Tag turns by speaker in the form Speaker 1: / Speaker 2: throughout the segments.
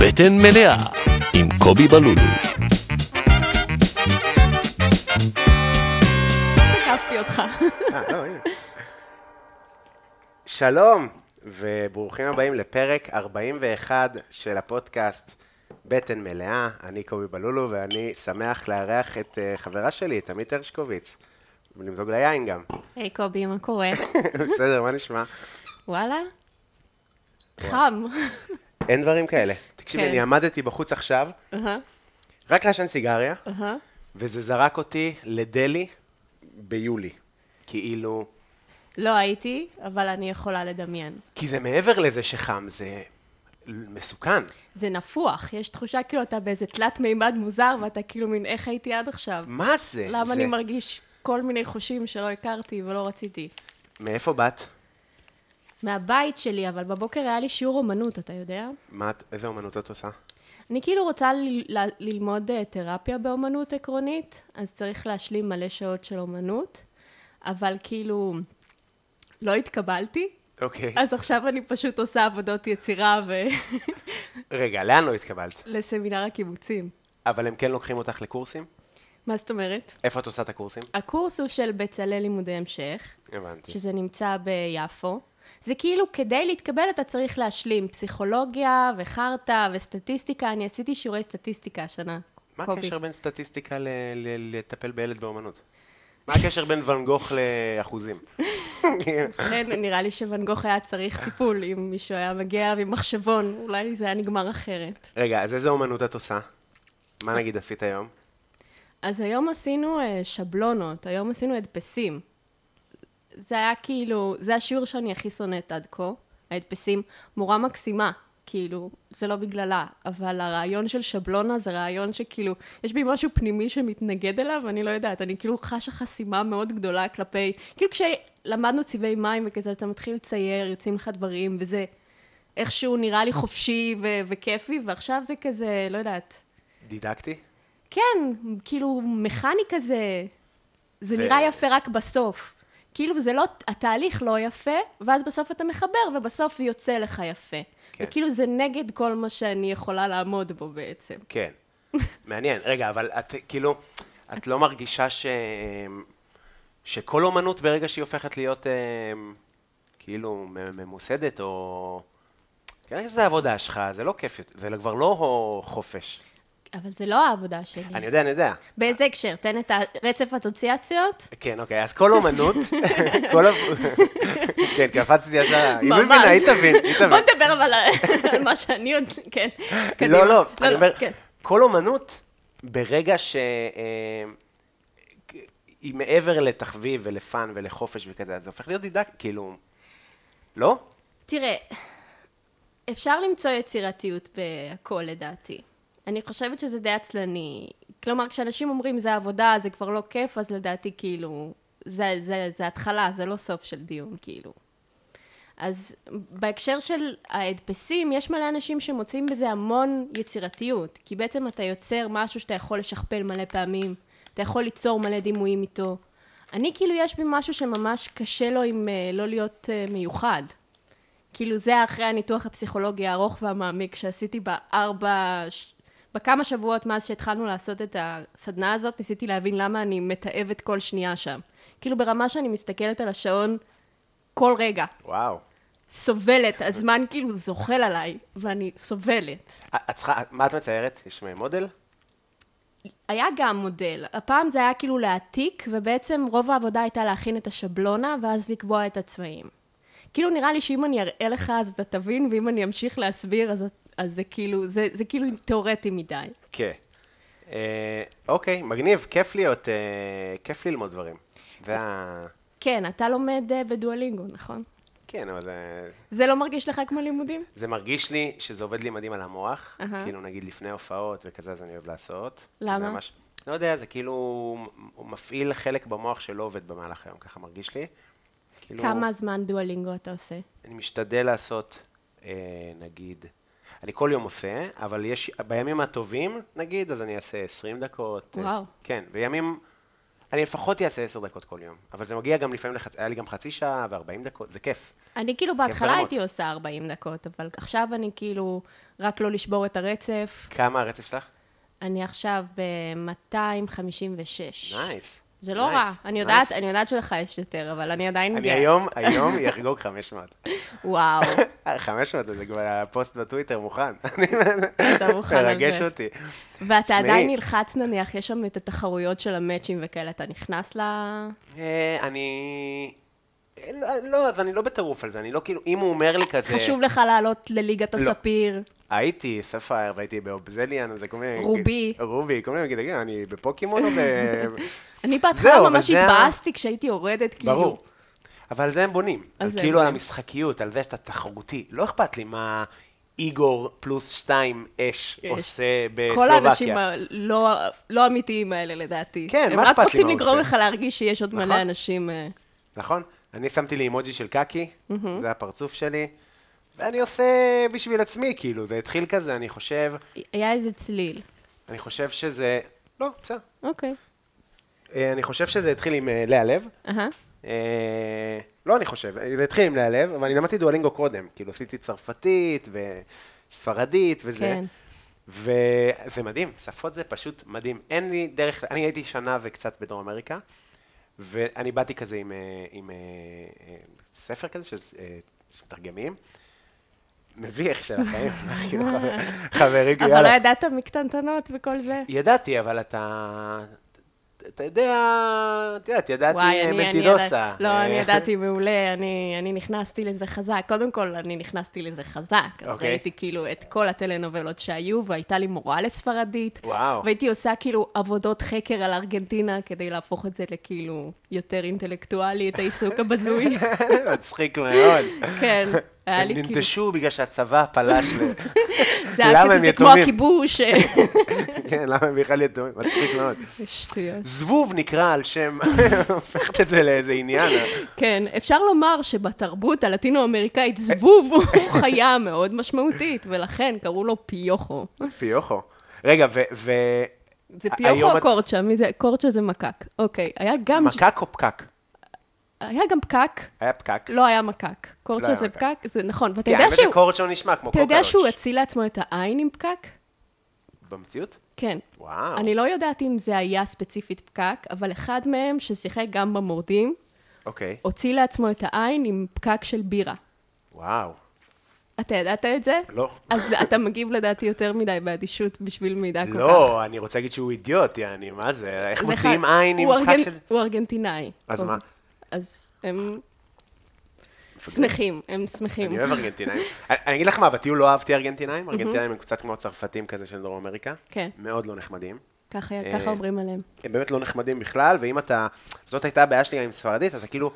Speaker 1: בטן מלאה עם קובי בלולו.
Speaker 2: תקפתי אותך.
Speaker 3: אה, לא, הנה. שלום, וברוכים הבאים לפרק 41 של הפודקאסט בטן מלאה. אני קובי בלולו, ואני שמח לארח את אה, חברה שלי, את עמית הרשקוביץ. ולמזוג ליין גם.
Speaker 2: היי קובי, מה קורה?
Speaker 3: בסדר, מה נשמע?
Speaker 2: וואלה? חם.
Speaker 3: אין דברים כאלה. תקשיבי,
Speaker 2: כן.
Speaker 3: אני עמדתי בחוץ עכשיו,
Speaker 2: אהה,
Speaker 3: רק לעשן סיגריה,
Speaker 2: אהה.
Speaker 3: וזה זרק אותי לדלי ביולי. כאילו,
Speaker 2: לא הייתי, אבל אני יכולה לדמיין.
Speaker 3: כי זה מעבר לזה שחם, זה מסוכן.
Speaker 2: זה נפוח, יש תחושה כאילו אתה באיזה תלת מימד מוזר, ואתה כאילו מין איך הייתי עד עכשיו.
Speaker 3: מה זה?
Speaker 2: למה
Speaker 3: זה...
Speaker 2: אני מרגיש כל מיני חושים שלא הכרתי ולא רציתי.
Speaker 3: מאיפה באת?
Speaker 2: מהבית שלי, אבל בבוקר היה לי שיעור אומנות, אתה יודע?
Speaker 3: מה את, איזה אומנות את עושה?
Speaker 2: אני כאילו רוצה ל- ל- ללמוד אה, תרפיה באומנות עקרונית, אז צריך להשלים מלא שעות של אומנות, אבל כאילו לא התקבלתי,
Speaker 3: אוקיי.
Speaker 2: אז עכשיו אני פשוט עושה עבודות יצירה
Speaker 3: רגע, לאן לא התקבלת?
Speaker 2: ולסמינר הקיבוצים.
Speaker 3: אבל הם כן לוקחים אותך לקורסים?
Speaker 2: מה זאת אומרת?
Speaker 3: איפה את עושה את הקורסים?
Speaker 2: הקורס הוא של בצלאל לימודי המשך,
Speaker 3: הבנתי.
Speaker 2: שזה נמצא ביפו. זה כאילו, כדי להתקבל אתה צריך להשלים פסיכולוגיה וחרטא וסטטיסטיקה. אני עשיתי שיעורי סטטיסטיקה השנה.
Speaker 3: מה
Speaker 2: קובי.
Speaker 3: הקשר בין סטטיסטיקה ל- ל- לטפל בילד באומנות? מה הקשר בין ואן גוך לאחוזים?
Speaker 2: כן, נראה לי שוואן גוך היה צריך טיפול, אם מישהו היה מגיע אליו עם מחשבון, אולי זה היה נגמר אחרת.
Speaker 3: רגע, אז איזה אומנות את עושה? מה נגיד עשית היום?
Speaker 2: אז היום עשינו אה, שבלונות, היום עשינו הדפסים. זה היה כאילו, זה השיעור שאני הכי שונאת עד כה, ההדפסים. מורה מקסימה, כאילו, זה לא בגללה, אבל הרעיון של שבלונה זה רעיון שכאילו, יש בי משהו פנימי שמתנגד אליו, אני לא יודעת, אני כאילו חשה חסימה מאוד גדולה כלפי, כאילו כשלמדנו צבעי מים וכזה, אז אתה מתחיל לצייר, יוצאים לך דברים, וזה איכשהו נראה לי חופשי ו- וכיפי, ועכשיו זה כזה, לא יודעת.
Speaker 3: דידקטי?
Speaker 2: כן, כאילו, מכני כזה, זה
Speaker 3: ו-
Speaker 2: נראה יפה רק בסוף. כאילו, זה לא, התהליך לא יפה, ואז בסוף אתה מחבר, ובסוף יוצא לך יפה.
Speaker 3: כן.
Speaker 2: וכאילו, זה נגד כל מה שאני יכולה לעמוד בו בעצם.
Speaker 3: כן. מעניין. רגע, אבל את כאילו, את לא מרגישה ש... שכל אומנות ברגע שהיא הופכת להיות אה, כאילו מ- ממוסדת או... כנראה שזה העבודה שלך, זה לא כיף, יותר, זה כבר לא חופש.
Speaker 2: אבל זה לא העבודה שלי.
Speaker 3: אני יודע, אני יודע.
Speaker 2: באיזה הקשר? תן את הרצף אסוציאציות?
Speaker 3: כן, אוקיי, אז כל אומנות, כל... ה- כן, קפצתי ישר, היא
Speaker 2: ממש.
Speaker 3: מבינה, היא תבין, היא תבין.
Speaker 2: בוא נדבר אבל על- על מה שאני עוד... כן, קדימה.
Speaker 3: לא, לא, אני אומר,
Speaker 2: כן.
Speaker 3: כל אומנות, ברגע ש... אה, היא מעבר לתחביב ולפאן ולחופש וכזה, אז זה הופך להיות דידקט, כאילו... לא?
Speaker 2: תראה, אפשר למצוא יצירתיות בהכל לדעתי. אני חושבת שזה די עצלני. כלומר, כשאנשים אומרים זה עבודה, זה כבר לא כיף, אז לדעתי כאילו, זה, זה, זה התחלה, זה לא סוף של דיון, כאילו. אז בהקשר של ההדפסים, יש מלא אנשים שמוצאים בזה המון יצירתיות, כי בעצם אתה יוצר משהו שאתה יכול לשכפל מלא פעמים, אתה יכול ליצור מלא דימויים איתו. אני כאילו, יש בי משהו שממש קשה לו עם אה, לא להיות אה, מיוחד. כאילו זה אחרי הניתוח הפסיכולוגי הארוך והמעמיק שעשיתי בארבע, ש- בכמה שבועות מאז שהתחלנו לעשות את הסדנה הזאת, ניסיתי להבין למה אני מתעבת כל שנייה שם. כאילו ברמה שאני מסתכלת על השעון כל רגע,
Speaker 3: וואו.
Speaker 2: סובלת, הזמן כאילו זוחל עליי, ואני סובלת.
Speaker 3: אה, את צריכה, מה את מציירת? יש מודל?
Speaker 2: היה גם מודל. הפעם זה היה כאילו להעתיק, ובעצם רוב העבודה הייתה להכין את השבלונה, ואז לקבוע את הצבעים. כאילו נראה לי שאם אני אראה לך אז אתה תבין, ואם אני אמשיך להסביר אז, אז זה כאילו, זה, זה כאילו תיאורטי מדי.
Speaker 3: כן. אה, אוקיי, מגניב, כיף להיות, אה, כיף ללמוד דברים. זה ה...
Speaker 2: כן, אתה לומד אה, בדואלינגו, נכון?
Speaker 3: כן, אבל זה...
Speaker 2: זה לא מרגיש לך כמו לימודים?
Speaker 3: זה מרגיש לי שזה עובד לי מדהים על המוח,
Speaker 2: אהה.
Speaker 3: כאילו נגיד לפני הופעות וכזה, אז אני אוהב לעשות.
Speaker 2: למה?
Speaker 3: זה ממש, לא יודע, זה כאילו, הוא מפעיל חלק במוח שלא עובד במהלך היום, ככה מרגיש לי. כאילו,
Speaker 2: כמה זמן דואלינגו אתה עושה?
Speaker 3: אני משתדל לעשות, אה, נגיד, אני כל יום עושה, אבל יש, בימים הטובים, נגיד, אז אני אעשה 20 דקות. אה,
Speaker 2: וואו.
Speaker 3: כן, בימים אני לפחות אעשה עשר דקות כל יום, אבל זה מגיע גם לפעמים, לחצ... היה לי גם חצי שעה וארבעים דקות, זה כיף.
Speaker 2: אני כאילו בהתחלה
Speaker 3: ברמות.
Speaker 2: הייתי עושה 40 דקות, אבל עכשיו אני כאילו, רק לא לשבור את הרצף.
Speaker 3: כמה הרצף שלך?
Speaker 2: אני עכשיו ב-256.
Speaker 3: נייס.
Speaker 2: זה לא
Speaker 3: נייס,
Speaker 2: רע. אני
Speaker 3: נייס.
Speaker 2: יודעת, אני יודעת שלך יש יותר, אבל אני עדיין
Speaker 3: אני
Speaker 2: גאה.
Speaker 3: היום, היום יחגוג 500.
Speaker 2: וואו,
Speaker 3: 500 זה כבר הפוסט בטוויטר מוכן.
Speaker 2: אתה מוכן על
Speaker 3: מרגש
Speaker 2: זה.
Speaker 3: אותי.
Speaker 2: ואתה
Speaker 3: שמעי.
Speaker 2: עדיין נלחץ נניח, יש שם את התחרויות של המאצ'ים וכאלה, אתה נכנס ל...
Speaker 3: אה, אני... אה, לא- לא, אז אני לא בטירוף על זה, אני לא כאילו, אם הוא אומר לי כזה... לא.
Speaker 2: חשוב לך לעלות לליגת הספיר.
Speaker 3: הייתי ספייר והייתי באובזליאן, אז זה כל מיני...
Speaker 2: רובי.
Speaker 3: רובי, כל מיני, תגיד, "רגע, אני בפוקימון או ב...
Speaker 2: אני בהתחלה
Speaker 3: זהו, אבל
Speaker 2: ממש
Speaker 3: זה ה-
Speaker 2: התבאסתי כשהייתי יורדת, כאילו.
Speaker 3: ברור. אבל על זה הם בונים.
Speaker 2: על
Speaker 3: על
Speaker 2: זה הם
Speaker 3: כאילו על
Speaker 2: בונים.
Speaker 3: המשחקיות, על זה שאתה תחרותי. לא אכפת לי מה איגור פלוס שתיים אש
Speaker 2: יש.
Speaker 3: עושה בסלובקיה.
Speaker 2: כל האנשים הלא לא אמיתיים האלה, לדעתי.
Speaker 3: כן, מה
Speaker 2: הם
Speaker 3: אכפת
Speaker 2: רק
Speaker 3: לי
Speaker 2: רוצים
Speaker 3: מה הוא
Speaker 2: לגרום
Speaker 3: עושה?
Speaker 2: לך להרגיש שיש עוד מלא
Speaker 3: נכון.
Speaker 2: אנשים... אה,
Speaker 3: נכון? אני שמתי לי אימוג'י של קקי, זה הפרצוף שלי, ואני עושה בשביל עצמי, כאילו, זה התחיל כזה, אני חושב,
Speaker 2: היה איזה צליל.
Speaker 3: אני חושב שזה... לא, בסדר.
Speaker 2: אוקיי.
Speaker 3: אה, אני חושב שזה התחיל עם אה, לאה לב.
Speaker 2: אהה.
Speaker 3: אה, לא, אני חושב, זה התחיל עם לאה לב, אבל אני למדתי דואלינגו קודם, כאילו עשיתי צרפתית וספרדית וזה.
Speaker 2: כן.
Speaker 3: וזה מדהים, שפות זה פשוט מדהים. אין לי דרך, אני הייתי שנה וקצת בדרום אמריקה, ואני באתי כזה עם, אה, עם אה, אה, ספר כזה של אה, של מתרגמים. מביך של החיים, כאילו חבר- חברים, כאילו,
Speaker 2: אבל לא ידעת מקטנטנות וכל זה?
Speaker 3: ידעתי, אבל אתה... אתה יודע, את יודעת, ידעתי
Speaker 2: וואי,
Speaker 3: אה,
Speaker 2: אני, אני
Speaker 3: מנטידוסה.
Speaker 2: ידעתי, לא,
Speaker 3: אה,
Speaker 2: אני ידעתי מעולה, אני, אני נכנסתי לזה חזק. קודם כל, אני נכנסתי לזה חזק, אז okay.
Speaker 3: אוקיי.
Speaker 2: ראיתי כאילו את כל הטלנובלות שהיו, והייתה לי מורה לספרדית.
Speaker 3: וואו.
Speaker 2: והייתי עושה כאילו עבודות חקר על ארגנטינה, כדי להפוך את זה לכאילו יותר אינטלקטואלי, את העיסוק הבזוי.
Speaker 3: מצחיק מאוד.
Speaker 2: כן, היה
Speaker 3: הם
Speaker 2: לי כאילו...
Speaker 3: ננטשו בגלל שהצבא פלש ל...
Speaker 2: זה היה
Speaker 3: למה
Speaker 2: כזה,
Speaker 3: הם
Speaker 2: זה כמו
Speaker 3: יתומים?
Speaker 2: הכיבוש.
Speaker 3: כן, למה הם בכלל ידועים? מצחיק מאוד.
Speaker 2: שטויות.
Speaker 3: זבוב נקרא על שם, הופכת את זה לאיזה עניין.
Speaker 2: כן, אפשר לומר שבתרבות הלטינו-אמריקאית זבוב הוא חיה מאוד משמעותית, ולכן קראו לו פיוכו.
Speaker 3: פיוכו. רגע, ו... ו-
Speaker 2: זה
Speaker 3: ה-
Speaker 2: פיוכו
Speaker 3: היום
Speaker 2: או
Speaker 3: את-
Speaker 2: קורצ'ה? מי זה? קורצ'ה זה מקק. אוקיי, היה גם...
Speaker 3: מקק או פקק?
Speaker 2: היה גם פקק,
Speaker 3: היה פקק.
Speaker 2: לא היה מקק.
Speaker 3: לא
Speaker 2: קורצ'ה
Speaker 3: היה
Speaker 2: זה
Speaker 3: מקק.
Speaker 2: פקק, זה נכון. ואתה
Speaker 3: כן,
Speaker 2: יודע
Speaker 3: האמת
Speaker 2: שהוא...
Speaker 3: שקורצ'ו נשמע כמו
Speaker 2: אתה יודע
Speaker 3: קוקלוץ'.
Speaker 2: שהוא הציל לעצמו את העין עם פקק?
Speaker 3: במציאות?
Speaker 2: כן.
Speaker 3: וואו.
Speaker 2: אני לא יודעת אם זה היה ספציפית פקק, אבל אחד מהם, ששיחק גם במורדים,
Speaker 3: אוקיי.
Speaker 2: הוציא לעצמו את העין עם פקק של בירה.
Speaker 3: וואו.
Speaker 2: אתה ידעת את זה?
Speaker 3: לא.
Speaker 2: אז אתה מגיב לדעתי יותר מדי באדישות בשביל מידע כל כך.
Speaker 3: לא, אני רוצה להגיד שהוא אידיוט, יעני, מה זה? איך
Speaker 2: זה
Speaker 3: מוציאים
Speaker 2: אחד-
Speaker 3: עין עם
Speaker 2: הוא
Speaker 3: פקק
Speaker 2: ארגנ-
Speaker 3: של...
Speaker 2: הוא ארגנטינאי.
Speaker 3: אז
Speaker 2: טוב.
Speaker 3: מה?
Speaker 2: אז הם שמחים, הם שמחים.
Speaker 3: אני אוהב ארגנטינאים. אני- אני אגיד לך מה, בטיול לא אהבתי ארגנטינאים, ארגנטינאים הם קצת כמו הצרפתים כזה של דרום אמריקה.
Speaker 2: כן.
Speaker 3: מאוד לא נחמדים.
Speaker 2: ככה
Speaker 3: אה,
Speaker 2: ככה אומרים עליהם.
Speaker 3: הם באמת לא נחמדים בכלל, ואם אתה... זאת הייתה הבעיה שלי עם ספרדית, אז כאילו,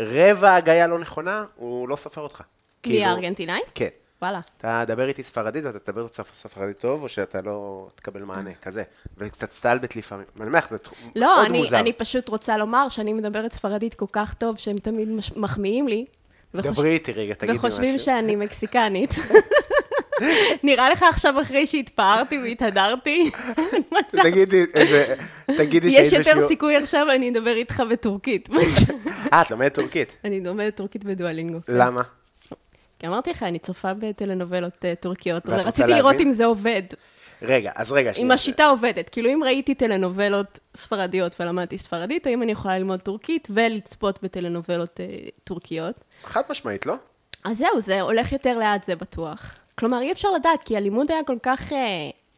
Speaker 3: רבע הגיה לא נכונה, הוא לא סופר אותך.
Speaker 2: מי
Speaker 3: כאילו-
Speaker 2: הארגנטינאי?
Speaker 3: כן.
Speaker 2: וואלה.
Speaker 3: אתה דבר איתי ספרדית ואתה תדבר ספ- ספרדית טוב, או שאתה לא תקבל מענה, כזה. וקצת סטלבט לפעמים. אני אומר לך, זה תחום-
Speaker 2: Mm. לא,
Speaker 3: מאוד
Speaker 2: אני,
Speaker 3: מוזר.
Speaker 2: אני פשוט רוצה לומר שאני מדברת ספרדית כל כך טוב, שהם תמיד מש... מחמיאים לי. וחוש-
Speaker 3: דברי איתי רגע, תגידי משהו.
Speaker 2: וחושבים שאני מקסיקנית. נראה לך עכשיו אחרי שהתפארתי והתהדרתי? מצב-
Speaker 3: תגידי, איזה- תגידי
Speaker 2: יש
Speaker 3: שהיית
Speaker 2: יותר
Speaker 3: בשיעור...
Speaker 2: סיכוי עכשיו אני אדבר איתך בטורקית. מאשר-
Speaker 3: אה, את לומדת טורקית.
Speaker 2: אני לומדת טורקית בדואלינגו.
Speaker 3: למה?
Speaker 2: כי אמרתי לך, אני צופה בטלנובלות אה, טורקיות,
Speaker 3: ואת רוצה
Speaker 2: ורציתי לראות
Speaker 3: להבין? אה,
Speaker 2: אם זה עובד,
Speaker 3: רגע, אז רגע,
Speaker 2: אם השיטה עובדת. כאילו, אם ראיתי טלנובלות ספרדיות ולמדתי ספרדית, האם אני יכולה ללמוד טורקית ולצפות בטלנובלות אה, טורקיות?
Speaker 3: חד משמעית, לא?
Speaker 2: אז זהו, זה הולך יותר לאט, זה בטוח. כלומר, אי אפשר לדעת, כי הלימוד היה כל כך אה,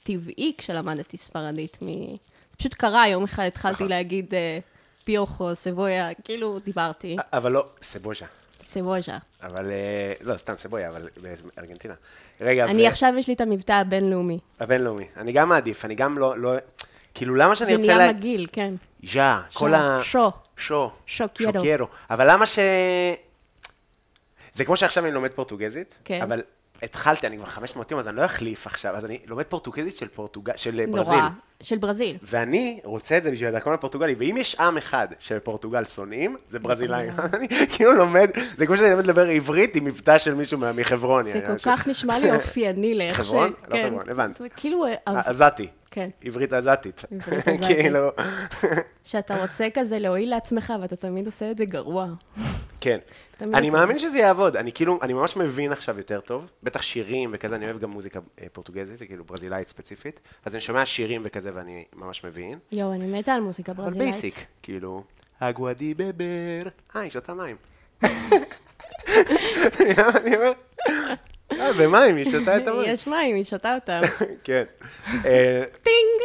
Speaker 2: טבעי כשלמדתי ספרדית. מ... זה פשוט קרה, יום אחד
Speaker 3: נכון.
Speaker 2: התחלתי להגיד אה, פיוכו, סבויה, כאילו, דיברתי.
Speaker 3: אבל לא, סבוז'ה.
Speaker 2: סבויה.
Speaker 3: אבל, אה, לא, סתם סבויה, אבל בארגנטינה. רגע,
Speaker 2: אני
Speaker 3: ו-
Speaker 2: עכשיו, יש לי את המבטא הבינלאומי.
Speaker 3: הבינלאומי. אני גם מעדיף, אני גם לא, לא... כאילו, למה שאני
Speaker 2: זה
Speaker 3: ארצה
Speaker 2: נהיה
Speaker 3: לה...
Speaker 2: מגעיל, כן.
Speaker 3: ז'ה, כל ה... אה,
Speaker 2: שו.
Speaker 3: שו.
Speaker 2: שו קיירו.
Speaker 3: אבל למה ש... זה כמו שעכשיו אני לומד פורטוגזית,
Speaker 2: כן.
Speaker 3: אבל התחלתי, אני כבר 500 יום, אז אני לא אחליף עכשיו, אז אני לומד פורטוגזית של, פורטוג... של אה, ברזיל.
Speaker 2: נורא. של ברזיל.
Speaker 3: ואני רוצה את זה בשביל הדרכון הפורטוגלי, ואם יש עם אחד שבפורטוגל שונאים, זה ברזילאים. אני כאילו לומד, זה כמו שאני לומד לדבר עברית עם מבטא של מישהו מה- מחברון.
Speaker 2: זה
Speaker 3: יעני,
Speaker 2: כל
Speaker 3: אה, ש-
Speaker 2: כך נשמע לי אופייני לאיך ש...
Speaker 3: חברון? לא
Speaker 2: כן.
Speaker 3: חברון, הבנת.
Speaker 2: זה כאילו... אה,
Speaker 3: עזתי.
Speaker 2: כן.
Speaker 3: עברית עזתית.
Speaker 2: עברית עזתית.
Speaker 3: כאילו,
Speaker 2: שאתה רוצה כזה להועיל לעצמך, ואתה תמיד עושה את זה גרוע.
Speaker 3: כן.
Speaker 2: תמיד
Speaker 3: אני
Speaker 2: אתה-
Speaker 3: מאמין שזה יעבוד, אני כאילו, אני ממש מבין עכשיו יותר טוב, בטח שירים וכזה, אני אוהב גם מוזיקה אה, פורטוגזית, כאילו ברזילאית ספציפית, אז אני שומע שירים וכזה ואני ממש מבין.
Speaker 2: יואו, אני מתה על מוזיקה
Speaker 3: אבל
Speaker 2: ברזילאית.
Speaker 3: בייסיק, כאילו, אגוודי בבר, אה, היא שותה מים. אני אומר, אה, במים, היא שותה את המים.
Speaker 2: יש מים, היא שתה אותם.
Speaker 3: כן. אה,
Speaker 2: טינג!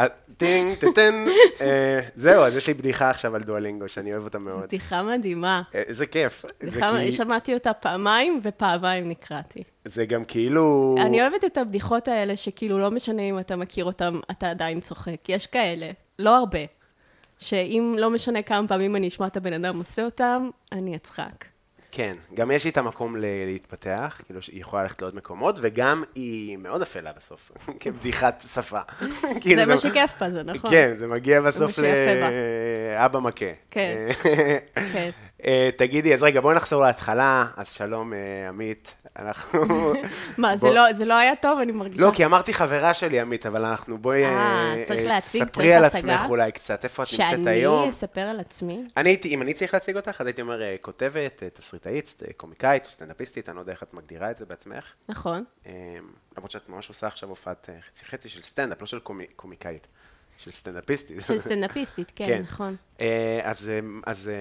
Speaker 3: אה, טינג, טטן, אה, זהו, אז יש לי בדיחה עכשיו על דואלינגו, שאני אוהב אותה מאוד.
Speaker 2: בדיחה מדהימה.
Speaker 3: אה, זה כיף. זה
Speaker 2: בדיחה,
Speaker 3: כי-
Speaker 2: שמעתי אותה פעמיים, ופעמיים נקרעתי.
Speaker 3: זה גם כאילו...
Speaker 2: אני אוהבת את הבדיחות האלה, שכאילו לא משנה אם אתה מכיר אותן, אתה עדיין צוחק. יש כאלה, לא הרבה. שאם לא משנה כמה פעמים אני אשמע את הבן אדם עושה אותם, אני אצחק.
Speaker 3: כן, גם יש לי את המקום ל- להתפתח, כאילו שהיא יכולה ללכת לעוד מקומות, וגם היא מאוד אפלה בסוף, כבדיחת שפה. כאילו,
Speaker 2: זה מה שכיף בה, זה נכון.
Speaker 3: כן, זה מגיע בסוף
Speaker 2: שיפה בה.
Speaker 3: לאבא מכה.
Speaker 2: כן. כן.
Speaker 3: אה, תגידי, אז רגע, בואי נחזור להתחלה. אז שלום, אה, עמית. אנחנו...
Speaker 2: מה, זה
Speaker 3: בוא-
Speaker 2: לא- זה לא היה טוב? אני מרגישה...
Speaker 3: לא, כי אמרתי חברה שלי, עמית, אבל אנחנו, בואי...
Speaker 2: אה,
Speaker 3: אה,
Speaker 2: צריך
Speaker 3: אה,
Speaker 2: להציג,
Speaker 3: ספרי
Speaker 2: צריך
Speaker 3: על
Speaker 2: הצגה.
Speaker 3: עצמך אולי קצת, איפה את נמצאת
Speaker 2: שאני
Speaker 3: היום.
Speaker 2: אספר על עצמי?
Speaker 3: אני הייתי, אם אני צריך להציג אותך, אז הייתי אומר אה, כותבת, אה, תסריטאית, אה, קומיקאית או סטנדאפיסטית, אני לא יודע איך את מגדירה את זה בעצמך.
Speaker 2: נכון.
Speaker 3: אה, למרות שאת ממש עושה עכשיו הופעת אה, חצי חצי של סטנדאפ, לא של קומי- קומיקאית, של סטנדאפיסטית.
Speaker 2: של סטנדאפיסטית, כן, נכון.
Speaker 3: אה, אז, אה, אז אה,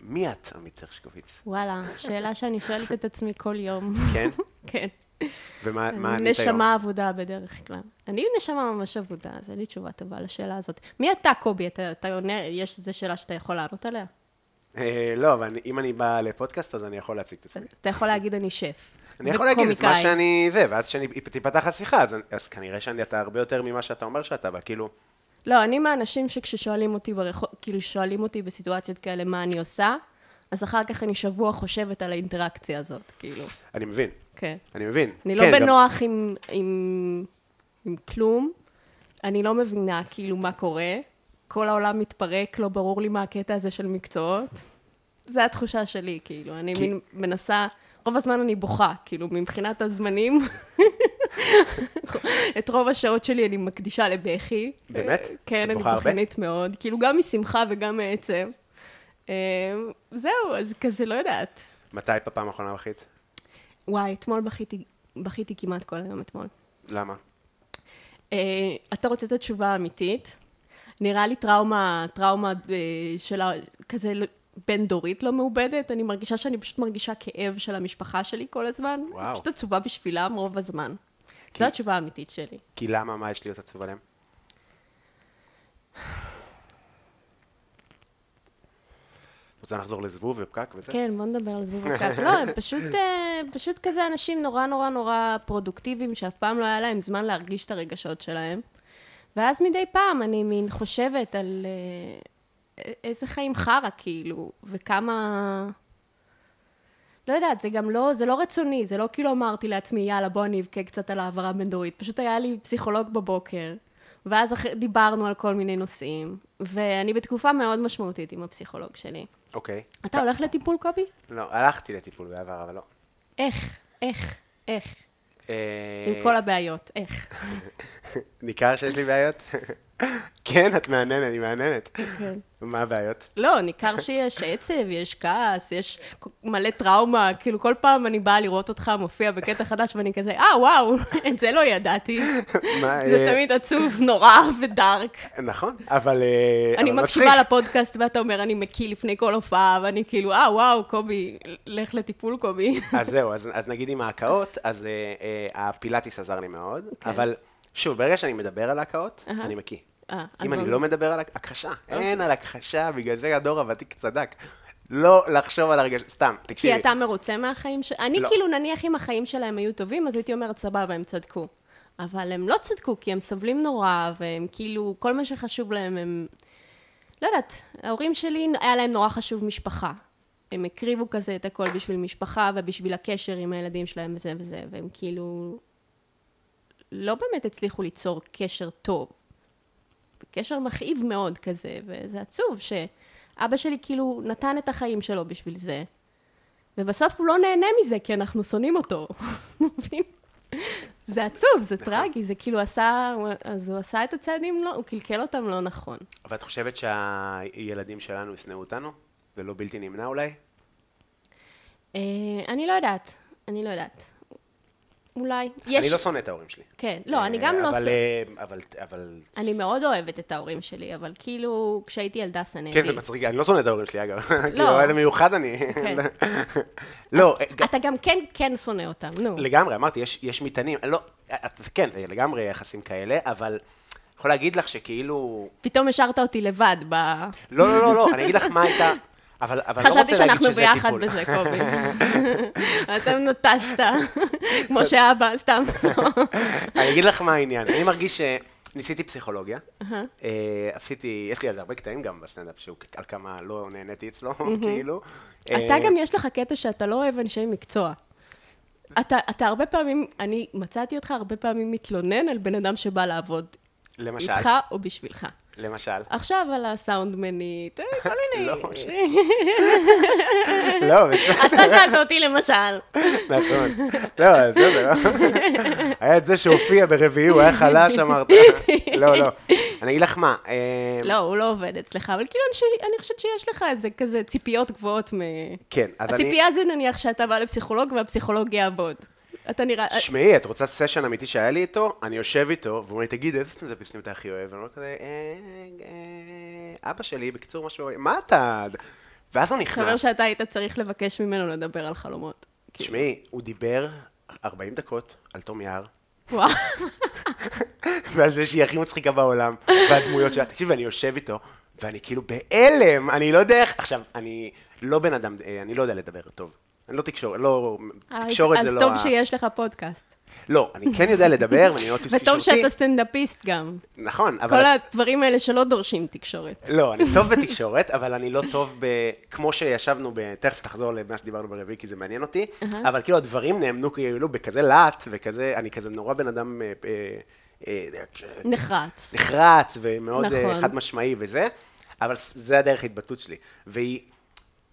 Speaker 3: מי את, עמית הרשקוביץ?
Speaker 2: וואלה, שאלה שאני שואלת את עצמי כל יום.
Speaker 3: כן?
Speaker 2: כן.
Speaker 3: ומה מה ענית
Speaker 2: אני
Speaker 3: היום?
Speaker 2: נשמה אבודה בדרך כלל. אני נשמה ממש אבודה, אז אין לי תשובה טובה לשאלה הזאת. מי אתה, קובי? אתה, אתה עונה, יש איזו שאלה שאתה יכול לענות עליה?
Speaker 3: אה, לא, אבל אני- אם אני בא לפודקאסט, אז אני יכול להציג את עצמי.
Speaker 2: אתה יכול להגיד אני שף.
Speaker 3: אני יכול להגיד את מה
Speaker 2: וקומיקאי.
Speaker 3: שאני זה, ואז כשתיפתח השיחה, אז, אז כנראה שאתה הרבה יותר ממה שאתה אומר שאתה, אבל כאילו,
Speaker 2: לא, אני מהאנשים שכששואלים אותי ברחוב, כאילו שואלים אותי בסיטואציות כאלה מה אני עושה, אז אחר כך אני שבוע חושבת על האינטראקציה הזאת, כאילו.
Speaker 3: אני מבין,
Speaker 2: כן.
Speaker 3: אני מבין.
Speaker 2: אני
Speaker 3: כן,
Speaker 2: לא
Speaker 3: גם-
Speaker 2: בנוח עם, עם, עם כלום, אני לא מבינה כאילו מה קורה, כל העולם מתפרק, לא ברור לי מה הקטע הזה של מקצועות. זה התחושה שלי, כאילו, אני
Speaker 3: כי-
Speaker 2: מין מנסה, רוב הזמן אני בוכה, כאילו, מבחינת הזמנים, את רוב השעות שלי אני מקדישה לבכי.
Speaker 3: באמת?
Speaker 2: אה,
Speaker 3: את
Speaker 2: כן, אני
Speaker 3: בוכה הרבה?
Speaker 2: בוכנית מאוד, כאילו, גם משמחה וגם מעצב. אה, זהו, אז כזה לא יודעת.
Speaker 3: מתי בפעם האחרונה בכית?
Speaker 2: וואי, אתמול בכיתי, בכיתי כמעט כל היום אתמול.
Speaker 3: למה?
Speaker 2: אה, אתה רוצה את התשובה האמיתית? נראה לי טראומה, טראומה אה, של ה... כזה ל- בין-דורית לא מעובדת. אני מרגישה שאני פשוט מרגישה כאב של המשפחה שלי כל הזמן.
Speaker 3: וואו.
Speaker 2: אני פשוט עצובה בשבילם רוב הזמן. זו התשובה האמיתית שלי.
Speaker 3: כי למה, מה יש להיות עצוב עליהם? רוצה לחזור לזבוב ופקק וזה?
Speaker 2: כן, בוא נדבר על זבוב הקו. לא, הם פשוט, אה, פשוט כזה אנשים נורא נורא נורא פרודוקטיביים, שאף פעם לא היה להם זמן להרגיש את הרגשות שלהם. ואז מדי פעם אני מין חושבת על אה, איזה חיים חרא, כאילו, וכמה... לא יודעת, זה גם לא, זה לא רצוני, זה לא כאילו אמרתי לעצמי, יאללה, בוא אני אבכה קצת על העברה בין-דורית. פשוט היה לי פסיכולוג בבוקר, ואז אחרי, דיברנו על כל מיני נושאים, ואני בתקופה מאוד משמעותית עם הפסיכולוג שלי.
Speaker 3: אוקיי.
Speaker 2: אתה הולך לטיפול, קובי?
Speaker 3: לא, הלכתי לטיפול בעבר, אבל לא.
Speaker 2: איך? איך? איך?
Speaker 3: אה,
Speaker 2: עם כל הבעיות, איך?
Speaker 3: ניכר שיש לי בעיות? כן, את מהנהנת, אני מהנהנת.
Speaker 2: כן.
Speaker 3: מה הבעיות?
Speaker 2: לא, ניכר שיש עצב, יש כעס, יש מלא טראומה, כאילו כל פעם אני באה לראות אותך מופיע בקטע חדש ואני כזה, אה, וואו, את זה לא ידעתי.
Speaker 3: מה,
Speaker 2: זה
Speaker 3: אה,
Speaker 2: תמיד עצוב, נורא ודארק.
Speaker 3: נכון, אבל... אה,
Speaker 2: אני
Speaker 3: אבל
Speaker 2: מקשיבה
Speaker 3: מצחיק.
Speaker 2: לפודקאסט ואתה אומר, אני מקיא לפני כל הופעה, ואני כאילו, אה, וואו, קובי, לך לטיפול, קובי.
Speaker 3: אז זהו, אז, אז נגיד עם ההקאות, אז אה, אה, הפילאטיס עזר לי מאוד,
Speaker 2: כן.
Speaker 3: אבל שוב, ברגע שאני מדבר על ההקאות,
Speaker 2: אהה.
Speaker 3: אני מקיא.
Speaker 2: אה, אז אוקיי.
Speaker 3: אם אני
Speaker 2: לא-
Speaker 3: לא מדבר על הכחשה, אין על הכחשה, בגלל זה הדור הוותיק צדק. לא לחשוב על הרגש... סתם, תקשיבי.
Speaker 2: כי אתה מרוצה מהחיים ש... אני
Speaker 3: לא.
Speaker 2: כאילו, נניח אם החיים שלהם היו טובים, אז הייתי אומרת, סבבה, הם צדקו. אבל הם לא צדקו, כי הם סובלים נורא, והם כאילו, כל מה שחשוב להם, הם... לא יודעת, ההורים שלי, היה להם נורא חשוב משפחה. הם הקריבו כזה את הכל בשביל משפחה ובשביל הקשר עם הילדים שלהם וזה וזה, והם כאילו... לא באמת הצליחו ליצור קשר טוב. קשר מכאיב מאוד כזה, וזה עצוב שאבא שלי כאילו נתן את החיים שלו בשביל זה, ובסוף הוא לא נהנה מזה, כי אנחנו שונאים אותו. אתה מבין? זה עצוב, זה
Speaker 3: נכון.
Speaker 2: טרגי, זה כאילו עשה, הוא- אז הוא עשה את הצעדים, לא, הוא קלקל אותם לא נכון.
Speaker 3: אבל את חושבת שהילדים שלנו ישנאו אותנו? זה לא בלתי נמנע אולי?
Speaker 2: אה, אני לא יודעת, אני לא יודעת. אולי.
Speaker 3: יש... אני לא שונא את ההורים שלי.
Speaker 2: כן, לא, אני
Speaker 3: אה,
Speaker 2: גם לא
Speaker 3: אבל,
Speaker 2: שונא.
Speaker 3: אה, אבל, אבל...
Speaker 2: אני מאוד אוהבת את ההורים שלי, אבל כאילו, כשהייתי ילדה שנאתי.
Speaker 3: כן, זה מצחיק, אני לא שונא את ההורים שלי, אגב. כאילו, אלה מיוחד אני.
Speaker 2: כן.
Speaker 3: לא, אה,
Speaker 2: אתה גם כן, כן שונא אותם, נו.
Speaker 3: לגמרי, אמרתי, יש, יש מטענים, לא, את- כן, זה לגמרי יחסים כאלה, אבל אני יכול להגיד לך שכאילו...
Speaker 2: פתאום השארת אותי לבד ב...
Speaker 3: לא, לא, לא, לא, אני אגיד לך מה הייתה... אבל, אבל אני לא
Speaker 2: חשבתי
Speaker 3: רוצה להגיד
Speaker 2: שאנחנו
Speaker 3: שזה
Speaker 2: ביחד
Speaker 3: טיפול.
Speaker 2: בזה, קובי. אתה נטשת, כמו שאבא, סתם. לא.
Speaker 3: אני אגיד לך מה העניין, אני מרגיש שניסיתי פסיכולוגיה, אה, עשיתי, יש לי על זה הרבה קטעים גם בסטנדאפ, שהוא על כמה לא נהניתי אצלו, כאילו.
Speaker 2: אתה
Speaker 3: אה,
Speaker 2: גם יש לך קטע שאתה לא אוהב אנשי מקצוע. אתה, אתה הרבה פעמים, אני מצאתי אותך הרבה פעמים מתלונן על בן אדם שבא לעבוד
Speaker 3: למשל,
Speaker 2: איתך או בשבילך.
Speaker 3: למשל.
Speaker 2: עכשיו על הסאונדמנית, אה, כל מיני.
Speaker 3: לא, משה. לא, בסדר,
Speaker 2: אתה שאלת אותי למשל.
Speaker 3: נכון. לא, בסדר. היה את זה שהופיע ברביעי, הוא היה חלש, אמרת. לא, לא. אני אגיד לך מה, אה,
Speaker 2: לא, הוא לא עובד אצלך, אבל כאילו אנשי- אני חושבת שיש לך איזה כזה ציפיות גבוהות מ...
Speaker 3: כן, אז אני...
Speaker 2: הציפייה זה נניח שאתה בא לפסיכולוג והפסיכולוג יעבוד. אתה נראה...
Speaker 3: שמעי, את רוצה סשן אמיתי שהיה לי איתו? אני יושב איתו, והוא אומר לי, תגיד, איזה סטנדאפיסטים אתה הכי אוהב? ואני אומר כזה, "אה, אה, אבא שלי, בקיצור, משהו, מה אתה... ואז הוא
Speaker 2: אתה אומר
Speaker 3: נכנס,
Speaker 2: שאתה היית צריך לבקש ממנו לדבר על חלומות. כאילו,
Speaker 3: תשמעי, הוא דיבר 40 דקות על תום יער,
Speaker 2: כאילו, וואו.
Speaker 3: ועל זה שהיא הכי מצחיקה בעולם, והדמויות שלה. תקשיב, אני יושב איתו, ואני כאילו בהלם, אני לא יודע איך... עכשיו, אני לא בן אדם, אה, אני לא יודע לדבר טוב. אני לא תקשורת, לא...
Speaker 2: אה, אז-
Speaker 3: תקשורת זה
Speaker 2: אז
Speaker 3: לא...
Speaker 2: טוב
Speaker 3: ה-
Speaker 2: שיש לך פודקאסט.
Speaker 3: לא, אני כן יודע לדבר, ואני לא תקשורתי.
Speaker 2: וטוב שאתה סטנדאפיסט גם.
Speaker 3: נכון, אבל...
Speaker 2: כל הדברים האלה שלא דורשים תקשורת.
Speaker 3: לא, אני טוב בתקשורת, אבל אני לא טוב ב... כמו שישבנו ב... תכף נחזור למה שדיברנו ברביעי, כי זה מעניין אותי, אבל כאילו הדברים נאמנו כאילו בכזה להט, וכזה, אני כזה נורא בן אדם אה, אה, אה,
Speaker 2: נחרץ.
Speaker 3: נחרץ, ומאוד אה,
Speaker 2: נכון.
Speaker 3: חד משמעי וזה, אבל ס- זה הדרך ההתבטאות שלי. והיא...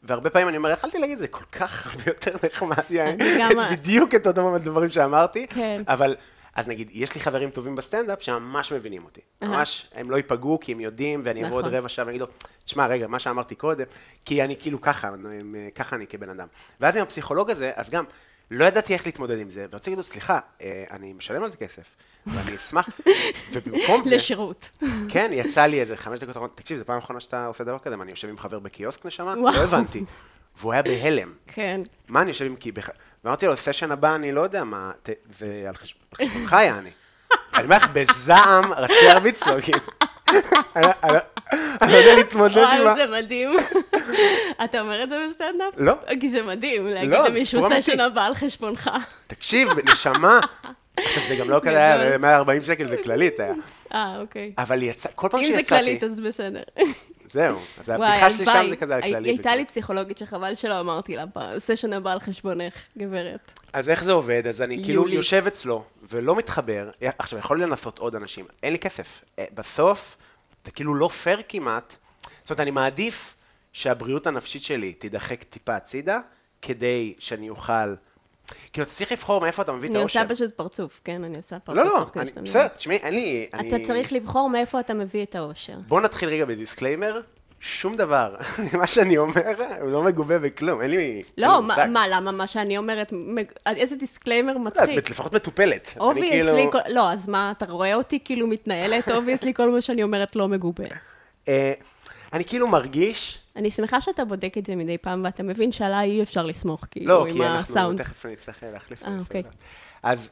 Speaker 3: והרבה פעמים אני אומר, יכלתי להגיד את זה כל כך הרבה יותר נחמד, יעני."
Speaker 2: גם-
Speaker 3: בדיוק את אותם הדברים שאמרתי,
Speaker 2: כן.
Speaker 3: אבל אז נגיד, יש לי חברים טובים בסטנדאפ שממש מבינים אותי, ממש, הם לא ייפגעו כי הם יודעים, ואני אבוא עוד
Speaker 2: נכון.
Speaker 3: רבע שעה ואני אגיד לו, תשמע, רגע, מה שאמרתי קודם, כי אני כאילו ככה, הם, אה, ככה אני כבן אדם. ואז עם הפסיכולוג הזה, אז גם, לא ידעתי איך להתמודד עם זה, ורציתי להגיד לו, סליחה, אה, אני משלם על זה כסף, ואני אשמח, ובמקום זה...
Speaker 2: לשירות.
Speaker 3: כן, יצא לי איזה חמש דקות אחרונות, תקשיב, זו פעם אחרונה שאתה עושה דבר כזה, מה, אני יושב עם חבר בקיוסק נשמה?
Speaker 2: וואו.
Speaker 3: לא הבנתי. והוא היה בהלם.
Speaker 2: כן.
Speaker 3: מה אני יושב עם כי... בח- ואמרתי לו, סשן הבא, אני לא יודע מה, ת... זה על חשב- על חשבונך היה אני. אני אומר לך, בזעם רציתי להרביץ לו, כאילו. אני לא- אני לא- אני לא יודע להתמודד עם ה...
Speaker 2: וואי, זה מדהים. אתה אומר את זה בסטנדאפ?
Speaker 3: לא.
Speaker 2: כי זה מדהים להגיד
Speaker 3: לא, זה
Speaker 2: למישהו
Speaker 3: סיפור
Speaker 2: סשן
Speaker 3: אמיתי."
Speaker 2: הבא על חשבונך.
Speaker 3: תקשיב, נשמה. עכשיו, זה גם לא כזה היה, זה 140 שקל, זה כללית היה.
Speaker 2: אה, אוקיי.
Speaker 3: אבל יצא, כל פעם
Speaker 2: אם זה
Speaker 3: שיצאתי,
Speaker 2: כללית, אז בסדר.
Speaker 3: זהו. אז
Speaker 2: וואי,
Speaker 3: הבדיחה שלי שם
Speaker 2: הלוואי.
Speaker 3: זה כזה על
Speaker 2: הי-
Speaker 3: כללית.
Speaker 2: הייתה לי פסיכולוגית שחבל שלא אמרתי לה, בסשן הבא על חשבונך, גברת.
Speaker 3: אז איך זה עובד? אז אני כאילו
Speaker 2: יולי.
Speaker 3: יושב אצלו ולא מתחבר. עכשיו, יכול לנסות עוד אנשים, אין לי כסף. אה, בסוף, זה כאילו לא פייר כמעט. זאת אומרת, אני מעדיף שהבריאות הנפשית שלי תידחק טיפה הצידה, כדי שאני אוכל... כאילו, אתה צריך לבחור מאיפה אתה מביא את
Speaker 2: אני
Speaker 3: האושר.
Speaker 2: עושה פשוט פרצוף, כן, אני עושה פרצוף.
Speaker 3: לא, לא,
Speaker 2: תוך כדי
Speaker 3: אני-
Speaker 2: שאתה מדבר.
Speaker 3: בסדר, תשמעי, אין לי...
Speaker 2: אתה
Speaker 3: אני-
Speaker 2: צריך לבחור מאיפה אתה מביא את האושר.
Speaker 3: בוא נתחיל רגע בדיסקליימר. שום דבר, מה שאני אומר, הוא לא מגובה בכלום, אין לי אין לי
Speaker 2: לא,
Speaker 3: מושג.
Speaker 2: מה, מה, למה מה שאני אומרת, מג- איזה דיסקליימר
Speaker 3: לא יודעת,
Speaker 2: מצחיק.
Speaker 3: לפחות מטופלת. אני
Speaker 2: אובייסלי,
Speaker 3: כאילו-
Speaker 2: כל... לא, אז מה, אתה רואה אותי כאילו מתנהלת, אובייסלי כל מה שאני אומרת לא מגובה.
Speaker 3: אה, אני כאילו מרגיש
Speaker 2: אני שמחה שאתה בודק את זה מדי פעם, ואתה מבין שעליי אי אפשר לסמוך, כאילו,
Speaker 3: לא,
Speaker 2: עם
Speaker 3: כי אנחנו
Speaker 2: הסאונד.
Speaker 3: תכף נצטרך להחליף את
Speaker 2: אה, אוקיי.
Speaker 3: הסאונד. אז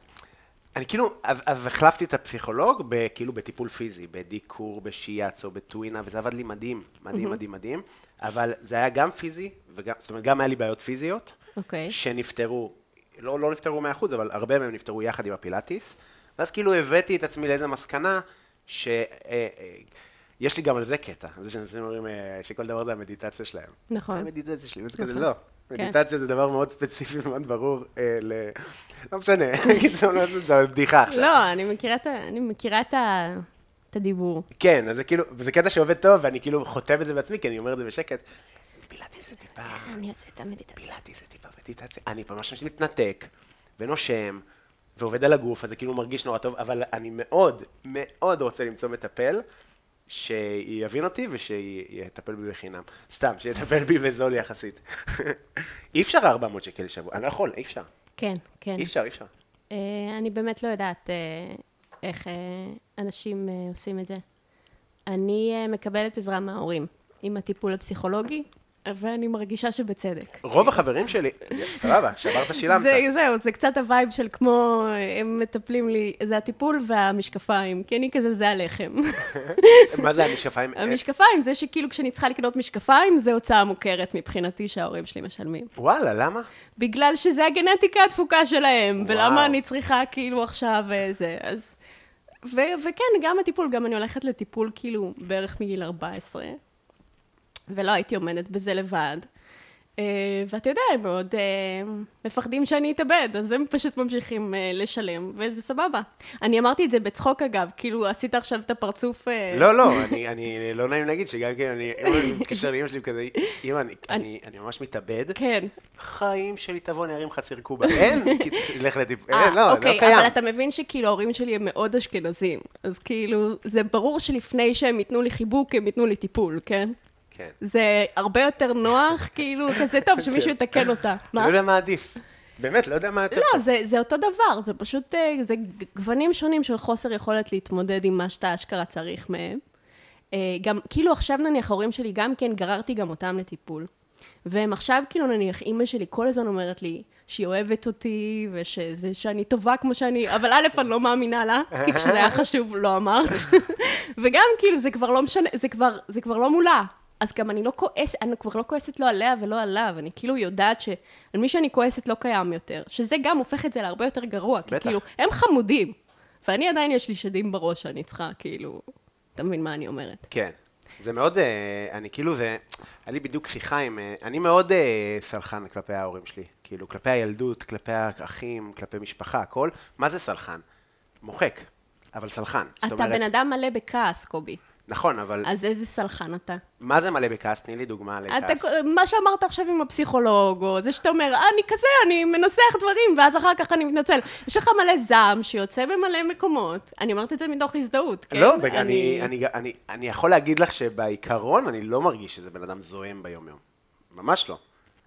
Speaker 3: אני כאילו, אז, אז החלפתי את הפסיכולוג ב, כאילו בטיפול פיזי, בדיקור, בשיאצו, בטווינה, וזה עבד לי מדהים, מדהים, מדהים, מדהים, אבל זה היה גם פיזי, וגם, זאת אומרת, גם היה לי בעיות פיזיות,
Speaker 2: אוקיי.
Speaker 3: שנפתרו, לא, לא נפתרו 100%, אבל הרבה מהם נפתרו יחד עם הפילאטיס, ואז כאילו הבאתי את עצמי לאיזו מסקנה, ש... אה, אה, יש לי גם על זה קטע, על זה שאנשים אומרים אה, שכל דבר זה המדיטציה שלהם.
Speaker 2: נכון.
Speaker 3: המדיטציה שלי, וזה כזה
Speaker 2: נכון.
Speaker 3: לא.
Speaker 2: כן.
Speaker 3: מדיטציה זה דבר מאוד ספציפי, מאוד ברור, אה, ל... לא משנה, קיצור, לא עשית בדיחה עכשיו.
Speaker 2: לא, אני מכירה את ה- אני מכירה את ה- את הדיבור.
Speaker 3: כן, אז זה כאילו, וזה קטע שעובד טוב, ואני כאילו חוטב את זה בעצמי, כי אני אומר את זה בשקט. פילאטיס זה טיפה,
Speaker 2: אני עושה את המדיטציה.
Speaker 3: פילאטיס זה טיפה מדיטציה. אני ממש מתנתק, ונושם, ועובד על הגוף, אז זה כאילו מרגיש נורא טוב, אבל אני מאוד, מאוד רוצה למצוא מטפל, שיבין אותי ושיטפל בי בחינם. סתם, שיטפל בי בזול יחסית. אי אפשר 400 שקל לשבוע, אני לא יכול, אי אפשר.
Speaker 2: כן, כן.
Speaker 3: אי אפשר, אי אפשר.
Speaker 2: אה, אני באמת לא יודעת אה, איך אה, אנשים אה, עושים את זה. אני אה, מקבלת עזרה מההורים עם הטיפול הפסיכולוגי, ואני מרגישה שבצדק.
Speaker 3: רוב החברים שלי, סבבה, שברת, שילמת.
Speaker 2: זה, זהו, זה קצת הווייב של כמו, אה, הם מטפלים לי, זה הטיפול והמשקפיים, כי אני כזה, זה הלחם.
Speaker 3: מה זה המשקפיים?
Speaker 2: המשקפיים, זה שכאילו כשאני צריכה לקנות משקפיים, זה הוצאה מוכרת מבחינתי שההורים שלי משלמים.
Speaker 3: וואלה, למה?
Speaker 2: בגלל שזה הגנטיקה הדפוקה שלהם, וואו.
Speaker 3: וואו.
Speaker 2: ולמה אני צריכה כאילו עכשיו אה, זה, אז... ו- וכן, גם הטיפול, גם אני הולכת לטיפול כאילו בערך מגיל 14, ולא הייתי עומדת בזה לבד. אה, ואתה יודע, הם מאוד אה, מפחדים שאני אתאבד, אז הם פשוט ממשיכים אה, לשלם, וזה סבבה. אני אמרתי את זה בצחוק אגב, כאילו עשית עכשיו את הפרצוף... אה,
Speaker 3: לא, לא, אני, אני לא נעים להגיד שגם כן, אני, אם אני מתקשר לאמא שלי כזה, אמא, אני, אני, אני ממש מתאבד,
Speaker 2: כן.
Speaker 3: חיים שלי תבוא, אני ארים לך סיר קובה. אין, כי לך לטיפ...
Speaker 2: אה,
Speaker 3: אין, לא,
Speaker 2: אוקיי,
Speaker 3: לא קיים.
Speaker 2: אבל אתה מבין שכאילו ההורים שלי הם מאוד אשכנזים, אז כאילו, זה ברור שלפני שהם ייתנו לי חיבוק, הם ייתנו לי טיפול, כן?
Speaker 3: כן.
Speaker 2: זה הרבה יותר נוח, כאילו, כזה טוב שמישהו יתקן אותה.
Speaker 3: לא
Speaker 2: מה?
Speaker 3: יודע מה עדיף. באמת, לא יודע מה יותר.
Speaker 2: לא,
Speaker 3: טוב.
Speaker 2: זה, זה אותו דבר, זה פשוט, אה, זה ג- גוונים שונים של חוסר יכולת להתמודד עם מה שאתה אשכרה צריך מהם. אה, גם, כאילו עכשיו נניח ההורים שלי גם כן, גררתי גם אותם לטיפול. והם עכשיו כאילו נניח, אימא שלי כל הזמן אומרת לי שהיא אוהבת אותי, ושזה, שאני טובה כמו שאני, אבל א', אני לא מאמינה לה, כי כשזה היה חשוב לא אמרת. וגם כאילו, זה כבר לא משנה, זה כבר, זה כבר לא מולה. אז גם אני לא כועסת, אני כבר לא כועסת לא עליה ולא עליו, אני כאילו יודעת שעל מי שאני כועסת לא קיים יותר, שזה גם הופך את זה להרבה יותר גרוע, כי
Speaker 3: בטח.
Speaker 2: כאילו, הם חמודים, ואני עדיין יש לי שדים בראש שאני צריכה, כאילו, אתה מבין מה אני אומרת?
Speaker 3: כן. זה מאוד, אה, אני כאילו, זה, היה לי בדיוק שיחה עם, אה, אני מאוד אה, סלחן כלפי ההורים שלי. כאילו, כלפי הילדות, כלפי האחים, כלפי משפחה, הכל. מה זה סלחן? מוחק, אבל סלחן. זאת
Speaker 2: אתה
Speaker 3: אומרת-
Speaker 2: בן אדם מלא בכעס, קובי,
Speaker 3: נכון, אבל
Speaker 2: אז איזה סלחן אתה?
Speaker 3: מה זה מלא בכעס? תני לי דוגמה לכעס.
Speaker 2: אתה, מה שאמרת עכשיו עם הפסיכולוג, או זה שאתה אומר, "אה, אני כזה, אני מנסח דברים, ואז אחר כך אני מתנצל. יש לך מלא זעם שיוצא במלא מקומות. אני אומרת את זה מתוך הזדהות, כן?
Speaker 3: לא, בג- אני, אני, אני, אני יכול להגיד לך שבעיקרון אני לא מרגיש שזה בן אדם זועם ביום-יום. ממש לא.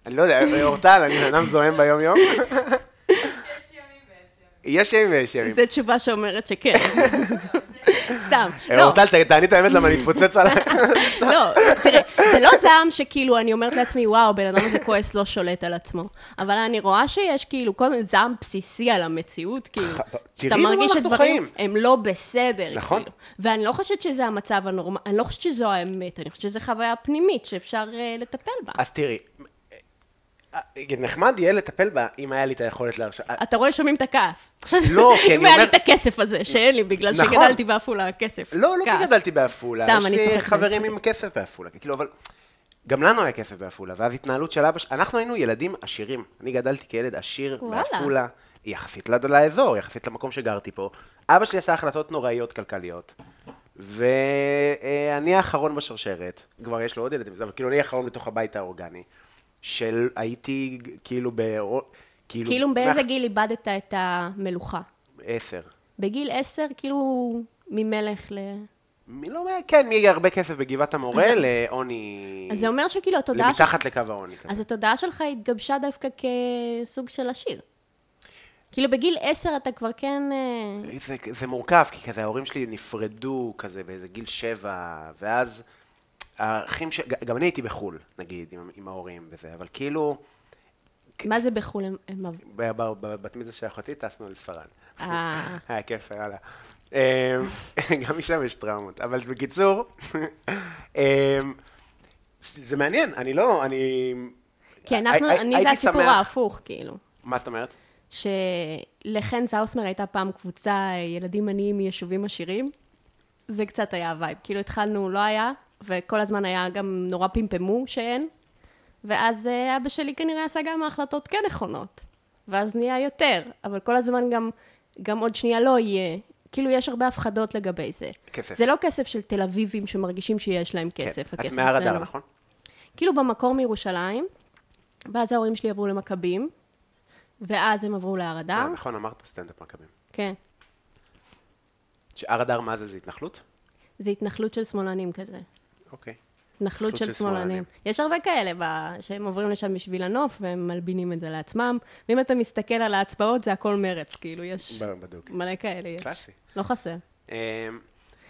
Speaker 3: אני לא יודע, אורטל, אני בן אדם זועם ביום-יום? יש ימים ויש ימים.
Speaker 2: זו תשובה שאומרת שכן. סתם.
Speaker 3: אה,
Speaker 2: לא,
Speaker 3: אורטל, ת- תעני את האמת למה אני אתפוצץ עליי.
Speaker 2: לא, תראה, זה לא זעם שכאילו אני אומרת לעצמי, וואו, בן אדם הזה כועס לא שולט על עצמו. אבל אני רואה שיש כאילו כל מיני זעם בסיסי על המציאות, כאילו.
Speaker 3: תראי
Speaker 2: שאתה
Speaker 3: במה
Speaker 2: מרגיש
Speaker 3: אנחנו חיים.
Speaker 2: שדברים הם לא בסדר.
Speaker 3: נכון.
Speaker 2: כאילו. ואני לא חושבת שזה המצב הנורמלי, אני לא חושבת שזו האמת, אני חושבת שזו חוויה פנימית שאפשר אה, לטפל בה.
Speaker 3: אז תראי, אה, נחמד יהיה לטפל בה אם היה לי את היכולת להרשעה.
Speaker 2: אתה רואה, שומעים את הכעס.
Speaker 3: לא, כי אני
Speaker 2: אם היה לי
Speaker 3: אומר-
Speaker 2: את הכסף הזה, שאין לי, בגלל
Speaker 3: נכון.
Speaker 2: שגדלתי בעפולה, כסף.
Speaker 3: לא, לא כי
Speaker 2: כעס.
Speaker 3: גדלתי בעפולה.
Speaker 2: סתם, אני
Speaker 3: יש לי
Speaker 2: צוחקת,
Speaker 3: חברים
Speaker 2: אני
Speaker 3: עם כסף בעפולה, כאילו, אבל... גם לנו היה כסף בעפולה, ואז התנהלות של אבא ש... אנחנו היינו ילדים עשירים. אני גדלתי כילד עשיר
Speaker 2: וואלה.
Speaker 3: בעפולה, יחסית לא- לאזור, יחסית למקום שגרתי פה. אבא שלי עשה החלטות נוראיות כלכליות, ואני האחרון בשרשרת, כבר יש לו עוד ילדים, אבל כאילו אני האחרון בתוך הבית האורגני, של הייתי כאילו ב... כאילו,
Speaker 2: כאילו, באיזה
Speaker 3: מאח-
Speaker 2: גיל איבדת את המלוכה?
Speaker 3: עשר.
Speaker 2: בגיל עשר, כאילו, ממלך ל...
Speaker 3: מי לא... כן, מי הרבה כסף בגבעת המורה
Speaker 2: אז-
Speaker 3: לעוני...
Speaker 2: אז זה אומר שכאילו התודעה שלך...
Speaker 3: למתחת לקו העוני. כזה.
Speaker 2: אז התודעה שלך התגבשה דווקא כסוג של עשיר. כאילו, בגיל עשר אתה כבר כן... אה,
Speaker 3: זה, זה מורכב, כי כזה ההורים שלי נפרדו כזה באיזה גיל שבע, ואז האחים ש... ג- גם אני הייתי בחו"ל, נגיד, עם, עם ההורים וזה, אבל כאילו,
Speaker 2: מה זה בחו"ל? הם- הם-
Speaker 3: ב- ב- בבת מצווה של אחותי טסנו לספרד.
Speaker 2: אה.
Speaker 3: היה כיף, יאללה. אה, גם משם יש טראומות, אבל בקיצור, אה, זה מעניין, אני לא, אני...
Speaker 2: כי אנחנו,
Speaker 3: הי-
Speaker 2: אני,
Speaker 3: הייתי
Speaker 2: זה הסיפור
Speaker 3: שמח-
Speaker 2: ההפוך, כאילו.
Speaker 3: מה זאת אומרת?
Speaker 2: שלחן זאוסמר הייתה פעם קבוצה אה, ילדים עניים מיישובים עשירים, זה קצת היה הווייב. כאילו התחלנו, לא היה, וכל הזמן היה גם נורא פמפמו שאין, ואז אה, אבא שלי כנראה עשה גם החלטות כן נכונות, ואז נהיה יותר, אבל כל הזמן גם, גם עוד שנייה לא יהיה. כאילו, יש הרבה הפחדות לגבי זה.
Speaker 3: כסף.
Speaker 2: זה לא כסף של תל אביבים שמרגישים שיש להם כסף.
Speaker 3: כן. את
Speaker 2: הכסף
Speaker 3: מהר
Speaker 2: אצלנו.
Speaker 3: הדר, נכון?
Speaker 2: כאילו במקור מירושלים, ואז ההורים שלי עברו למכבים, ואז הם עברו להר
Speaker 3: אה,
Speaker 2: אדר.
Speaker 3: נכון, אמרת פה סטנדאפ מכבים.
Speaker 2: כן.
Speaker 3: שהר אדר מה זה, זה התנחלות?
Speaker 2: זה התנחלות של שמאלנים כזה.
Speaker 3: אוקיי.
Speaker 2: התנחלות של שמאלנים. יש הרבה כאלה ב... שהם עוברים לשם בשביל הנוף, והם מלבינים את זה לעצמם. ואם אתה מסתכל על ההצבעות, זה הכל מרץ, כאילו, יש...
Speaker 3: ב- בדוק.
Speaker 2: מלא כאלה יש.
Speaker 3: קלאסי.
Speaker 2: לא חסר.
Speaker 3: אמ,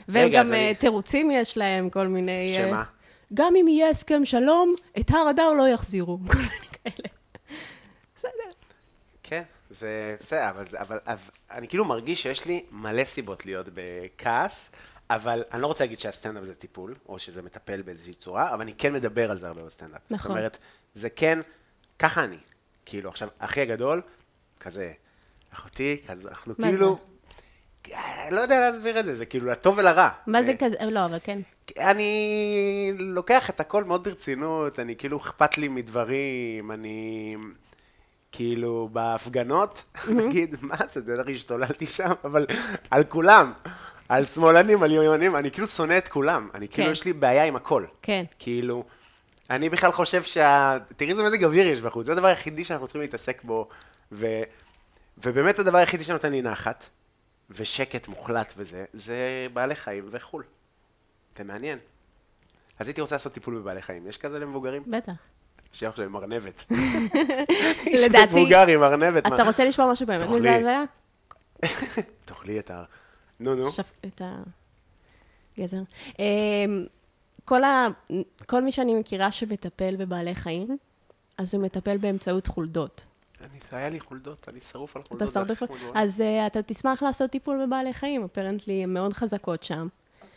Speaker 2: והם
Speaker 3: רגע,
Speaker 2: גם
Speaker 3: אז אני-
Speaker 2: אה, תירוצים יש להם, כל מיני... אה,
Speaker 3: שמה?
Speaker 2: גם אם יהיה הסכם שלום, את הר אדר לא יחזירו. כל מיני כאלה. בסדר.
Speaker 3: כן, זה בסדר, אבל, זה- אבל אז, אני כאילו מרגיש שיש לי מלא סיבות להיות בכעס, אבל אני לא רוצה להגיד שהסטנדאפ זה טיפול, או שזה מטפל באיזושהי צורה, אבל אני כן מדבר על זה הרבה בסטנדאפ.
Speaker 2: נכון.
Speaker 3: זאת אומרת, זה כן, ככה אני. כאילו, עכשיו, אחי הגדול, כזה, אחותי, כזה, אנחנו
Speaker 2: מה
Speaker 3: כאילו... אה, לא יודע להסביר את זה, זה כאילו לטוב ולרע.
Speaker 2: מה זה
Speaker 3: אה,
Speaker 2: כזה? לא, אבל כן.
Speaker 3: אני לוקח את הכל מאוד ברצינות, אני כאילו אכפת לי מדברים, אני כאילו בהפגנות, נגיד, מה זה, זה הרי השתוללתי שם, אבל על כולם, על שמאלנים, על יומנים, אני כאילו שונא את כולם, אני כאילו
Speaker 2: כן.
Speaker 3: יש לי בעיה עם הכל.
Speaker 2: כן.
Speaker 3: כאילו, אני בכלל חושב שה... תראי איזה מזג אוויר יש בחוץ, זה הדבר היחידי שאנחנו צריכים להתעסק בו, ו... ובאמת הדבר היחידי שנותן לי נחת, ושקט מוחלט וזה, זה בעלי חיים וחו"ל. זה מעניין. אז הייתי רוצה לעשות טיפול בבעלי חיים, יש כזה למבוגרים?
Speaker 2: בטח.
Speaker 3: שיח למרנבת.
Speaker 2: לדעתי-
Speaker 3: יש מבוגר עם ארנבת.
Speaker 2: אתה
Speaker 3: מה-
Speaker 2: רוצה לשמוע משהו באמת
Speaker 3: תאכלי.
Speaker 2: מזעזע?
Speaker 3: תאכלי את ה... נו, נו.
Speaker 2: שפ... את הגזר. אמ, כל, ה... כל מי שאני מכירה שמטפל בבעלי חיים, אז הוא מטפל באמצעות חולדות.
Speaker 3: אני- היה לי חולדות, אני שרוף על
Speaker 2: אתה
Speaker 3: חולדות. זה הכי
Speaker 2: שרדוף?
Speaker 3: חמוד
Speaker 2: אז uh, אתה תשמח לעשות טיפול בבעלי חיים, אפרנטלי, הן מאוד חזקות שם.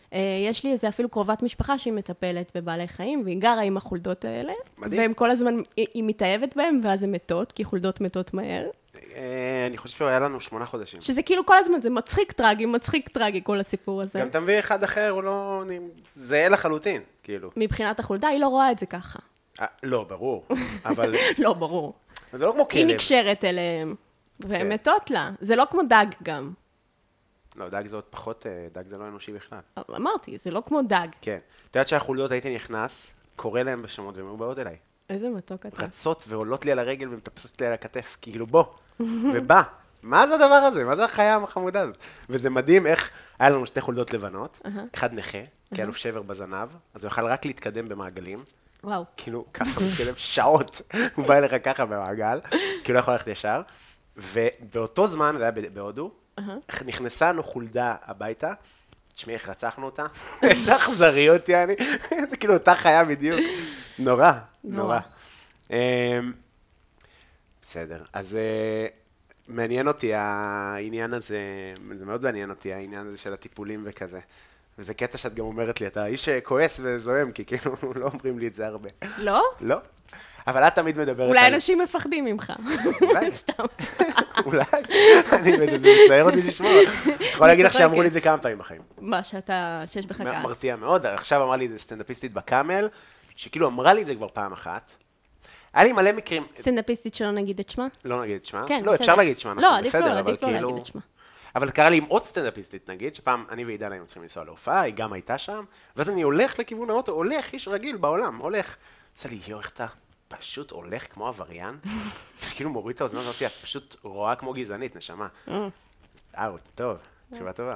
Speaker 2: Uh, יש לי איזה אפילו קרובת משפחה שהיא מטפלת בבעלי חיים, והיא גרה עם החולדות האלה.
Speaker 3: מדהים.
Speaker 2: והם כל הזמן, היא, היא מתאהבת בהם, ואז הן מתות, כי חולדות מתות מהר.
Speaker 3: בעולם. אה, אני חושב שהיה לנו שמונה חודשים.
Speaker 2: שזה כאילו כל הזמן, זה מצחיק טרגי, מצחיק טרגי, כל הסיפור הזה.
Speaker 3: גם תביא אחד אחר, הוא לא... אני- זהה לחלוטין, כאילו.
Speaker 2: מבחינת החולדה, היא לא רואה את זה ככה.
Speaker 3: אה, לא, ברור, אבל
Speaker 2: לא, ברור.
Speaker 3: זה לא כמו
Speaker 2: היא
Speaker 3: כלב.
Speaker 2: נקשרת אליהם, והן
Speaker 3: כן.
Speaker 2: מתות לה. זה לא כמו דג גם.
Speaker 3: לא, דג זה עוד פחות, אה, דג זה לא אנושי בכלל.
Speaker 2: אמרתי, זה לא כמו דג.
Speaker 3: כן. את יודעת שהחולדות הייתי נכנס, קורא להם בשמות והן היו באות אליי.
Speaker 2: איזה מתוק אתה.
Speaker 3: רצות ועולות לי על הרגל ומטפסות לי על הכתף, כאילו בוא, ובא. מה זה הדבר הזה? מה זה החיה החמודה הזאת? וזה מדהים איך, היה לנו שתי חולדות לבנות, אחד נכה, כי היה לו שבר בזנב, אז הוא יכל רק להתקדם במעגלים,
Speaker 2: וואו.
Speaker 3: כאילו ככה מתקדם שעות, הוא בא אליך ככה במעגל, כאילו לא יכול ללכת ישר, ובאותו זמן, זה היה ב- בהודו, נכנסה לנו חולדה הביתה, תשמעי איך רצחנו אותה, איזה אכזריות יעני, זה כאילו אותה חיה בדיוק, נורא, נורא.
Speaker 2: נורא.
Speaker 3: אמ, בסדר, אז אה, מעניין אותי העניין הזה, זה מאוד מעניין אותי העניין הזה של הטיפולים וכזה. וזה קטע שאת גם אומרת לי, אתה איש שכועס וזוהם, כי כאילו לא אומרים לי את זה הרבה.
Speaker 2: לא?
Speaker 3: לא? אבל את תמיד מדברת
Speaker 2: אולי
Speaker 3: על...
Speaker 2: אנשים מפחדים ממך.
Speaker 3: אולי.
Speaker 2: סתם.
Speaker 3: אולי. אני באמת, זה מצער אותי לשמוע. אני יכול להגיד לך שאמרו לי את זה כמה פעמים בחיים.
Speaker 2: מה שאתה, שיש בך
Speaker 3: מ-
Speaker 2: כעס.
Speaker 3: מרתיע מאוד. עכשיו אמרה לי את זה סטנדאפיסטית בקאמל, שכאילו אמרה לי את זה כבר פעם אחת. היה לי מלא מקרים,
Speaker 2: סטנדאפיסטית שלא נגיד את שמה?
Speaker 3: לא נגיד את שמה.
Speaker 2: כן,
Speaker 3: לא, אפשר
Speaker 2: בסדר.
Speaker 3: להגיד את שמה,
Speaker 2: לא,
Speaker 3: אנחנו
Speaker 2: עדיף לא,
Speaker 3: בסדר, אבל
Speaker 2: עדיף לא
Speaker 3: כאילו...
Speaker 2: להגיד את שמה.
Speaker 3: אבל קרה לי עם עוד סטנדאפיסטית, נגיד, שפעם אני ועידן היינו צריכים לנסוע להופעה, היא גם הייתה שם, ואז אני הולך לכיוון האוטו, הולך, איש רגיל בעולם, הולך. עושה לי, יואו, איך אתה פשוט הולך כמו עבריין? כאילו מוריד את האוזניות הזאת, את פשוט רואה כמו גזענית, נשמה. אאוט, טוב, תשובה טובה.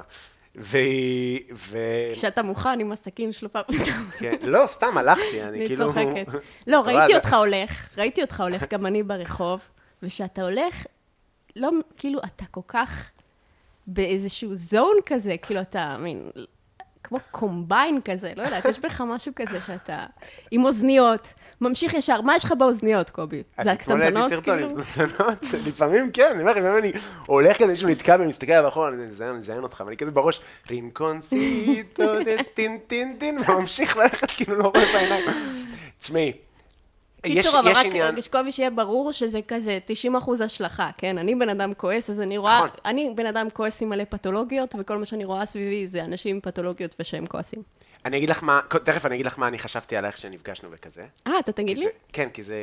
Speaker 3: והיא... ו...
Speaker 2: כשאתה מוכן עם הסכין שלופה פתאום.
Speaker 3: כן, לא, סתם הלכתי, אני
Speaker 2: אני
Speaker 3: כאילו...
Speaker 2: צוחקת. לא,
Speaker 3: אתה
Speaker 2: ראיתי
Speaker 3: יודע,
Speaker 2: אותך הולך, ראיתי אותך הולך, גם אני ברחוב, וכשאתה הולך, לא, כאילו, אתה כל כך באיזשהו זון כזה, כאילו, אתה מין, כמו קומביין כזה, לא יודעת, יש בך משהו כזה שאתה עם אוזניות, ממשיך ישר, מה יש לך באוזניות, קובי?
Speaker 3: אה,
Speaker 2: זה הקטנטנות, כאילו?
Speaker 3: לפעמים כן, אני אומר לך, לפעמים אני הולך כזה, מישהו נתקע בי, מסתכל עליו אחורה, אני מזיין, אני מזיין אותך, ואני כזה בראש, רינקונסיטו, דה, טין טין טין, וממשיך ללכת, כאילו לא רואה בעיניים. תשמעי, יש
Speaker 2: קיצור, אבל
Speaker 3: יש
Speaker 2: רק
Speaker 3: עניין,
Speaker 2: יש קובי שיהיה ברור שזה כזה 90 אחוז השלכה, כן? אני בן אדם כועס, אז אני רואה,
Speaker 3: נכון.
Speaker 2: אני בן אדם כועס עם מלא פתולוגיות, וכל מה שאני רואה סביבי זה אנשים עם פתולוגיות ושהם כועסים.
Speaker 3: אני אגיד לך מה, תכף אני אגיד לך מה אני חשבתי עלייך כשנפגשנו וכזה.
Speaker 2: אה, אתה תגיד
Speaker 3: כי
Speaker 2: לי?
Speaker 3: זה- כן, כי זה,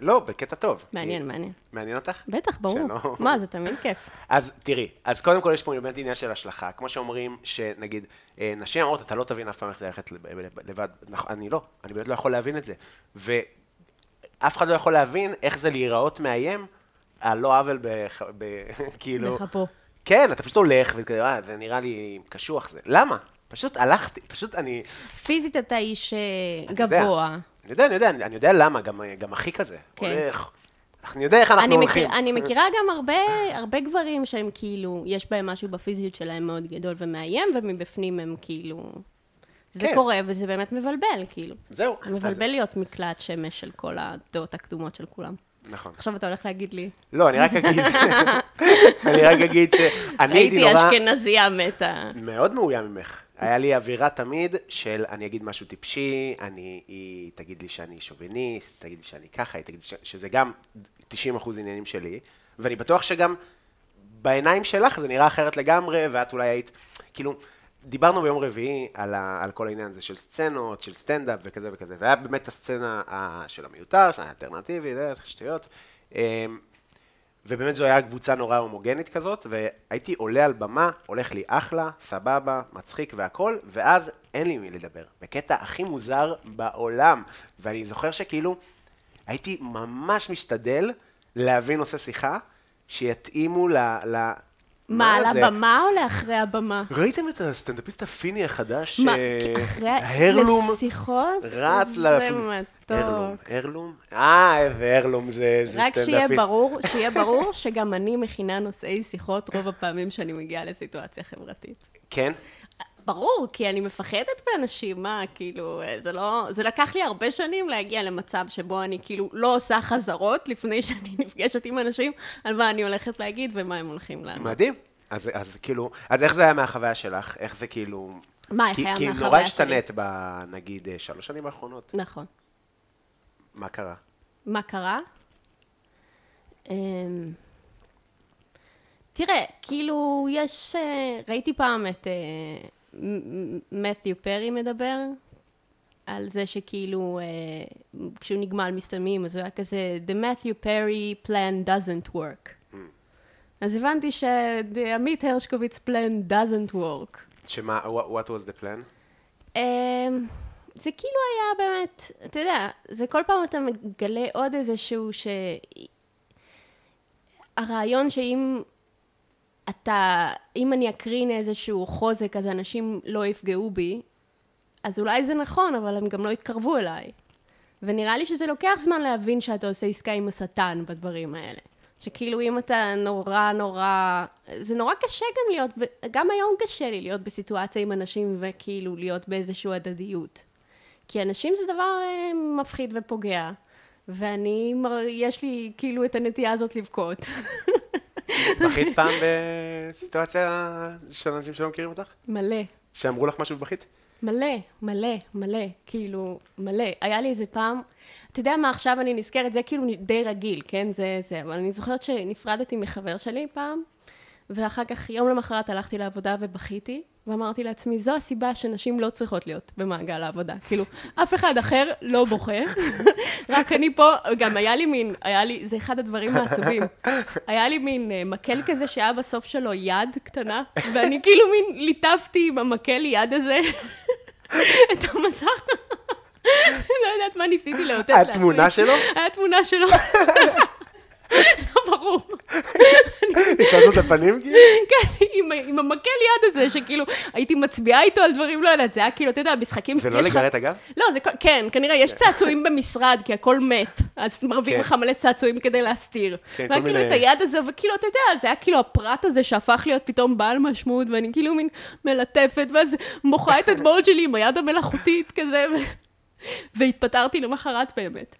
Speaker 3: לא, בקטע טוב.
Speaker 2: מעניין,
Speaker 3: כי-
Speaker 2: מעניין.
Speaker 3: מעניין אותך?
Speaker 2: בטח, ברור.
Speaker 3: שלא-
Speaker 2: מה, זה תמיד כיף.
Speaker 3: אז תראי, אז קודם כל יש פה באמת עניין של השלכה. כמו שאומרים, שנגיד, אה, נשים אומרות, אתה לא תבין אף פעם איך זה ללכת לב- לב- לבד. נכון, אני לא, אני באמת לא יכול להבין את זה. ואף אחד לא יכול להבין איך זה להיראות מאיים על לא עוול, בח- ב- כאילו...
Speaker 4: בכפו.
Speaker 3: כן, אתה פשוט הולך, וכזה, אה, זה נראה לי קשוח זה. למה? פשוט הלכתי, פשוט אני...
Speaker 2: פיזית אתה איש אה,
Speaker 3: אני יודע.
Speaker 2: גבוה.
Speaker 3: אני יודע, אני יודע, אני אני יודע למה, גם, גם אחי כזה.
Speaker 2: כן.
Speaker 3: הולך. אני יודע איך אנחנו
Speaker 2: אני,
Speaker 3: הולכים.
Speaker 2: מכיר, אני מכירה גם הרבה, הרבה גברים שהם כאילו, יש בהם משהו בפיזיות שלהם מאוד גדול ומאיים, ומבפנים הם כאילו... זה
Speaker 3: כן.
Speaker 2: קורה, וזה באמת מבלבל, כאילו.
Speaker 3: זהו.
Speaker 2: זה מבלבל להיות מקלט שמש של כל הדעות הקדומות של כולם.
Speaker 3: אז, נכון.
Speaker 2: עכשיו אתה הולך להגיד לי,
Speaker 3: לא, אני רק אגיד, אני רק אגיד שאני הייתי
Speaker 2: ראיתי
Speaker 3: נורא
Speaker 2: אשכנזייה מתה.
Speaker 3: מאוד מאוים ממך. היה לי אווירה תמיד של אני אגיד משהו טיפשי, אני, היא תגיד לי שאני שוביניסט, תגיד לי שאני ככה, היא תגיד לי ש... שזה גם 90% עניינים שלי, ואני בטוח שגם בעיניים שלך זה נראה אחרת לגמרי, ואת אולי היית, כאילו, דיברנו ביום רביעי על, ה, על כל העניין הזה של סצנות, של סטנדאפ וכזה וכזה, והיה באמת הסצנה ה, של המיותר, של האלטרנטיבי, זה, שטויות. אמ, ובאמת זו הייתה קבוצה נורא הומוגנית כזאת, והייתי עולה על במה, הולך לי אחלה, סבבה, מצחיק והכל, ואז אין לי מי לדבר. בקטע הכי מוזר בעולם. ואני זוכר שכאילו, הייתי ממש משתדל להביא נושא שיחה, שיתאימו ל... ל...
Speaker 2: מה, על
Speaker 3: זה?
Speaker 2: הבמה או לאחרי הבמה?
Speaker 3: ראיתם את הסטנדאפיסט הפיני החדש?
Speaker 2: מה,
Speaker 3: אה,
Speaker 2: אחרי
Speaker 3: ההרלום?
Speaker 2: לשיחות?
Speaker 3: רץ
Speaker 2: זה
Speaker 3: להפ- הרלום,
Speaker 2: מתוק.
Speaker 3: הרלום? אה, איזה הרלום זה זה
Speaker 2: רק
Speaker 3: סטנדאפיסט.
Speaker 2: שיהיה ברור, שיהיה ברור שגם אני מכינה נושאי שיחות רוב הפעמים שאני מגיעה לסיטואציה חברתית.
Speaker 3: כן?
Speaker 2: ברור, כי אני מפחדת מאנשים, מה, כאילו, אה, זה לא... זה לקח לי הרבה שנים להגיע למצב שבו אני כאילו לא עושה חזרות לפני שאני נפגשת עם אנשים על מה אני הולכת להגיד ומה הם הולכים לענות.
Speaker 3: מדהים. אז, אז כאילו, אז איך זה היה מהחוויה שלך? איך זה כאילו...
Speaker 2: מה, אה, איך היה
Speaker 3: כי, כי
Speaker 2: מהחוויה
Speaker 3: נורא
Speaker 2: שלי?
Speaker 3: השתנית ב... נגיד, אה, שלוש שנים האחרונות.
Speaker 2: נכון.
Speaker 3: מה קרה?
Speaker 2: מה קרה? אמ, תראה, כאילו, יש... אה, ראיתי פעם את אה, מ- מ- מת'יו פרי מדבר על זה שכאילו, אה, כשהוא נגמל מסתיימים, אז הוא היה כזה, The Matthew Perry plan doesn't work. אז הבנתי שעמית הרשקוביץ plan doesn't work.
Speaker 3: שמה, what what was the plan?
Speaker 2: אמ, זה כאילו היה באמת, אתה יודע, זה כל פעם אתה מגלה עוד איזשהו ש... הרעיון שאם אתה, אם אני אקרין איזשהו חוזק אז אנשים לא יפגעו בי, אז אולי זה נכון, אבל הם גם לא יתקרבו אליי. ונראה לי שזה לוקח זמן להבין שאתה עושה עסקה עם השטן בדברים האלה. שכאילו אם אתה נורא נורא, זה נורא קשה גם להיות, ב- גם היום קשה לי להיות בסיטואציה עם אנשים וכאילו להיות באיזושהי הדדיות. כי אנשים זה דבר אה, מפחיד ופוגע, ואני, מר- יש לי כאילו את הנטייה הזאת לבכות.
Speaker 3: בכית פעם בסיטואציה של אנשים שלא מכירים אותך?
Speaker 2: מלא.
Speaker 3: שאמרו לך משהו ובכית?
Speaker 2: מלא, מלא, מלא, כאילו, מלא. היה לי איזה פעם, אתה יודע מה, עכשיו אני נזכרת, זה כאילו די רגיל, כן? זה, זה, אבל אני זוכרת שנפרדתי מחבר שלי פעם, ואחר כך, יום למחרת הלכתי לעבודה ובכיתי, ואמרתי לעצמי, זו הסיבה שנשים לא צריכות להיות במעגל העבודה. כאילו, אף אחד אחר לא בוכה, רק אני פה, גם היה לי מין, היה לי, זה אחד הדברים העצובים. היה לי מין אה, מקל כזה שהיה בסוף שלו יד קטנה, ואני כאילו מין ליטפתי עם המקל יד הזה את המסך. לא יודעת מה ניסיתי לאותת לעצמי.
Speaker 3: התמונה שלו?
Speaker 2: היה תמונה שלו. לא ברור.
Speaker 3: נשארת את הפנים כאילו?
Speaker 2: כן, עם, עם המקל יד הזה, שכאילו, הייתי מצביעה איתו על דברים, לא יודעת, זה היה כאילו, אתה יודע, משחקים...
Speaker 3: זה לא
Speaker 2: יש לך-
Speaker 3: לגרד אגב?
Speaker 2: לא, זה, כל- כן, כנראה, יש צעצועים במשרד, כי הכל מת, אז מרוויחים
Speaker 3: כן.
Speaker 2: לך מלא צעצועים כדי להסתיר.
Speaker 3: כן,
Speaker 2: והיה
Speaker 3: כל
Speaker 2: כאילו
Speaker 3: מיני-
Speaker 2: את היד הזה, וכאילו, אתה יודע, זה היה כאילו הפרט הזה שהפך להיות פתאום בעל משמעות, ואני כאילו מין מלטפת, ואז מוחה את הדמעות שלי עם היד המלאכותית כזה, ו... והתפטרתי למחרת באמת.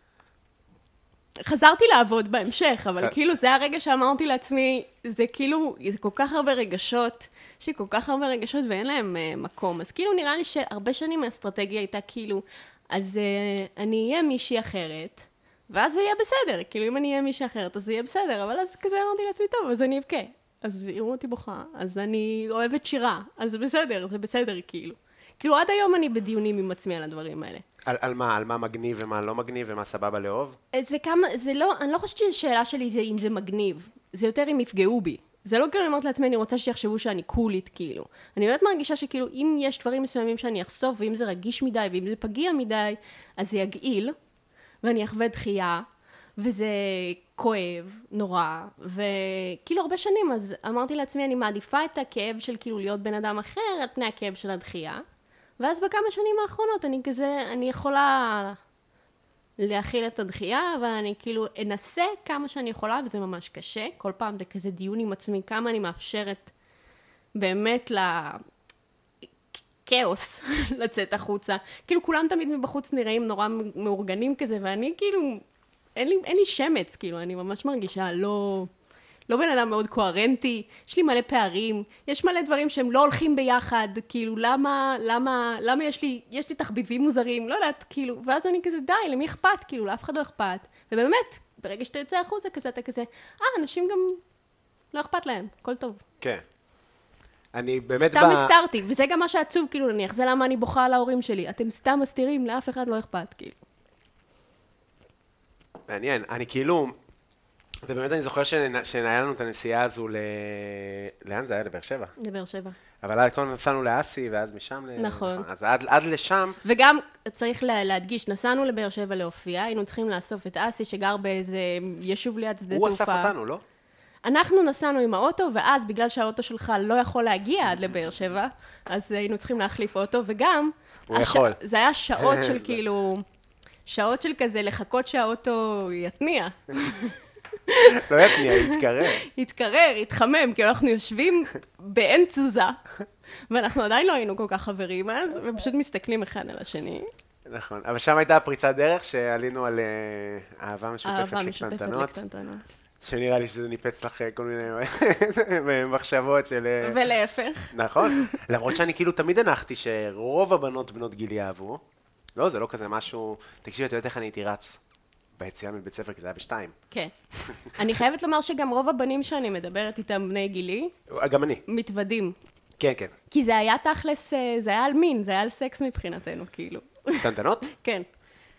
Speaker 2: חזרתי לעבוד בהמשך, אבל
Speaker 3: כן.
Speaker 2: כאילו זה הרגע שאמרתי לעצמי, זה כאילו, זה כל כך הרבה רגשות, יש לי כל כך הרבה רגשות ואין להם uh, מקום. אז כאילו נראה לי שהרבה שנים האסטרטגיה הייתה כאילו, אז uh, אני אהיה מישהי אחרת, ואז זה יהיה בסדר. כאילו אם אני אהיה מישהי אחרת, אז זה יהיה בסדר. אבל אז כזה אמרתי לעצמי, טוב, אז אני אבכה. אז יראו אותי בוכה, אז אני אוהבת שירה, אז זה בסדר, זה בסדר כאילו. כאילו עד היום אני בדיונים עם עצמי על הדברים האלה.
Speaker 3: על, על מה, על מה מגניב ומה לא מגניב ומה סבבה לאהוב?
Speaker 2: זה כמה, זה לא, אני לא חושבת שהשאלה שלי זה אם זה מגניב, זה יותר אם יפגעו בי. זה לא כאילו אני אומרת לעצמי, אני רוצה שיחשבו שאני קולית, כאילו. אני באמת מרגישה שכאילו, אם יש דברים מסוימים שאני אחשוף, ואם זה רגיש מדי, ואם זה פגיע מדי, אז זה יגעיל, ואני אחווה דחייה, וזה כואב, נורא, וכאילו הרבה שנים, אז אמרתי לעצמי, אני מעדיפה את הכאב של כאילו להיות בן אדם אחר, על פני הכאב של הדחייה. ואז בכמה שנים האחרונות אני כזה, אני יכולה להכיל את הדחייה, אבל אני כאילו אנסה כמה שאני יכולה, וזה ממש קשה. כל פעם זה כזה דיון עם עצמי, כמה אני מאפשרת באמת לכאוס לצאת החוצה. כאילו כולם תמיד מבחוץ נראים נורא מאורגנים כזה, ואני כאילו, אין לי, אין לי שמץ, כאילו, אני ממש מרגישה לא... לא בן אדם מאוד קוהרנטי, יש לי מלא פערים, יש מלא דברים שהם לא הולכים ביחד, כאילו למה, למה, למה יש לי, יש לי תחביבים מוזרים, לא יודעת, כאילו, ואז אני כזה, די, למי אכפת? כאילו, לאף אחד לא אכפת. ובאמת, ברגע שאתה יוצא החוצה כזה, אתה כזה, אה, אנשים גם לא אכפת להם, הכל טוב.
Speaker 3: כן. אני באמת...
Speaker 2: סתם הסתרתי, וזה גם מה שעצוב, כאילו, נניח, זה למה אני בוכה על ההורים שלי. אתם סתם מסתירים, לאף אחד לא אכפת, כאילו.
Speaker 3: מעניין, אני כאילו... ובאמת אני זוכר שנ- שהיה לנו את הנסיעה הזו ל... לאן זה היה? לבאר שבע.
Speaker 2: לבאר שבע.
Speaker 3: אבל עד כל נסענו לאסי, ואז משם ל...
Speaker 2: נכון.
Speaker 3: אז עד, עד לשם,
Speaker 2: וגם צריך לה- להדגיש, נסענו לבאר שבע להופיע, היינו צריכים לאסוף את אסי שגר באיזה יישוב ליד שדה
Speaker 3: הוא
Speaker 2: תעופה.
Speaker 3: אסף אותנו, לא?
Speaker 2: אנחנו נסענו עם האוטו, ואז בגלל שהאוטו שלך לא יכול להגיע עד לבאר שבע, אז היינו צריכים להחליף אוטו, וגם...
Speaker 3: הוא יכול.
Speaker 2: זה היה שעות של
Speaker 3: זה-
Speaker 2: כאילו... שעות של כזה לחכות שהאוטו יתניע,
Speaker 3: לא יתניע, יתקרב.
Speaker 2: יתקרר, יתחמם, כאילו אנחנו יושבים באין תזוזה, ואנחנו עדיין לא היינו כל כך חברים אז, ופשוט מסתכלים אחד על השני.
Speaker 3: נכון. אבל שם הייתה הפריצת דרך שעלינו על אה, אהבה משותפת
Speaker 2: אהבה משותפת
Speaker 3: לקטנטנות, אה,
Speaker 2: לקטנטנות.
Speaker 3: שנראה לי שזה ניפץ לך אה, כל מיני מחשבות של... אה,
Speaker 2: ולהפך.
Speaker 3: נכון. למרות שאני כאילו תמיד הנחתי שרוב הבנות בנות גילי אהבו. לא, זה לא כזה משהו... תקשיבי, את יודעת איך אני הייתי רץ ביציאה מבית ספר, כי זה היה בשתיים.
Speaker 2: כן. אני חייבת לומר שגם רוב הבנים שאני מדברת איתם, בני גילי,
Speaker 3: גם אני.
Speaker 2: מתוודים.
Speaker 3: כן, כן.
Speaker 2: כי זה היה תכלס, אה, זה היה על מין, זה היה על סקס מבחינתנו, כאילו.
Speaker 3: קטנטנות?
Speaker 2: כן.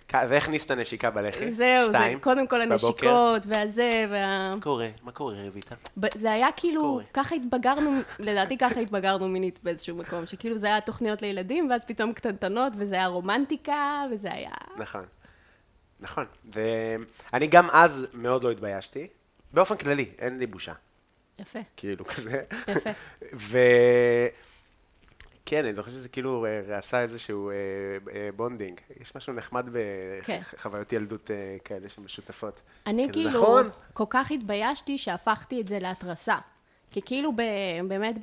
Speaker 3: כ- זה הכניס את הנשיקה בלחי.
Speaker 2: זהו, זה
Speaker 3: אוקיי. שתיים,
Speaker 2: קודם כל
Speaker 3: בבוקר.
Speaker 2: הנשיקות, והזה, וה...
Speaker 3: מה קורה? מה קורה, רויטה?
Speaker 2: ב- זה היה כאילו,
Speaker 3: קורה.
Speaker 2: ככה התבגרנו, לדעתי ככה התבגרנו מינית באיזשהו מקום, שכאילו זה היה תוכניות לילדים, ואז פתאום קטנטנות, וזה היה רומנטיקה, וזה היה...
Speaker 3: נכון. נכון. ואני גם אז מאוד לא התביישתי. באופן כללי, אין לי בושה.
Speaker 2: יפה.
Speaker 3: כאילו כזה.
Speaker 2: יפה.
Speaker 3: ו... כן, אני זוכר שזה כאילו אה, עשה איזשהו אה, אה, בונדינג. יש משהו נחמד
Speaker 2: כן.
Speaker 3: בחוויות ילדות אה, כאלה שמשותפות.
Speaker 2: אני
Speaker 3: כזה,
Speaker 2: כאילו,
Speaker 3: נכון?
Speaker 2: כל כך התביישתי שהפכתי את זה להתרסה. כי כאילו ב, באמת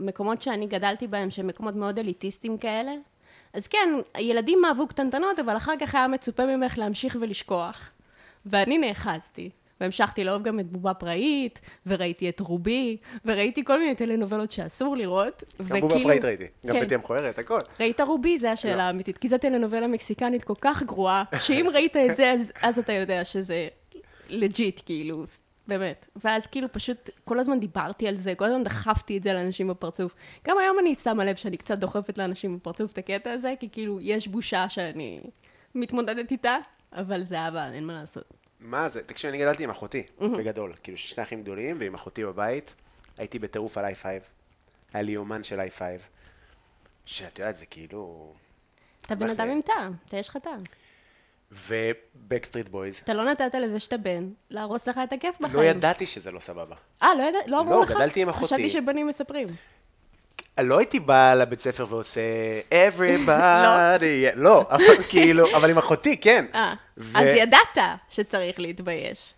Speaker 2: במקומות שאני גדלתי בהם, שהם מקומות מאוד אליטיסטיים כאלה, אז כן, הילדים אהבו קטנטנות, אבל אחר כך היה מצופה ממך להמשיך ולשכוח. ואני נאחזתי, והמשכתי לאהוב גם את בובה פראית, וראיתי את רובי, וראיתי כל מיני טלנובלות שאסור לראות.
Speaker 3: גם בובה פראית ראיתי. גם
Speaker 2: כן.
Speaker 3: בתי המכוערת, הכל.
Speaker 2: ראית רובי? זו
Speaker 3: לא.
Speaker 2: השאלה האמיתית, כי זו טלנובלה מקסיקנית כל כך גרועה, שאם ראית את זה, אז, אז אתה יודע שזה לג'יט, כאילו, ס- באמת. ואז כאילו פשוט כל הזמן דיברתי על זה, כל הזמן דחפתי את זה לאנשים בפרצוף. גם היום אני שמה לב שאני קצת דוחפת לאנשים בפרצוף את הקטע הזה, כי כאילו, יש בושה שאני מתמודדת איתה, אבל זה אבא, אין מה לעשות.
Speaker 3: מה זה? תקשיב, אני גדלתי עם אחותי, בגדול. כאילו, שיש שני אחים גדולים, ועם אחותי בבית. הייתי בטירוף על i5. היה לי יומן של i5. שאת יודעת, זה כאילו...
Speaker 2: אתה בן
Speaker 3: מה זה?
Speaker 2: אדם עם טעם, אתה יש לך טעם.
Speaker 3: ובקסטריט בויז.
Speaker 2: אתה לא נתת לזה שאתה בן, להרוס לך את הכיף בחיים.
Speaker 3: לא ידעתי שזה לא סבבה.
Speaker 2: אה, לא ידעת? לא אמרו
Speaker 3: לא,
Speaker 2: לך?
Speaker 3: גדלתי עם אחותי.
Speaker 2: חשבתי שבנים מספרים.
Speaker 3: לא הייתי בא לבית ספר ועושה everybody, לא, אבל כאילו, אבל עם אחותי, כן.
Speaker 2: אה,
Speaker 3: ו-
Speaker 2: אז ידעת שצריך להתבייש.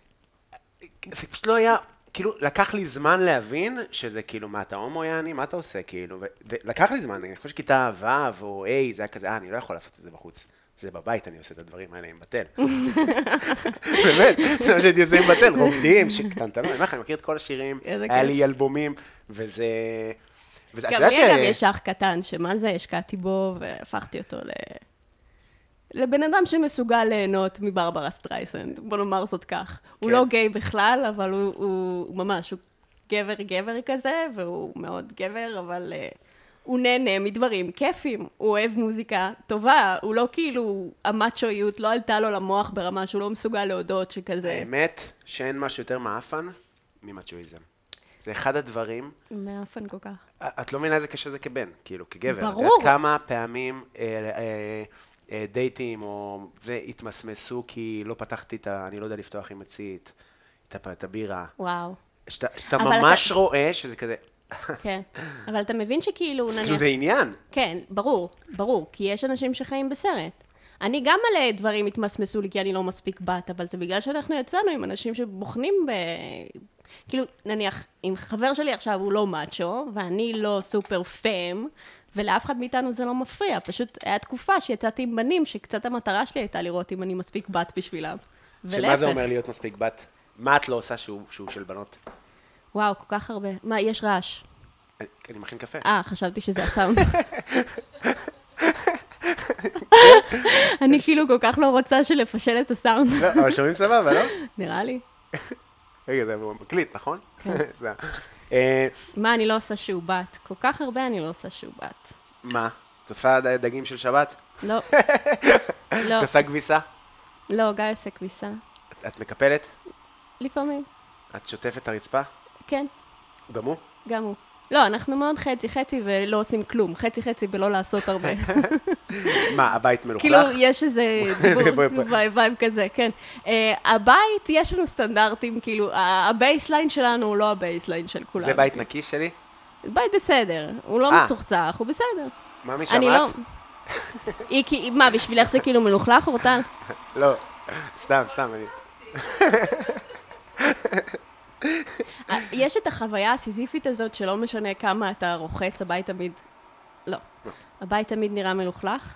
Speaker 3: זה פשוט לא היה, כאילו, לקח לי זמן להבין שזה כאילו, מה אתה הומו יעני, מה אתה עושה, כאילו, ו- ו- לקח לי זמן, אני חושב שכיתה ו' או ה', זה היה כזה, אה, אני לא יכול לעשות את זה בחוץ. זה בבית אני עושה את הדברים האלה עם בתל. באמת, זה מה שהייתי עושה עם בתל, רוקדים, שקטנטנות, אני אומר לך, אני מכיר את כל השירים,
Speaker 2: איזה
Speaker 3: היה
Speaker 2: כיף.
Speaker 3: לי אלבומים, וזה... וזה- את
Speaker 2: גם
Speaker 3: יודעת
Speaker 2: לי
Speaker 3: ש-
Speaker 2: אגב יש אח קטן, שמה זה, השקעתי בו והפכתי אותו ל... לבן אדם שמסוגל ליהנות מברברה סטרייסנד, בוא נאמר זאת כך. הוא
Speaker 3: כן.
Speaker 2: לא גיי בכלל, אבל הוא, הוא, הוא ממש, הוא גבר-גבר כזה, והוא מאוד גבר, אבל uh, הוא נהנה מדברים כיפים. הוא אוהב מוזיקה טובה, הוא לא כאילו, המאצ'ואיות לא עלתה לו למוח ברמה שהוא לא מסוגל להודות שכזה.
Speaker 3: האמת שאין משהו יותר מעפן ממצ'ואיזם. זה אחד הדברים, אה,
Speaker 2: מאפן כל כך.
Speaker 3: את לא מבינה איזה קשה זה כבן, כאילו, כגבר. את
Speaker 2: ברור.
Speaker 3: יודעת כמה פעמים אה, אה, אה, דייטים, או זה, התמסמסו כי לא פתחתי את ה... אני לא יודע לפתוח עם מצית, את הפ- את הבירה.
Speaker 2: וואו.
Speaker 3: שאתה שאתה
Speaker 2: אבל אתה-
Speaker 3: ממש רואה שזה כזה,
Speaker 2: כן. אבל אתה מבין שכאילו,
Speaker 3: כאילו
Speaker 2: נניח...
Speaker 3: זה עניין.
Speaker 2: כן, ברור, ברור, כי יש אנשים שחיים בסרט. אני גם מלא דברים התמסמסו לי כי אני לא מספיק בת, אבל זה בגלל שאנחנו יצאנו עם אנשים שבוחנים ב... כאילו, נניח, אם חבר שלי עכשיו הוא לא מאצ'ו, ואני לא סופר פאם, ולאף אחד מאיתנו זה לא מפריע, פשוט היה תקופה שיצאתי עם בנים, שקצת המטרה שלי הייתה לראות אם אני מספיק בת בשבילם.
Speaker 3: שמה זה אומר להיות מספיק בת? מה את לא עושה שהוא שהוא של בנות?
Speaker 2: וואו, כל כך הרבה. מה, יש רעש.
Speaker 3: אני- אני מכין קפה.
Speaker 2: אה, חשבתי שזה הסאונד. אני כאילו כל כך לא רוצה שלפשל את הסאונד,
Speaker 3: לא, אבל שומעים סבבה, לא?
Speaker 2: נראה לי.
Speaker 3: רגע, זה מקליט, נכון?
Speaker 2: כן.
Speaker 3: זה- אה,
Speaker 2: מה אני לא עושה שהוא בת? כל כך הרבה אני לא עושה שהוא בת.
Speaker 3: מה? את עושה ד- דגים של שבת?
Speaker 2: לא. לא,
Speaker 3: את עושה כביסה?
Speaker 2: לא, גיא עושה כביסה.
Speaker 3: את- את מקפלת?
Speaker 2: לפעמים,
Speaker 3: את שוטפת את הרצפה?
Speaker 2: כן,
Speaker 3: גם הוא?
Speaker 2: גם הוא. לא, אנחנו מאוד חצי-חצי ולא עושים כלום. חצי-חצי ולא לעשות הרבה.
Speaker 3: מה, הבית מלוכלך?
Speaker 2: כאילו, יש איזה דיבור,
Speaker 3: לא. בואי, בואי.
Speaker 2: וייב- וייב כזה, כן. אה, הבית, יש לנו סטנדרטים, כאילו, ה- הבייסליין שלנו הוא לא הבייסליין של כולם.
Speaker 3: זה בית נקי שלי?
Speaker 2: בית בסדר, הוא לא
Speaker 3: אה.
Speaker 2: מצוחצח, הוא בסדר.
Speaker 3: מה מי
Speaker 2: אני לא...
Speaker 3: שמעת?
Speaker 2: היא כי... מה, בשבילך זה כאילו מלוכלך, אורטל?
Speaker 3: לא. סתם, סתם, אני...
Speaker 2: אה, יש את החוויה הסיזיפית הזאת שלא משנה כמה אתה רוחץ, הבית תמיד... לא. הבית תמיד נראה מלוכלך?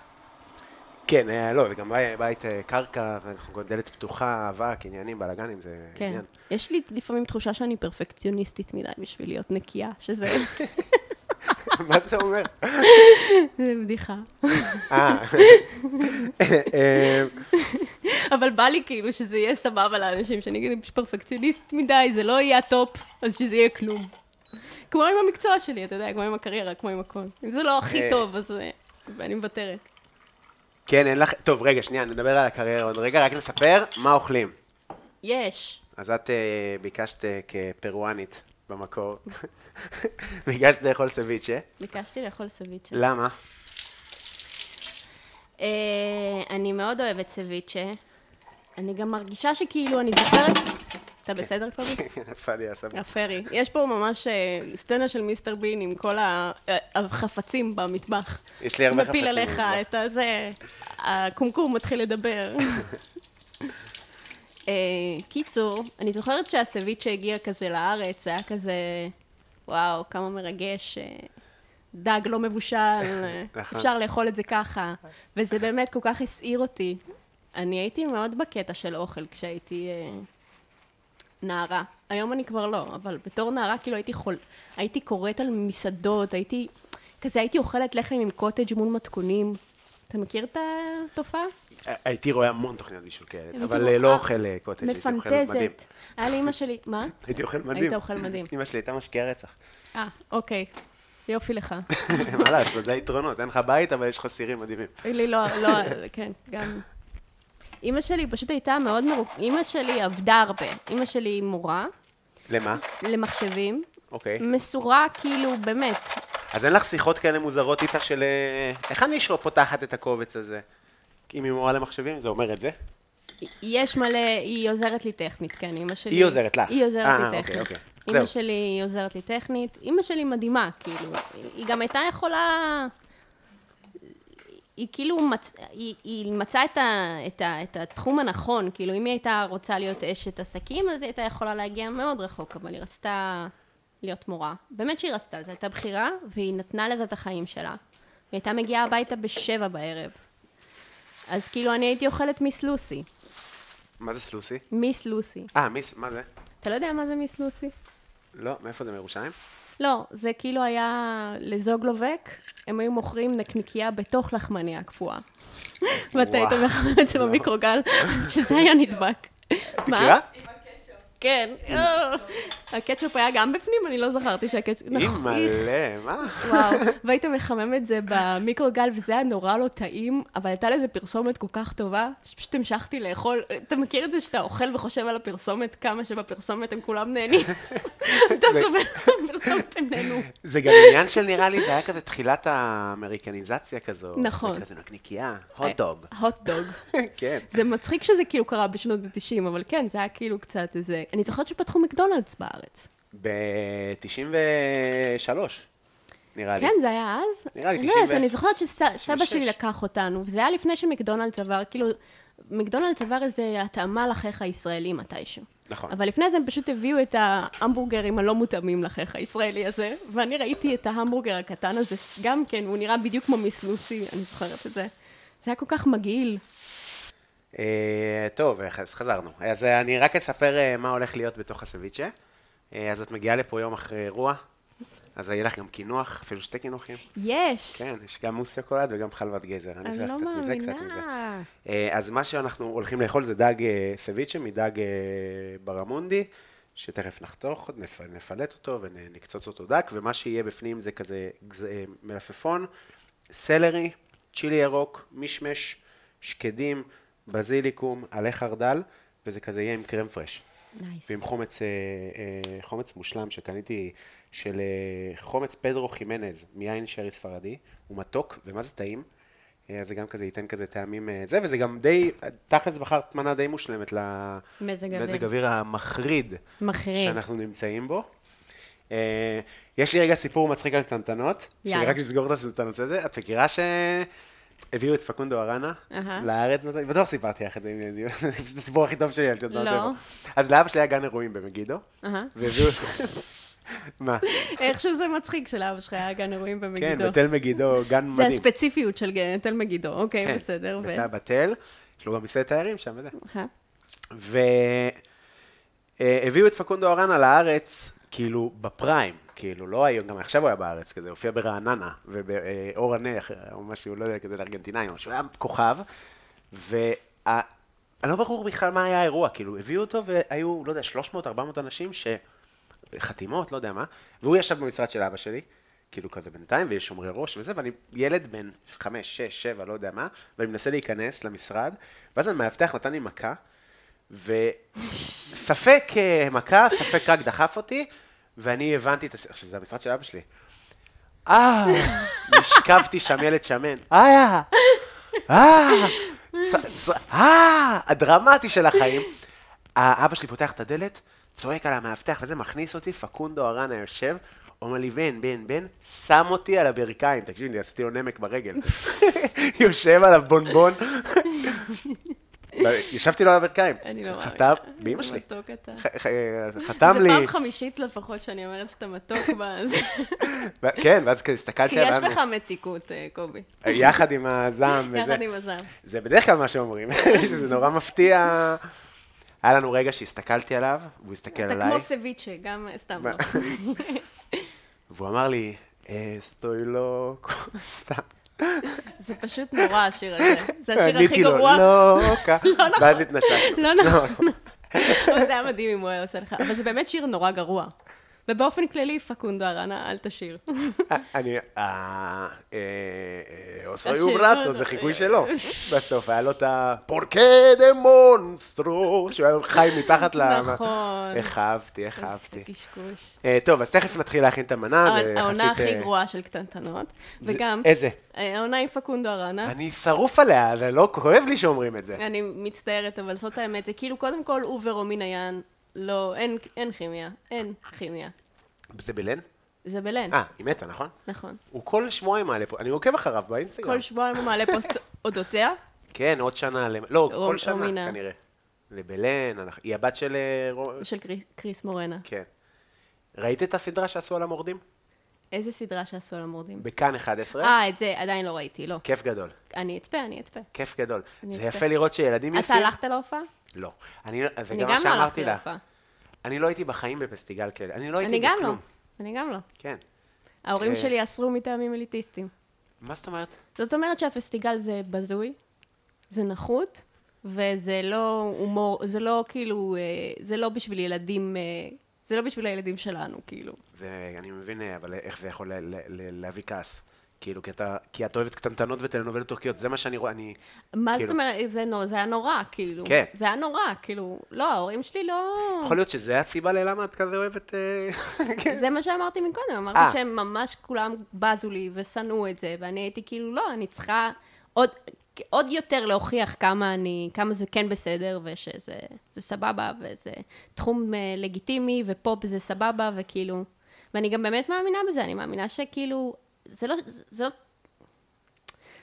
Speaker 3: כן, אה, לא, זה גם בית- בית אה, קרקע, ואנחנו גם דלת פתוחה, אבק, עניינים, בלאגנים, זה
Speaker 2: כן.
Speaker 3: עניין.
Speaker 2: יש לי לפעמים תחושה שאני פרפקציוניסטית מדי בשביל להיות נקייה, שזה
Speaker 3: מה זה אומר?
Speaker 2: זה בדיחה.
Speaker 3: אה. אה,
Speaker 2: אבל בא לי כאילו שזה יהיה סבבה לאנשים, שאני אגיד, "אני פשוט פרפקציוניסט מדי, זה לא יהיה הטופ, אז שזה יהיה כלום. כמו עם המקצוע שלי, אתה יודע, כמו עם הקריירה, כמו עם הכל. אם זה לא הכי
Speaker 3: אה.
Speaker 2: טוב, אז אה, אני מוותרת.
Speaker 3: כן, אין לך... טוב, רגע, שנייה, נדבר על הקריירה עוד רגע, רק נספר מה אוכלים.
Speaker 2: יש.
Speaker 3: אז את אה, ביקשת אה, כפרואנית במקור, ביקשת לאכול סביצ'ה.
Speaker 2: ביקשתי לאכול סביצ'ה.
Speaker 3: למה?
Speaker 2: אה, אני מאוד אוהבת סביצ'ה. אני גם מרגישה שכאילו, אני זוכרת... אתה בסדר, קובי?
Speaker 3: נפל לי הסבבה.
Speaker 2: הפרי. יש פה ממש אה, סצנה של מיסטר בין עם כל ה- אה, החפצים במטבח.
Speaker 3: יש לי הרבה
Speaker 2: מפיל
Speaker 3: חפצים
Speaker 2: עליך
Speaker 3: במטבח.
Speaker 2: את הזה, הקומקום מתחיל לדבר. אה, קיצור, אני זוכרת שהסביצ'ה הגיע כזה לארץ, זה היה כזה, וואו, כמה מרגש. אה, דג לא מבושל, אה,
Speaker 3: נכון.
Speaker 2: אפשר לאכול את זה ככה. וזה באמת כל כך הסעיר אותי. אני הייתי מאוד בקטע של אוכל כשהייתי אה, נערה. היום אני כבר לא, אבל בתור נערה כאילו הייתי חול... הייתי קוראת על מסעדות, הייתי... כזה הייתי אוכלת לחם עם קוטג' מול מתכונים. אתה מכיר את התופעה?
Speaker 3: הייתי רואה המון תוכניות בישול כאלה, אבל
Speaker 2: הייתי
Speaker 3: אה, לא
Speaker 2: רואה-
Speaker 3: אוכל אה, קוטג', הייתי אוכל מדהים.
Speaker 2: מפנטזת. היה לאמא שלי... מה?
Speaker 3: הייתי אוכל מדהים.
Speaker 2: היית אוכל מדהים.
Speaker 3: אמא שלי הייתה משקיעה רצח.
Speaker 2: אה, אוקיי. יופי לך.
Speaker 3: מה לעשות, זה היתרונות, אין לך בית, אבל יש לך סירים מדהימים.
Speaker 2: לי לא, לא, כן, גם. אימא שלי פשוט הייתה מאוד מרוק... אימא שלי עבדה הרבה. אימא שלי היא מורה
Speaker 3: למה?
Speaker 2: למחשבים.
Speaker 3: אוקיי.
Speaker 2: מסורה כאילו, באמת.
Speaker 3: אז אין לך שיחות כאלה מוזרות איתה של... אה, איך אני שלא פותחת את הקובץ הזה? אם היא מורה למחשבים, זה אומר את זה?
Speaker 2: יש מלא, היא עוזרת לי טכנית, כן, אימא שלי.
Speaker 3: היא עוזרת לך.
Speaker 2: היא
Speaker 3: אה,
Speaker 2: עוזרת לי
Speaker 3: אוקיי,
Speaker 2: טכנית.
Speaker 3: אוקיי.
Speaker 2: אימא
Speaker 3: זהו.
Speaker 2: שלי היא עוזרת לי טכנית. אימא שלי מדהימה, כאילו. היא גם הייתה יכולה... היא כאילו, מצ... היא, היא מצאה את, ה... את, ה... את התחום הנכון, כאילו, אם היא הייתה רוצה להיות אשת עסקים, אז היא הייתה יכולה להגיע מאוד רחוק, אבל היא רצתה להיות מורה. באמת שהיא רצתה, זו הייתה בחירה, והיא נתנה לזה את החיים שלה. היא הייתה מגיעה הביתה בשבע בערב. אז כאילו, אני הייתי אוכלת מיס לוסי.
Speaker 3: מה זה סלוסי?
Speaker 2: מיס לוסי.
Speaker 3: אה, מיס, מה זה?
Speaker 2: אתה לא יודע מה זה מיס לוסי?
Speaker 3: לא, מאיפה זה, מירושלים?
Speaker 2: לא, זה כאילו היה לזוג לובק, הם היו מוכרים נקניקייה בתוך לחמניה קפואה. ואתה היית
Speaker 3: וואו.
Speaker 2: מחמם את זה במיקרוגל, שזה היה נדבק. מה?
Speaker 3: מכירה?
Speaker 2: כן. אה, הקטשופ היה גם בפנים? אני לא זכרתי שהקטשופ... נכון, איך.
Speaker 3: אימא'לה, מה?
Speaker 2: וואו, והיית מחמם את זה במיקרוגל, וזה היה נורא לא טעים, אבל הייתה לזה פרסומת כל כך טובה, שפשוט המשכתי לאכול. אתה מכיר את זה שאתה אוכל וחושב על הפרסומת, כמה שבפרסומת הם כולם נהנים? אתה סובל מהפרסומת, הם נהנו.
Speaker 3: זה גם עניין של נראה לי, זה היה כזה תחילת האמריקניזציה כזו.
Speaker 2: נכון.
Speaker 3: כזה נקניקייה, הוטדוג.
Speaker 2: הוטדוג.
Speaker 3: כן.
Speaker 2: זה מצחיק שזה כאילו קרה בשנות ה-90, אבל כן, זה היה כאילו קצת איזה... אני זוכרת שפתחו מקדונלדס בארץ.
Speaker 3: ב-93, נראה לי.
Speaker 2: כן, זה היה אז?
Speaker 3: נראה לי
Speaker 2: אני לא יודעת,
Speaker 3: 90 ו-
Speaker 2: אני זוכרת שסבא
Speaker 3: 96.
Speaker 2: שלי לקח אותנו, וזה היה לפני שמקדונלדס עבר, כאילו, מקדונלדס עבר איזו התאמה לחייך הישראלי מתישהו.
Speaker 3: נכון.
Speaker 2: אבל לפני זה הם פשוט הביאו את ההמבורגרים הלא מותאמים לחייך הישראלי הזה, ואני ראיתי את ההמבורגר הקטן הזה גם כן, הוא נראה בדיוק כמו מיס לוסי, אני זוכרת את זה. זה היה כל כך מגעיל.
Speaker 3: אה, טוב, אז חזרנו. אז אה, אני רק אספר אה, מה הולך להיות בתוך הסביצ'ה. אה, אז את מגיעה לפה יום אחרי אירוע, אז יהיה לך גם קינוח, אפילו שתי קינוחים.
Speaker 2: יש!
Speaker 3: כן, יש גם מוס שוקולד וגם חלבת גזר. אני
Speaker 2: אני
Speaker 3: אעשה
Speaker 2: לא
Speaker 3: קצת מזה, קצת מזה.
Speaker 2: מאמינה.
Speaker 3: אה, אז מה שאנחנו הולכים לאכול זה דג אה, סביצ'ה מדג אה, ברמונדי, שתכף נחתוך, נפ, נפלט אותו ונקצוץ אותו דק, ומה שיהיה בפנים זה כזה גז, אה, מלפפון, סלרי, צ'ילי ירוק, מישמש, שקדים, בזיליקום, עלי חרדל, וזה כזה יהיה עם קרם פרש.
Speaker 2: נייס.
Speaker 3: ועם חומץ, אה, אה, חומץ מושלם שקניתי, של אה, חומץ פדרו חימנז, מיין שרי ספרדי, הוא מתוק, ומה זה טעים. אה, אז זה גם כזה ייתן כזה טעמים אה, זה, וזה גם די, תכלס בחרת מנה די מושלמת
Speaker 2: מזג אוויר.
Speaker 3: למזג אוויר המחריד
Speaker 2: מחריד.
Speaker 3: שאנחנו נמצאים בו. אה, יש לי רגע סיפור מצחיק על קטנטנות,
Speaker 2: יאללה.
Speaker 3: שרק לסגור את הנושא הזה, את מכירה שהביאו את פקונדו ארנה
Speaker 2: אהה.
Speaker 3: לארץ, בטוח סיפרתי לך את זה, אם- זה פשוט הסיפור הכי טוב שלי על קטנטנות.
Speaker 2: לא.
Speaker 3: ever. אז לאבא שלי היה גן אירועים במגידו,
Speaker 2: אהה.
Speaker 3: והביאו... מה?
Speaker 2: איכשהו זה מצחיק שלאבא שלך היה גן אירועים
Speaker 3: כן,
Speaker 2: במגידו.
Speaker 3: בתל מגידו, גן מדהים.
Speaker 2: זה הספציפיות של גן- תל מגידו, אוקיי,
Speaker 3: כן,
Speaker 2: בסדר. ו-
Speaker 3: בתא בתל, יש לו גם מסעדת תיירים שם וזה.
Speaker 2: אה,
Speaker 3: והביאו את פקונדו ארנה לארץ, כאילו, בפריים. כאילו, לא היום, גם עכשיו הוא היה בארץ כזה, הופיע ברעננה, ובאור ענה, אחרי- או משהו, לא יודע, כזה לארגנטינאים, או משהו, היה כוכב, וה... אני לא ברור בכלל מה היה האירוע, כאילו, הביאו אותו והיו, לא יודע, 300-400 אנשים ש... חתימות, לא יודע מה, והוא ישב במשרד של אבא שלי, כאילו כזה בינתיים, ויש שומרי ראש וזה, ואני ילד בן חמש, שש, שבע, לא יודע מה, ואני מנסה להיכנס למשרד, ואז המאבטח נתן לי מכה, וספק אה, מכה, ספק רק דחף אותי, ואני הבנתי את הס... עכשיו, זה המשרד של אבא שלי. אה, נשכבתי שם ילד שמן. אה, אה, צ- צ- אה, הדרמטי של החיים. ה- אבא שלי פותח את הדלת, צועק על המאבטח וזה, מכניס אותי, פקונדו ארנה יושב, אומר לי, בן, בן, בן, שם אותי על הברכיים, תקשיב לי, עשיתי לו נמק ברגל. יושב עליו בונבון. ישבתי לו על הברכיים.
Speaker 2: אני לא מאמינה.
Speaker 3: חתם, באמא שלי.
Speaker 2: מתוק אתה.
Speaker 3: ח- ח- חתם
Speaker 2: זה
Speaker 3: לי,
Speaker 2: פעם חמישית לפחות שאני אומרת שאתה מתוק בזה.
Speaker 3: ו- כן, ואז כזה הסתכלתי
Speaker 2: כי
Speaker 3: עליו,
Speaker 2: יש בך מתיקות, אה, קובי.
Speaker 3: יחד עם הזעם וזה. כן,
Speaker 2: יחד עם הזעם.
Speaker 3: זה בדרך כלל מה שאומרים, שזה נורא מפתיע. היה לנו רגע שהסתכלתי עליו, והוא הסתכל
Speaker 2: אתה
Speaker 3: עליי,
Speaker 2: כמו סביצ'ה, גם סתם
Speaker 3: מה?
Speaker 2: לא.
Speaker 3: והוא אמר לי, "אה, סטוילו קוסטה.
Speaker 2: זה פשוט נורא השיר הזה. זה השיר הכי
Speaker 3: עניתי לו,
Speaker 2: גרוע. נכון.
Speaker 3: לא, אוקיי. ואז התנשקנו.
Speaker 2: לא נכון. אבל זה היה מדהים אם הוא היה עושה לך. אבל זה באמת שיר נורא גרוע. ובאופן כללי, פקונדו ארנה, אל תשיר.
Speaker 3: אה, אני, אה, אה, אוסרי
Speaker 2: השיר,
Speaker 3: וברטו,
Speaker 2: לא,
Speaker 3: זה
Speaker 2: לא,
Speaker 3: חיקוי
Speaker 2: אה,
Speaker 3: שלו. בסוף היה לו את ה... פורקה דה מונסטרו, שהוא היה חי מתחת ל...
Speaker 2: נכון.
Speaker 3: איך אהבתי, איך
Speaker 2: איזה
Speaker 3: אהבתי.
Speaker 2: קשקוש.
Speaker 3: אה, טוב, אז תכף נתחיל להכין את המנה, זה יחסית...
Speaker 2: העונה הכי
Speaker 3: אה,
Speaker 2: גרועה של קטנטנות.
Speaker 3: זה-
Speaker 2: וגם,
Speaker 3: איזה?
Speaker 2: אה, העונה עם פקונדו ארנה.
Speaker 3: אני שרוף עליה, זה לא כואב לי שאומרים את זה.
Speaker 2: אני מצטערת, אבל זאת האמת. זה כאילו, קודם כל, הוא ורומין היאן, לא, אין, אין כימיה. אין כימיה.
Speaker 3: זה בלן?
Speaker 2: זה בלן,
Speaker 3: אה, היא מתה, נכון?
Speaker 2: נכון.
Speaker 3: הוא כל שבועיים מעלה פה, אני עוקב אחריו באינסטגרם.
Speaker 2: כל שבועיים הוא מעלה פוסט אודותיה.
Speaker 3: כן, עוד שנה, למ- לא,
Speaker 2: רום-
Speaker 3: כל שנה
Speaker 2: רומינה.
Speaker 3: כנראה. לבלן, אנחנו- היא הבת של... אה, רו-
Speaker 2: של קריס, קריס מורנה.
Speaker 3: כן. ראית את הסדרה שעשו על המורדים?
Speaker 2: איזה סדרה שעשו על המורדים.
Speaker 3: בכאן 11?
Speaker 2: אה, את זה עדיין לא ראיתי, לא.
Speaker 3: כיף גדול,
Speaker 2: אני אצפה, אני אצפה.
Speaker 3: כיף גדול.
Speaker 2: אני
Speaker 3: זה
Speaker 2: אצפה.
Speaker 3: יפה לראות שילדים יפים.
Speaker 2: אתה הלכת להופעה?
Speaker 3: לא. אני לא- זה
Speaker 2: אני
Speaker 3: גם
Speaker 2: גם
Speaker 3: מה
Speaker 2: לא הלכתי
Speaker 3: שאמרתי לה.
Speaker 2: להופעה.
Speaker 3: אני לא הייתי בחיים בפסטיגל כאלה. אני לא הייתי
Speaker 2: אני גם לא.
Speaker 3: בכלום.
Speaker 2: אני גם לא.
Speaker 3: כן.
Speaker 2: ההורים
Speaker 3: אה.
Speaker 2: שלי אסרו מטעמים אליטיסטים.
Speaker 3: מה זאת אומרת?
Speaker 2: זאת אומרת שהפסטיגל זה בזוי, זה נחות, וזה לא הומור, זה לא כאילו, אה, זה לא בשביל ילדים אה, זה לא בשביל הילדים שלנו, כאילו.
Speaker 3: זה, אני מבין, אה, אבל איך זה יכול ל- ל- ל- להביא כעס? כאילו, כי אתה, כי את אוהבת קטנטנות וטלנובלות טורקיות, זה מה שאני רואה, אני...
Speaker 2: מה
Speaker 3: כאילו-
Speaker 2: זאת אומרת, זה נו- זה היה נורא, כאילו.
Speaker 3: כן.
Speaker 2: זה היה נורא, כאילו, לא, ההורים שלי לא...
Speaker 3: יכול להיות שזה הסיבה ללמה את כזה אוהבת... אה, כן.
Speaker 2: זה מה שאמרתי מקודם,
Speaker 3: אה.
Speaker 2: אמרתי שהם ממש כולם בזו לי ושנאו את זה, ואני הייתי כאילו, לא, אני צריכה עוד, עוד יותר להוכיח כמה אני, כמה זה כן בסדר, ושזה זה סבבה, וזה תחום אה, לגיטימי, ופופ זה סבבה, וכאילו... ואני גם באמת מאמינה בזה, אני מאמינה שכאילו, זה לא, זה לא,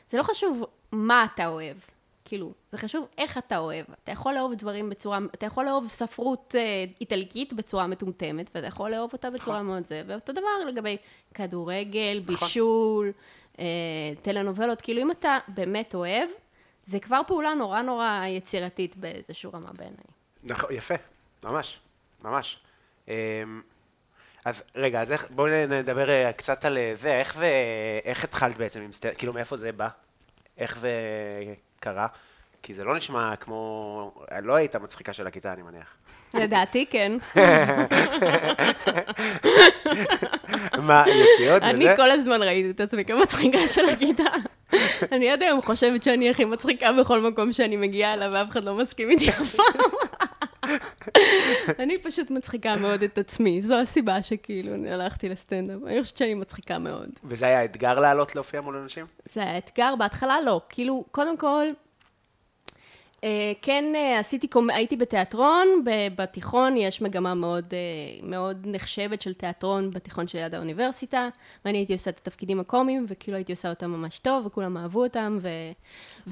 Speaker 2: זה לא חשוב מה אתה אוהב. כאילו, זה חשוב איך אתה אוהב. אתה יכול לאהוב דברים בצורה, אתה יכול לאהוב ספרות אה, איטלקית בצורה מטומטמת, ואתה יכול לאהוב אותה בצורה מאוד זה, ואותו דבר לגבי כדורגל, בישול, אה, טלנובלות. כאילו, אם אתה באמת אוהב, זה כבר פעולה נורא נורא יצירתית באיזשהו רמה בעיניי.
Speaker 3: נכון, יפה, ממש, ממש. אמ, אז רגע, אז איך, בואו נדבר אה, קצת על אה, זה, איך זה, איך התחלת בעצם עם סטנדאפ, כאילו מאיפה זה בא? איך זה קרה? כי זה לא נשמע כמו, לא היית מצחיקה של הכיתה, אני מניח.
Speaker 2: לדעתי, כן.
Speaker 3: מה, יציאות וזה?
Speaker 2: אני כל הזמן ראיתי את עצמי כמצחיקה של הכיתה. אני עד היום חושבת שאני הכי מצחיקה בכל מקום שאני מגיעה אליו, ואף אחד לא מסכים איתי אף פעם. אני פשוט מצחיקה מאוד את עצמי, זו הסיבה שכאילו אני הלכתי לסטנדאפ. אני חושבת שאני מצחיקה מאוד.
Speaker 3: וזה היה אתגר לעלות להופיע מול אנשים?
Speaker 2: זה היה אתגר, בהתחלה לא. כאילו, קודם כל, אה, כן אה, עשיתי, קומ- הייתי בתיאטרון, ב- בתיכון יש מגמה מאוד, אה, מאוד נחשבת של תיאטרון בתיכון שליד האוניברסיטה, ואני הייתי עושה את התפקידים הקומיים, וכאילו הייתי עושה אותם ממש טוב, וכולם אהבו אותם, ו...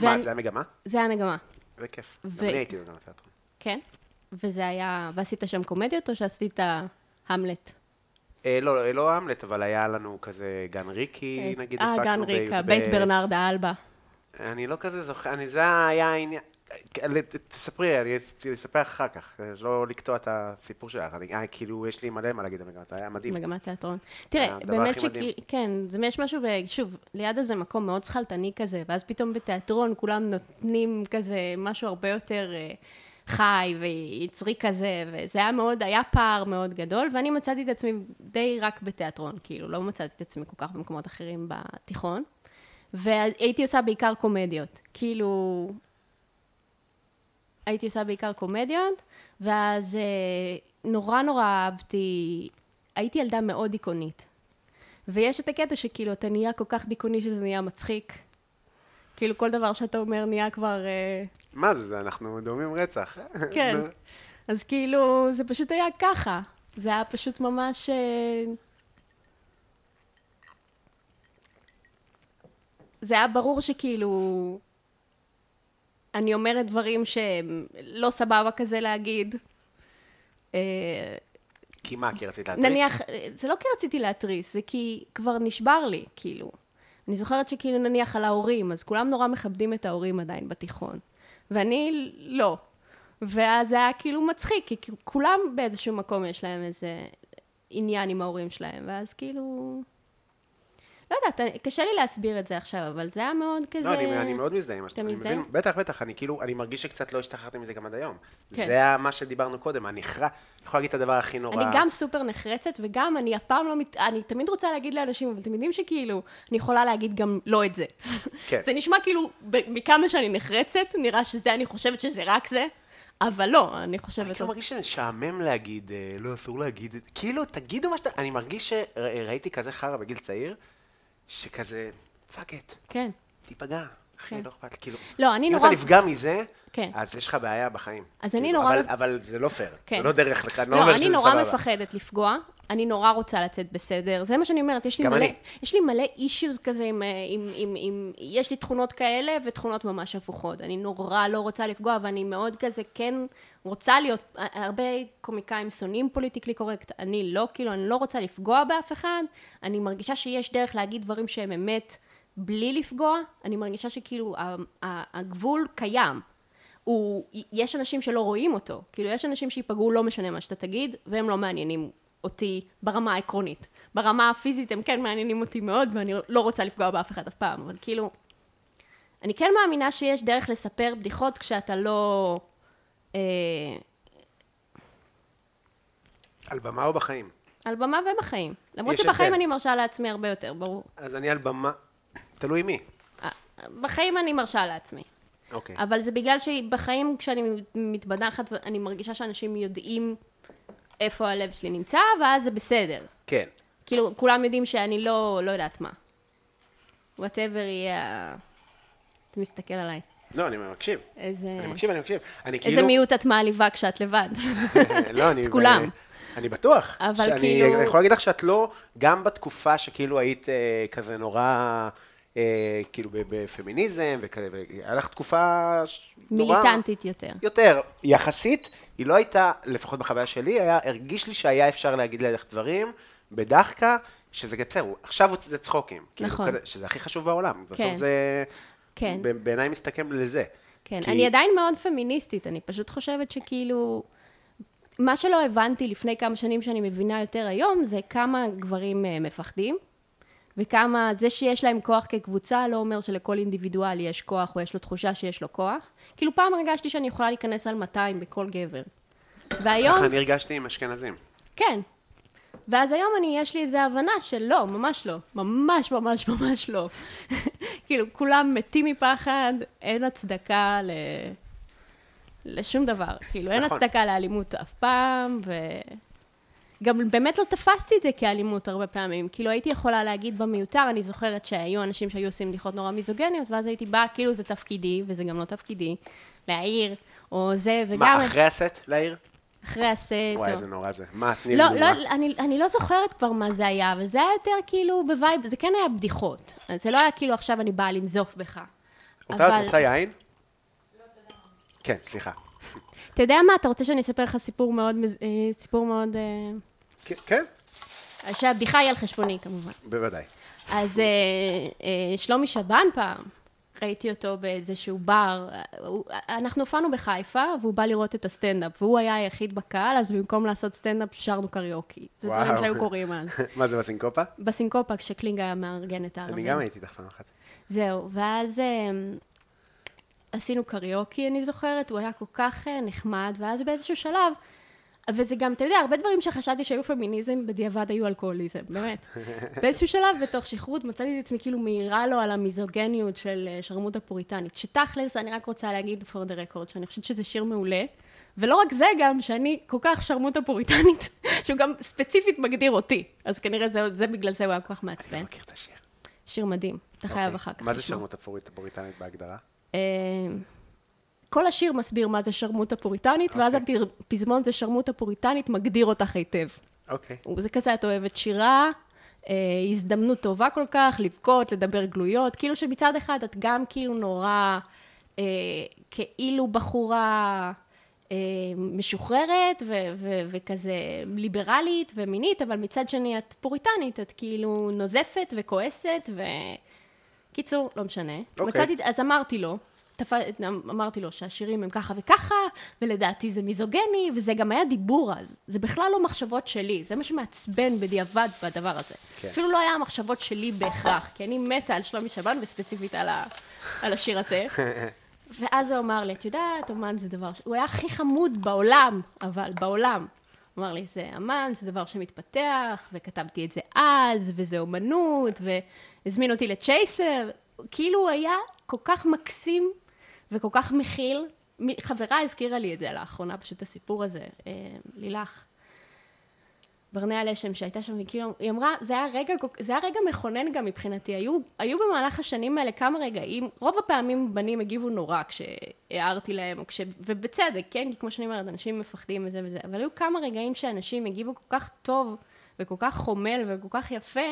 Speaker 3: מה, זה המגמה?
Speaker 2: זה היה מגמה,
Speaker 3: זה כיף.
Speaker 2: ו-
Speaker 3: גם אני הייתי בגן התיאטרון.
Speaker 2: כן. וזה היה, ועשית שם קומדיות, או שעשית המלט?
Speaker 3: אה, לא, אה, לא המלט, אבל היה לנו כזה גן ריקי, נגיד,
Speaker 2: אה,
Speaker 3: הפקנו
Speaker 2: גן ריקה,
Speaker 3: בי"ב.
Speaker 2: בית ברנרדה אלבה.
Speaker 3: אני לא כזה זוכר, אני, זה היה העניין, אה, תספרי, אני אספר אחר כך, כדי לא לקטוע את הסיפור שלך, אני, אה, כאילו, יש לי מלא מה להגיד על מגמת, היה מדהים.
Speaker 2: מגמת תיאטרון. תראה,
Speaker 3: הדבר
Speaker 2: באמת
Speaker 3: הכי מדהים.
Speaker 2: שכי... כן, זה- יש משהו, ב- שוב, ליד איזה מקום מאוד שכלתני כזה, ואז פתאום בתיאטרון כולם נותנים כזה משהו הרבה יותר אה, חי ויצרי כזה, וזה היה מאוד, היה פער מאוד גדול, ואני מצאתי את עצמי די רק בתיאטרון, כאילו, לא מצאתי את עצמי כל כך במקומות אחרים בתיכון. והייתי עושה בעיקר קומדיות, כאילו, הייתי עושה בעיקר קומדיות, ואז אה, נורא נורא אהבתי, הייתי ילדה מאוד דיכאונית. ויש את הקטע שכאילו אתה נהיה כל כך דיכאוני שזה נהיה מצחיק. כאילו כל דבר שאתה אומר נהיה כבר... אה,
Speaker 3: מה זה, זה, אנחנו דומים רצח.
Speaker 2: כן.
Speaker 3: נו,
Speaker 2: אז כאילו, זה פשוט היה ככה. זה היה פשוט ממש... אה, זה היה ברור שכאילו... אני אומרת דברים שהם לא סבבה כזה להגיד. אה,
Speaker 3: כי מה, כי רצית להתריס?
Speaker 2: נניח, זה לא כי רציתי להתריס, זה כי כבר נשבר לי, כאילו. אני זוכרת שכאילו נניח על ההורים, אז כולם נורא מכבדים את ההורים עדיין בתיכון. ואני לא. ואז זה היה כאילו מצחיק, כי כאילו כולם באיזשהו מקום יש להם איזה עניין עם ההורים שלהם, ואז כאילו... לא יודעת, קשה לי להסביר את זה עכשיו, אבל זה היה מאוד כזה...
Speaker 3: לא, אני, אני מאוד מזדהה עם מה
Speaker 2: אתה
Speaker 3: שאתה אני
Speaker 2: מזדהה?
Speaker 3: מבין- בטח, בטח, אני כאילו, אני מרגיש שקצת לא השתחררתי מזה גם עד היום.
Speaker 2: כן.
Speaker 3: זה ה- מה שדיברנו קודם, הנחרע, אני יכול להגיד את הדבר הכי נורא.
Speaker 2: אני גם סופר נחרצת, וגם אני אף פעם לא מת... אני תמיד רוצה להגיד לאנשים, אבל אתם יודעים שכאילו, אני יכולה להגיד גם לא את זה.
Speaker 3: כן.
Speaker 2: זה נשמע כאילו, ב- מכמה שאני נחרצת, נראה שזה, אני חושבת שזה רק זה, אבל לא, אני
Speaker 3: אני
Speaker 2: חושבת...
Speaker 3: כאילו
Speaker 2: לא.
Speaker 3: מרגיש שמשעמם להגיד, אה, לא, אסור להגיד, את- כאילו, תגידו מה שאתה... אני מרגיש שראיתי כזה חרא בגיל צעיר, שכזה, פאק את,
Speaker 2: כן.
Speaker 3: תיפגע. אחי,
Speaker 2: כן.
Speaker 3: לא אכפת, לי, כאילו...
Speaker 2: לא, אני
Speaker 3: אם
Speaker 2: נורא...
Speaker 3: אתה נפגע מזה,
Speaker 2: כן.
Speaker 3: אז יש לך בעיה בחיים.
Speaker 2: אז אני
Speaker 3: כאילו,
Speaker 2: נורא-
Speaker 3: אבל- אבל זה לא פייר, זה
Speaker 2: כן.
Speaker 3: לא דרך לך, אני לא אומר
Speaker 2: לא,
Speaker 3: שזה
Speaker 2: אני
Speaker 3: סבבה.
Speaker 2: נורא מפחדת לפגוע. אני נורא רוצה לצאת בסדר, זה מה שאני אומרת, יש לי
Speaker 3: גם
Speaker 2: מלא,
Speaker 3: אני.
Speaker 2: יש לי מלא אישיוז כזה עם, אה, עם, עם, עם, יש לי תכונות כאלה ותכונות ממש הפוכות. אני נורא לא רוצה לפגוע, ואני מאוד כזה כן רוצה להיות, הרבה קומיקאים שונאים פוליטיקלי קורקט, אני לא, כאילו, אני לא רוצה לפגוע באף אחד, אני מרגישה שיש דרך להגיד דברים שהם אמת בלי לפגוע, אני מרגישה שכאילו ה- ה- הגבול קיים. הוא, יש אנשים שלא רואים אותו, כאילו יש אנשים שייפגעו לא משנה מה שאתה תגיד, והם לא מעניינים אותי ברמה העקרונית. ברמה הפיזית הם כן מעניינים אותי מאוד, ואני לא רוצה לפגוע באף אחד אף פעם, אבל כאילו, אני כן מאמינה שיש דרך לספר בדיחות כשאתה לא... אה,
Speaker 5: על במה או בחיים?
Speaker 2: על במה ובחיים. למרות
Speaker 5: יש
Speaker 2: שבחיים
Speaker 5: הבדל.
Speaker 2: אני מרשה לעצמי הרבה יותר, ברור.
Speaker 5: אז אני על במה... תלוי מי.
Speaker 2: אה, בחיים אני מרשה לעצמי.
Speaker 5: אוקיי.
Speaker 2: אבל זה בגלל שבחיים, כשאני מתבדחת, אני מרגישה שאנשים יודעים איפה הלב שלי נמצא, ואז זה בסדר.
Speaker 5: כן.
Speaker 2: כאילו, כולם יודעים שאני לא, לא יודעת מה. וואטאבר יהיה ה... אתה מסתכל עליי.
Speaker 5: לא, אני מקשיב.
Speaker 2: איזה...
Speaker 5: אני מקשיב, אני מקשיב. אני כאילו...
Speaker 2: איזה מיעוט את מעליבה כשאת לבד.
Speaker 5: לא, אני...
Speaker 2: את כולם.
Speaker 5: אני בטוח.
Speaker 2: אבל
Speaker 5: שאני
Speaker 2: כאילו-
Speaker 5: אני יכול להגיד לך שאת לא, גם בתקופה שכאילו היית אה, כזה נורא, אה, כאילו ב- בפמיניזם וכזה, והיה לך תקופה ש- נורא...
Speaker 2: מיליטנטית יותר.
Speaker 5: יותר. יחסית, היא לא הייתה, לפחות בחוויה שלי, היה, הרגיש לי שהיה אפשר להגיד לך דברים בדחקה, שזה גם בסדר, עכשיו זה צחוקים. כאילו,
Speaker 2: נכון.
Speaker 5: כזה, שזה הכי חשוב בעולם.
Speaker 2: כן.
Speaker 5: בסוף זה...
Speaker 2: כן.
Speaker 5: ב- בעיניי מסתכם לזה.
Speaker 2: כן,
Speaker 5: כי-
Speaker 2: אני עדיין מאוד פמיניסטית, אני פשוט חושבת שכאילו... מה שלא הבנתי לפני כמה שנים שאני מבינה יותר היום, זה כמה גברים אה, מפחדים, וכמה זה שיש להם כוח כקבוצה לא אומר שלכל אינדיבידואל יש כוח, או יש לו תחושה שיש לו כוח. כאילו פעם הרגשתי שאני יכולה להיכנס על 200 בכל גבר. והיום...
Speaker 5: ככה אני הרגשתי עם אשכנזים.
Speaker 2: כן. ואז היום אני, יש לי איזו הבנה שלא, ממש לא. ממש ממש ממש לא. כאילו, כולם מתים מפחד, אין הצדקה ל... לשום דבר. כאילו, אין
Speaker 5: נכון.
Speaker 2: הצדקה לאלימות אף פעם, ו... גם באמת לא תפסתי את זה כאלימות הרבה פעמים. כאילו, הייתי יכולה להגיד במיותר, אני זוכרת שהיו אנשים שהיו עושים בדיחות נורא מיזוגניות, ואז הייתי באה, כאילו, זה תפקידי, וזה גם לא תפקידי, להעיר, או זה, וגם...
Speaker 5: מה, אחרי הסט לעיר?
Speaker 2: אחרי הסט,
Speaker 5: וואי,
Speaker 2: או-
Speaker 5: איזה נורא זה. מה, תני לי
Speaker 2: לא,
Speaker 5: דוגמה.
Speaker 2: לא, אני, אני לא זוכרת כבר מה זה היה, אבל זה היה יותר כאילו בווייב, זה כן היה בדיחות. אז זה לא היה כאילו עכשיו אני באה לנזוף בך.
Speaker 5: אותה את רוצה יין? לא, תודה. כן, סליחה.
Speaker 2: אתה יודע מה, אתה רוצה שאני אספר לך סיפור מאוד, מז- אה, סיפור מאוד... אה,
Speaker 5: כן, כן,
Speaker 2: שהבדיחה היא על חשבוני כמובן.
Speaker 5: בוודאי.
Speaker 2: אז אה, אה, שלומי שבן פעם, ראיתי אותו באיזשהו בר, אה, הוא- אנחנו הופענו בחיפה, והוא בא לראות את הסטנדאפ, והוא היה היחיד בקהל, אז במקום לעשות סטנדאפ שרנו קריוקי. זה דברים
Speaker 5: וואו.
Speaker 2: שהיו קורים אז.
Speaker 5: מה זה בסינקופה?
Speaker 2: בסינקופה, כשקלינג היה מארגן את הערבים.
Speaker 5: אני גם הייתי איתך פעם אחת.
Speaker 2: כן. זהו, ואז אמ, עשינו קריוקי, אני זוכרת, הוא היה כל כך אה, נחמד, ואז באיזשהו שלב, וזה גם, אתה יודע, הרבה דברים שחשבתי שהיו פמיניזם, בדיעבד היו אלכוהוליזם, באמת. באיזשהו שלב, בתוך שכרות, מצאתי את עצמי כאילו מעירה לו על המיזוגניות של אה, שרמוטה פוריטנית, שתכלס, אני רק רוצה להגיד for the record, שאני חושבת שזה שיר מעולה. ולא רק זה גם, שאני כל כך שרמוטה פוריטנית, שהוא גם ספציפית מגדיר אותי. אז כנראה זה, זה בגלל זה הוא היה כל כך מעצבן.
Speaker 5: אני לא מכיר את השיר.
Speaker 2: שיר מדהים, אתה חייב
Speaker 5: אוקיי.
Speaker 2: אחר כך
Speaker 5: מה זה
Speaker 2: לשמוע.
Speaker 5: שרמוט הפוריטנית בהגדרה?
Speaker 2: אה, כל השיר מסביר מה זה שרמוטה פוריטנית, ואז
Speaker 5: אוקיי.
Speaker 2: הפזמון זה שרמוטה פוריטנית מגדיר אותך היטב.
Speaker 5: אוקיי.
Speaker 2: הוא- זה כזה, את אוהבת שירה, אה, הזדמנות טובה כל כך, לבכות, לדבר גלויות, כאילו שמצד אחד את גם כאילו נורא, אה, כאילו בחורה אה, משוחררת ו- ו- וכזה ליברלית ומינית, אבל מצד שני את פוריטנית, את כאילו נוזפת וכועסת ו... קיצור, לא משנה. Okay.
Speaker 5: אוקיי.
Speaker 2: מצאתי, אז אמרתי לו, תפ... אמרתי לו שהשירים הם ככה וככה, ולדעתי זה מיזוגני, וזה גם היה דיבור אז. זה בכלל לא מחשבות שלי, זה מה שמעצבן בדיעבד בדבר הזה.
Speaker 5: כן.
Speaker 2: אפילו לא היה המחשבות שלי בהכרח, כי אני מתה על שלומי שבן, וספציפית על, ה... על השיר הזה. ואז הוא אמר לי, את יודעת, אמן זה דבר, ש-" הוא היה הכי חמוד בעולם, אבל בעולם. הוא אמר לי, זה אמן, זה דבר שמתפתח, וכתבתי את זה אז, וזה אומנות, והזמין אותי לצ'ייסר. כאילו הוא היה כל כך מקסים וכל כך מכיל. מ- חברה הזכירה לי את זה לאחרונה, פשוט את הסיפור הזה, אה, לילך. ברנע לשם שהייתה שם, וכאילו, היא אמרה, זה היה רגע, כל- זה היה רגע מכונן גם מבחינתי. היו, היו במהלך השנים האלה כמה רגעים, רוב הפעמים בנים הגיבו נורא כשהערתי להם, או כש... ובצדק, כן? כי כמו שאני אומרת, אנשים מפחדים וזה וזה, אבל היו כמה רגעים שאנשים הגיבו כל כך טוב, וכל כך חומל, וכל כך יפה,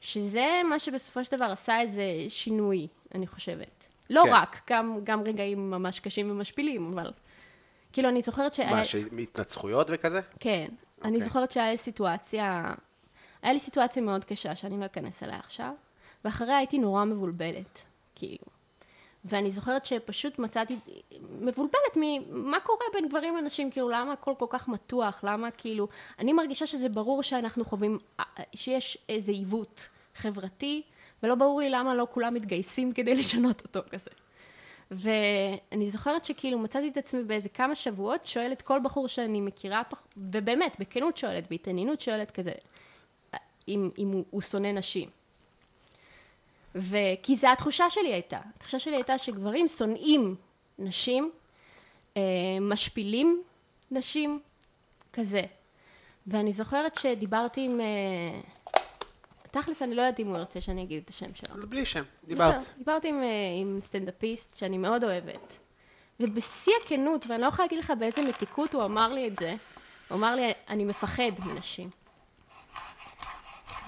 Speaker 2: שזה מה שבסופו של דבר עשה איזה שינוי, אני חושבת. לא
Speaker 5: כן.
Speaker 2: רק, גם, גם רגעים ממש קשים ומשפילים, אבל... כאילו, אני זוכרת ש...
Speaker 5: מה, שהתנצחויות וכזה?
Speaker 2: כן. Okay. אני
Speaker 5: אוקיי.
Speaker 2: זוכרת שהיה לי סיטואציה, היה לי סיטואציה מאוד קשה, שאני לא אכנס אליה עכשיו, ואחריה הייתי נורא מבולבלת, כאילו. ואני זוכרת שפשוט מצאתי, מבולבלת ממה קורה בין גברים לנשים, כאילו, למה הכל כל כך מתוח, למה כאילו, אני מרגישה שזה ברור שאנחנו חווים, אה, שיש איזה עיוות חברתי, ולא ברור לי למה לא כולם מתגייסים כדי לשנות אותו כזה. ואני זוכרת שכאילו מצאתי את עצמי באיזה כמה שבועות, שואלת כל בחור שאני מכירה, פח- ובאמת, בכנות שואלת, בהתעניינות שואלת כזה, אם, אם הוא, הוא שונא נשים. וכי זו התחושה שלי הייתה. התחושה שלי הייתה שגברים שונאים נשים, אה, משפילים נשים, כזה. ואני זוכרת שדיברתי עם... אה, תכלס, אני לא יודעת אם הוא ירצה שאני אגיד את השם שלו.
Speaker 5: בלי שם, דיברת.
Speaker 2: בסדר, דיברתי עם, אה, עם סטנדאפיסט שאני מאוד אוהבת. ובשיא הכנות, ואני לא יכולה להגיד לך באיזה מתיקות הוא אמר לי את זה, הוא אמר לי, אני מפחד מנשים.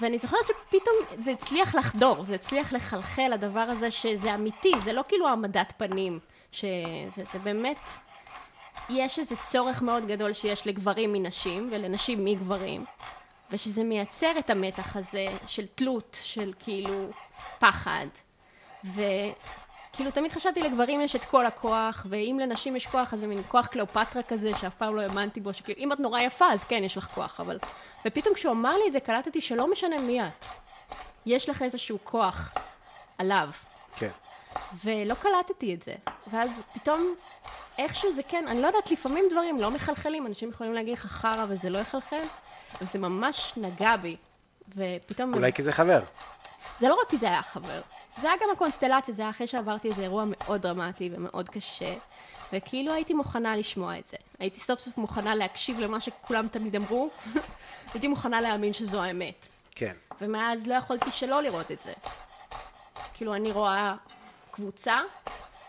Speaker 2: ואני זוכרת שפתאום זה הצליח לחדור, זה הצליח לחלחל הדבר הזה שזה אמיתי, זה לא כאילו העמדת פנים, שזה זה באמת, יש איזה צורך מאוד גדול שיש לגברים מנשים ולנשים מגברים, ושזה מייצר את המתח הזה של תלות, של כאילו פחד. וכאילו תמיד חשבתי לגברים יש את כל הכוח, ואם לנשים יש כוח אז זה מין כוח קליאופטרה כזה שאף פעם לא האמנתי בו, שכאילו אם את נורא יפה אז כן יש לך כוח, אבל... ופתאום כשהוא אמר לי את זה קלטתי שלא משנה מי את, יש לך איזשהו כוח עליו,
Speaker 5: כן.
Speaker 2: ולא קלטתי את זה. ואז פתאום איכשהו זה כן, אני לא יודעת, לפעמים דברים לא מחלחלים, אנשים יכולים להגיד לך חרא וזה לא יחלחל, אבל זה ממש נגע בי. ופתאום...
Speaker 5: אולי כי זה חבר.
Speaker 2: זה לא רק כי זה היה חבר, זה היה גם הקונסטלציה, זה היה אחרי שעברתי איזה אירוע מאוד דרמטי ומאוד קשה, וכאילו הייתי מוכנה לשמוע את זה. הייתי סוף סוף מוכנה להקשיב למה שכולם תמיד אמרו, הייתי מוכנה להאמין שזו האמת.
Speaker 5: כן.
Speaker 2: ומאז לא יכולתי שלא לראות את זה. כאילו, אני רואה קבוצה,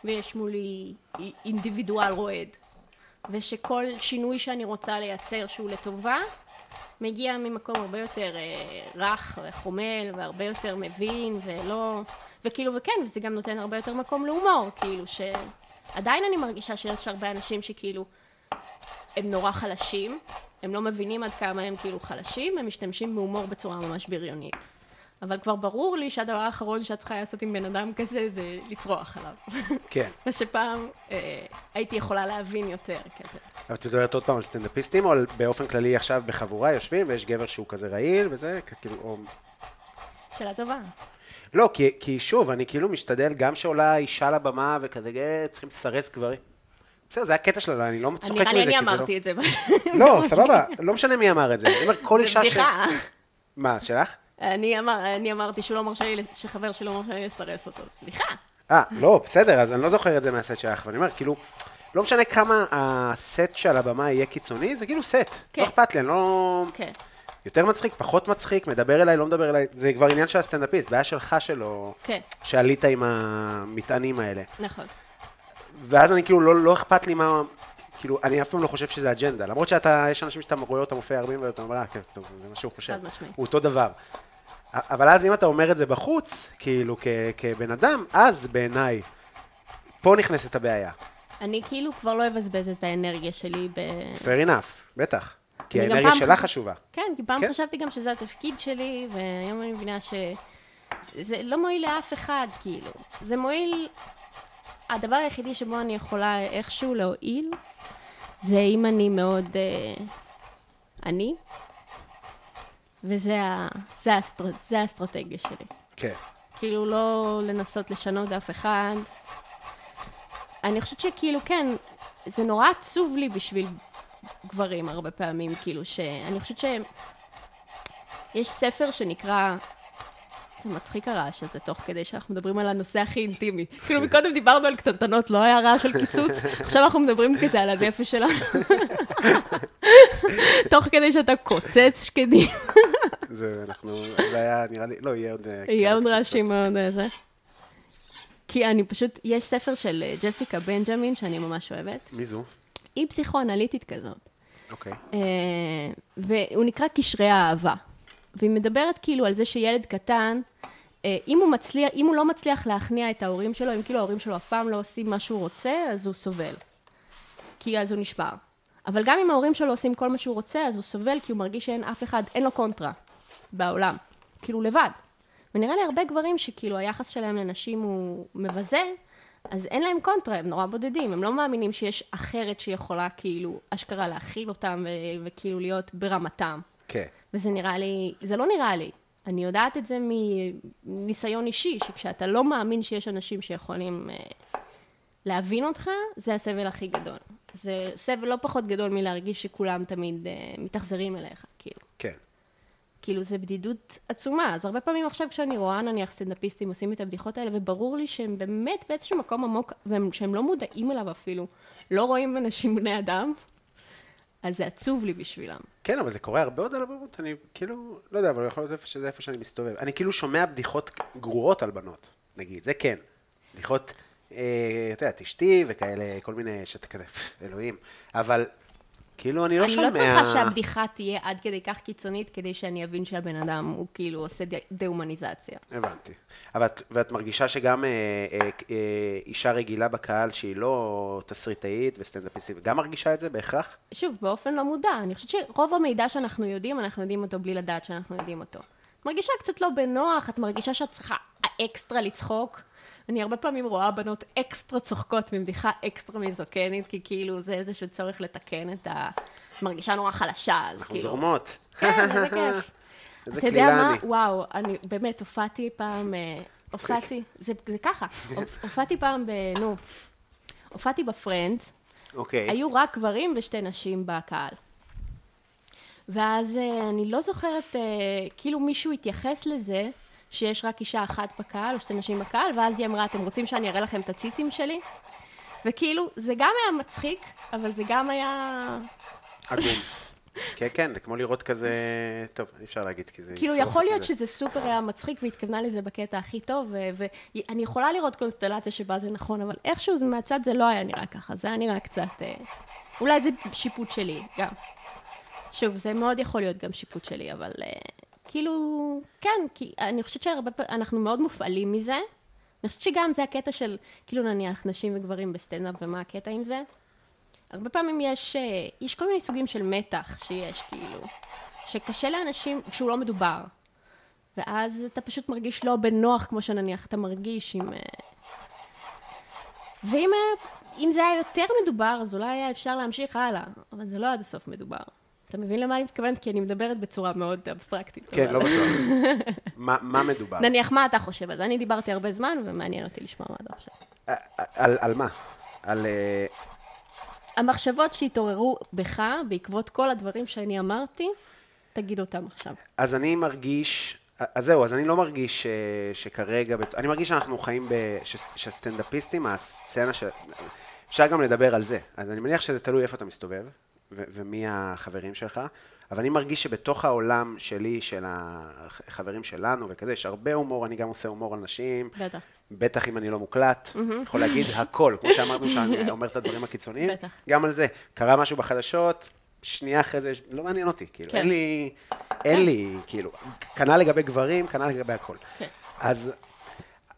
Speaker 2: ויש מולי אי- אינדיבידואל רועד. ושכל שינוי שאני רוצה לייצר שהוא לטובה, מגיע ממקום הרבה יותר אה, רך וחומל, והרבה יותר מבין, ולא... וכאילו, וכן, וזה גם נותן הרבה יותר מקום להומור, כאילו, שעדיין אני מרגישה שיש הרבה אנשים שכאילו, הם נורא חלשים, הם לא מבינים עד כמה הם כאילו חלשים, הם משתמשים בהומור בצורה ממש בריונית. אבל כבר ברור לי שהדבר האחרון שאת צריכה לעשות עם בן אדם כזה זה לצרוח עליו.
Speaker 3: כן.
Speaker 2: מה שפעם אה, הייתי יכולה להבין יותר כזה.
Speaker 3: אבל את מדברת עוד פעם על סטנדאפיסטים, או על- באופן כללי עכשיו בחבורה יושבים ויש גבר שהוא כזה רעיל וזה, כ- כאילו, או...
Speaker 2: שאלה טובה.
Speaker 3: לא, כי, כי שוב, אני כאילו משתדל, גם שעולה אישה לבמה וכזה, "אה, צריכים לסרס גברים. בסדר, זה הקטע שלה, אני לא צוחק מזה,
Speaker 2: נראה לי אני
Speaker 3: כי זה לא-
Speaker 2: אמרתי את זה.
Speaker 3: לא, סבבה, לא משנה מי אמר את זה. אני אומר, כל
Speaker 2: זה
Speaker 3: אישה ש...
Speaker 2: בדיחה.
Speaker 3: מה, שלך?
Speaker 2: אני אמר- אני אמרתי שהוא לא מרשה לי, לס- שחבר שלי לא מרשה לי לסרס אותו, אז בדיחה.
Speaker 3: אה, לא, בסדר, אז אני לא זוכר את זה מהסט שלך, אבל אני אומר, כאילו, לא משנה כמה הסט של הבמה יהיה קיצוני, זה כאילו סט.
Speaker 2: כן.
Speaker 3: לא אכפת לי, אני לא...
Speaker 2: כן.
Speaker 3: יותר מצחיק, פחות מצחיק, מדבר אליי, לא מדבר אליי, זה כבר עניין של הסטנדאפיסט, בעיה שלך שלא...
Speaker 2: כן.
Speaker 3: שעלית עם המטענים האלה.
Speaker 2: נכון.
Speaker 3: כן. ואז אני כאילו, לא, לא אכפת לי מה... כאילו, אני אף פעם לא חושב שזה אג'נדה. למרות שאתה, יש אנשים שאתה רואה אותם מופיע 40 ואתה אומר, אה, כן, טוב, זה מה שהוא חושב.
Speaker 2: חד משמעית.
Speaker 3: הוא אותו דבר. א- אבל אז אם אתה אומר את זה בחוץ, כאילו, כ, כבן אדם, אז בעיניי, פה נכנסת הבעיה.
Speaker 2: אני כאילו כבר לא אבזבז את האנרגיה שלי ב...
Speaker 3: Fair enough, בטח. כי
Speaker 2: אני גם
Speaker 3: האנרגיה
Speaker 2: פעם
Speaker 3: שלך
Speaker 2: חש-
Speaker 3: חשובה.
Speaker 2: כן, כי פעם
Speaker 3: כן.
Speaker 2: חשבתי גם שזה התפקיד שלי, והיום אני מבינה ש... זה לא מועיל לאף אחד, כאילו. זה מועיל... הדבר היחידי שבו אני יכולה איכשהו להועיל, זה אם אני מאוד אה, אני, וזה ה... זה האסטר... זה האסטרטגיה שלי.
Speaker 3: כן.
Speaker 2: כאילו לא לנסות לשנות אף אחד. אני חושבת שכאילו כן, זה נורא עצוב לי בשביל גברים הרבה פעמים, כאילו ש... אני חושבת ש... יש ספר שנקרא... זה מצחיק הרעש הזה, תוך כדי שאנחנו מדברים על הנושא הכי אינטימי. כאילו מקודם דיברנו על קטנטנות, לא היה רעש של קיצוץ, עכשיו אנחנו מדברים כזה על הנפש שלנו. תוך כדי שאתה קוצץ שקדים.
Speaker 3: זה, אנחנו, זה היה, נראה לי, לא, יהיה עוד... אה,
Speaker 2: יהיה
Speaker 3: כמה
Speaker 2: עוד
Speaker 3: קצת.
Speaker 2: רעשים מאוד איזה. כי אני פשוט, יש ספר של אה, ג'סיקה בנג'מין, שאני ממש אוהבת.
Speaker 3: מי זו?
Speaker 2: היא פסיכואנליטית כזאת.
Speaker 3: אוקיי.
Speaker 2: אה, והוא נקרא קשרי האהבה. והיא מדברת כאילו על זה שילד קטן, אה, אם הוא, מצליח, אם הוא לא מצליח להכניע את ההורים שלו, אם כאילו ההורים שלו אף פעם לא עושים מה שהוא רוצה, אז הוא סובל. כי אז הוא נשבר. אבל גם אם ההורים שלו עושים כל מה שהוא רוצה, אז הוא סובל כי הוא מרגיש שאין אף אחד, אין לו קונטרה בעולם. כאילו, לבד. ונראה לי הרבה גברים שכאילו היחס שלהם לנשים הוא מבזה, אז אין להם קונטרה, הם נורא בודדים, הם לא מאמינים שיש אחרת שיכולה כאילו אשכרה להכיל אותם ו- וכאילו להיות ברמתם.
Speaker 3: כן.
Speaker 2: וזה נראה לי, זה לא נראה לי. אני יודעת את זה מניסיון אישי, שכשאתה לא מאמין שיש אנשים שיכולים אה, להבין אותך, זה הסבל הכי גדול. זה סבל לא פחות גדול מלהרגיש שכולם תמיד אה, מתאכזרים אליך, כאילו.
Speaker 3: כן.
Speaker 2: כאילו, זה בדידות עצומה. אז הרבה פעמים עכשיו כשאני רואה, נניח, סטנדאפיסטים עושים את הבדיחות האלה, וברור לי שהם באמת באיזשהו מקום עמוק, והם- שהם לא מודעים אליו אפילו, לא רואים אנשים בני אדם, אז זה עצוב לי בשבילם.
Speaker 3: כן, אבל זה קורה הרבה עוד על הבמות, אני כאילו, לא יודע, אבל יכול להיות איפה שזה איפה שאני מסתובב. אני כאילו שומע בדיחות גרועות על בנות, נגיד, זה כן. בדיחות, אה, אתה יודע, אשתי וכאלה, כל מיני, שאתה כזה, "פפ, אלוהים. אבל, כאילו, אני לא
Speaker 2: אני
Speaker 3: שומע...
Speaker 2: לא צריכה שהבדיחה תהיה עד כדי כך קיצונית, כדי שאני אבין שהבן אדם הוא כאילו עושה דה- דה-הומניזציה.
Speaker 3: הבנתי. אבל את, ואת מרגישה שגם אה, אה, אה, אישה רגילה בקהל שהיא לא תסריטאית וסטנדאפיסטית, גם מרגישה את זה בהכרח?
Speaker 2: שוב, באופן לא מודע. אני חושבת שרוב המידע שאנחנו יודעים, אנחנו יודעים אותו בלי לדעת שאנחנו יודעים אותו. את מרגישה קצת לא בנוח, את מרגישה שאת צריכה אקסטרה לצחוק. אני הרבה פעמים רואה בנות אקסטרה צוחקות מבדיחה אקסטרה מזוקנית, כי כאילו זה איזשהו צורך לתקן את ה... את מרגישה נורא חלשה, אז
Speaker 3: אנחנו
Speaker 2: כאילו...
Speaker 3: זורמות.
Speaker 2: כן, איזה כיף.
Speaker 3: איזה
Speaker 2: אתה יודע
Speaker 3: קלילה
Speaker 2: מה?
Speaker 3: אני.
Speaker 2: וואו, אני באמת הופעתי פעם, אה, הופעתי, זה זה ככה, הופ- הופעתי פעם ב... נו, הופעתי בפרנדס,
Speaker 3: אוקיי.
Speaker 2: היו רק גברים ושתי נשים בקהל. ואז אה, אני לא זוכרת, אה, כאילו מישהו התייחס לזה שיש רק אישה אחת בקהל או שתי נשים בקהל, ואז היא אמרה, אתם רוצים שאני אראה לכם את הציצים שלי? וכאילו, זה גם היה מצחיק, אבל זה גם היה...
Speaker 3: עגום. כן, כן, זה כמו לראות כזה... טוב, אי אפשר להגיד, כי זה...
Speaker 2: כאילו,
Speaker 3: ישרוף
Speaker 2: יכול
Speaker 3: את
Speaker 2: להיות
Speaker 3: זה.
Speaker 2: שזה סופר היה מצחיק והתכוונה לזה בקטע הכי טוב, ו- ואני יכולה לראות קונסטלציה שבה זה נכון, אבל איכשהו זה- מהצד זה לא היה נראה ככה, זה היה נראה קצת... אה, אולי זה שיפוט שלי גם. שוב, זה מאוד יכול להיות גם שיפוט שלי, אבל אה, כאילו, כן, כי אני חושבת שהרבה פעמים, אנחנו מאוד מופעלים מזה. אני חושבת שגם זה הקטע של, כאילו נניח, נשים וגברים בסטנדאפ ומה הקטע עם זה. הרבה פעמים יש, אה, יש כל מיני סוגים של מתח שיש, כאילו, שקשה לאנשים, שהוא לא מדובר. ואז אתה פשוט מרגיש לא בנוח, כמו שנניח אתה מרגיש עם... אה, ואם אה, אם זה היה יותר מדובר, אז אולי היה אפשר להמשיך הלאה, אבל זה לא עד הסוף מדובר. אתה מבין למה אני מתכוונת? כי אני מדברת בצורה מאוד אבסטרקטית.
Speaker 3: כן,
Speaker 2: אבל- אה,
Speaker 3: לא בטוח. מה מה מדובר?
Speaker 2: נניח, מה אתה חושב על זה? אני דיברתי הרבה זמן, ומעניין אותי לשמוע מה אתה חושב.
Speaker 3: על על מה? על... אה,
Speaker 2: המחשבות שהתעוררו בך, בעקבות כל הדברים שאני אמרתי, תגיד אותם עכשיו.
Speaker 3: אז אני מרגיש, אז זהו, אז אני לא מרגיש אה, שכרגע, בת- אני מרגיש שאנחנו חיים, ב, ש, שסטנדאפיסטים, הסצנה של... אפשר גם לדבר על זה. אז אני מניח שזה תלוי איפה אתה מסתובב, ו- ומי החברים שלך, אבל אני מרגיש שבתוך העולם שלי, של החברים שלנו וכזה, יש הרבה הומור, אני גם עושה הומור על נשים.
Speaker 2: בטח.
Speaker 3: בטח אם אני לא מוקלט, יכול להגיד הכל, כמו שאמרנו שאני אומר את הדברים הקיצוניים,
Speaker 2: בטח.
Speaker 3: גם על זה. קרה משהו בחדשות, שנייה אחרי זה, לא מעניין אותי, כאילו,
Speaker 2: כן.
Speaker 3: אין לי, אין לי, כאילו, כנ"ל לגבי גברים, כנ"ל לגבי הכל.
Speaker 2: כן.
Speaker 3: אז,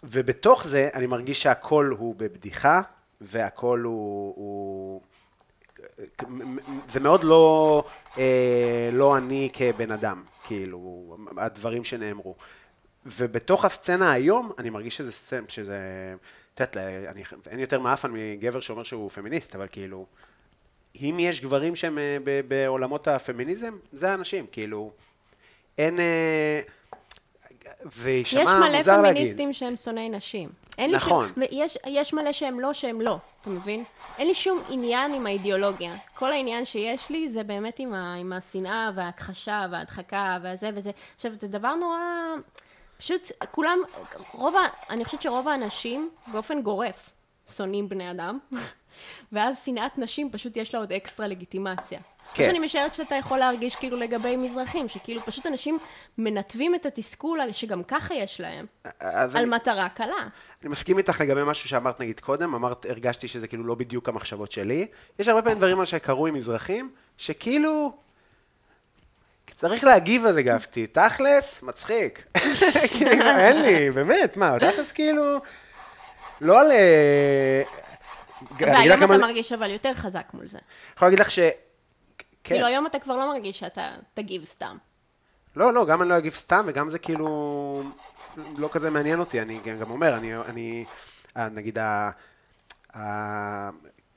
Speaker 3: ובתוך זה, אני מרגיש שהכל הוא בבדיחה, והכל הוא... הוא זה מאוד לא, אה, לא אני כבן אדם, כאילו, הדברים שנאמרו. ובתוך הסצנה היום, אני מרגיש שזה, סצנ- שזה, את יודעת, אני- אין יותר מעפן מגבר שאומר שהוא פמיניסט, אבל כאילו, אם יש גברים שהם אה, ב- בעולמות הפמיניזם, זה האנשים, כאילו, אין... אה, זה יישמע
Speaker 2: יש
Speaker 3: מוזר להגיד.
Speaker 2: מלא פמיניסטים שהם שונאי נשים. אין לי
Speaker 3: נכון.
Speaker 2: שום, ויש, יש מלא שהם לא, שהם לא, אתה מבין? אין לי שום עניין עם האידיאולוגיה. כל העניין שיש לי זה באמת עם, ה, עם השנאה וההכחשה וההדחקה והזה וזה. עכשיו, זה דבר נורא... פשוט כולם, רוב ה... אני חושבת שרוב האנשים באופן גורף שונאים בני אדם, ואז שנאת נשים פשוט יש לה עוד אקסטרה לגיטימציה.
Speaker 3: כן.
Speaker 2: כן. שאני משערת שאתה יכול להרגיש כאילו לגבי מזרחים, שכאילו פשוט אנשים מנתבים את התסכול שגם ככה יש להם,
Speaker 3: אז
Speaker 2: על
Speaker 3: אני-
Speaker 2: מטרה קלה.
Speaker 3: אני מסכים איתך לגבי משהו שאמרת נגיד קודם, אמרת, הרגשתי שזה כאילו לא בדיוק המחשבות שלי. יש הרבה פעמים דברים שקרו עם מזרחים, שכאילו... צריך להגיב על זה גפתי, תכלס, מצחיק. כאילו, אין לי, באמת, מה, תכלס כאילו... לא על... אה, אני אגיד לך
Speaker 2: והיום
Speaker 3: גם
Speaker 2: אתה
Speaker 3: על-
Speaker 2: מרגיש אבל יותר חזק מול זה.
Speaker 3: יכול להגיד לך ש... כן.
Speaker 2: כאילו היום אתה כבר לא מרגיש שאתה תגיב סתם.
Speaker 3: לא, לא, גם אני לא אגיב סתם, וגם זה כאילו לא כזה מעניין אותי, אני גם גם אומר, אני, אני אה, נגיד, ה, ה,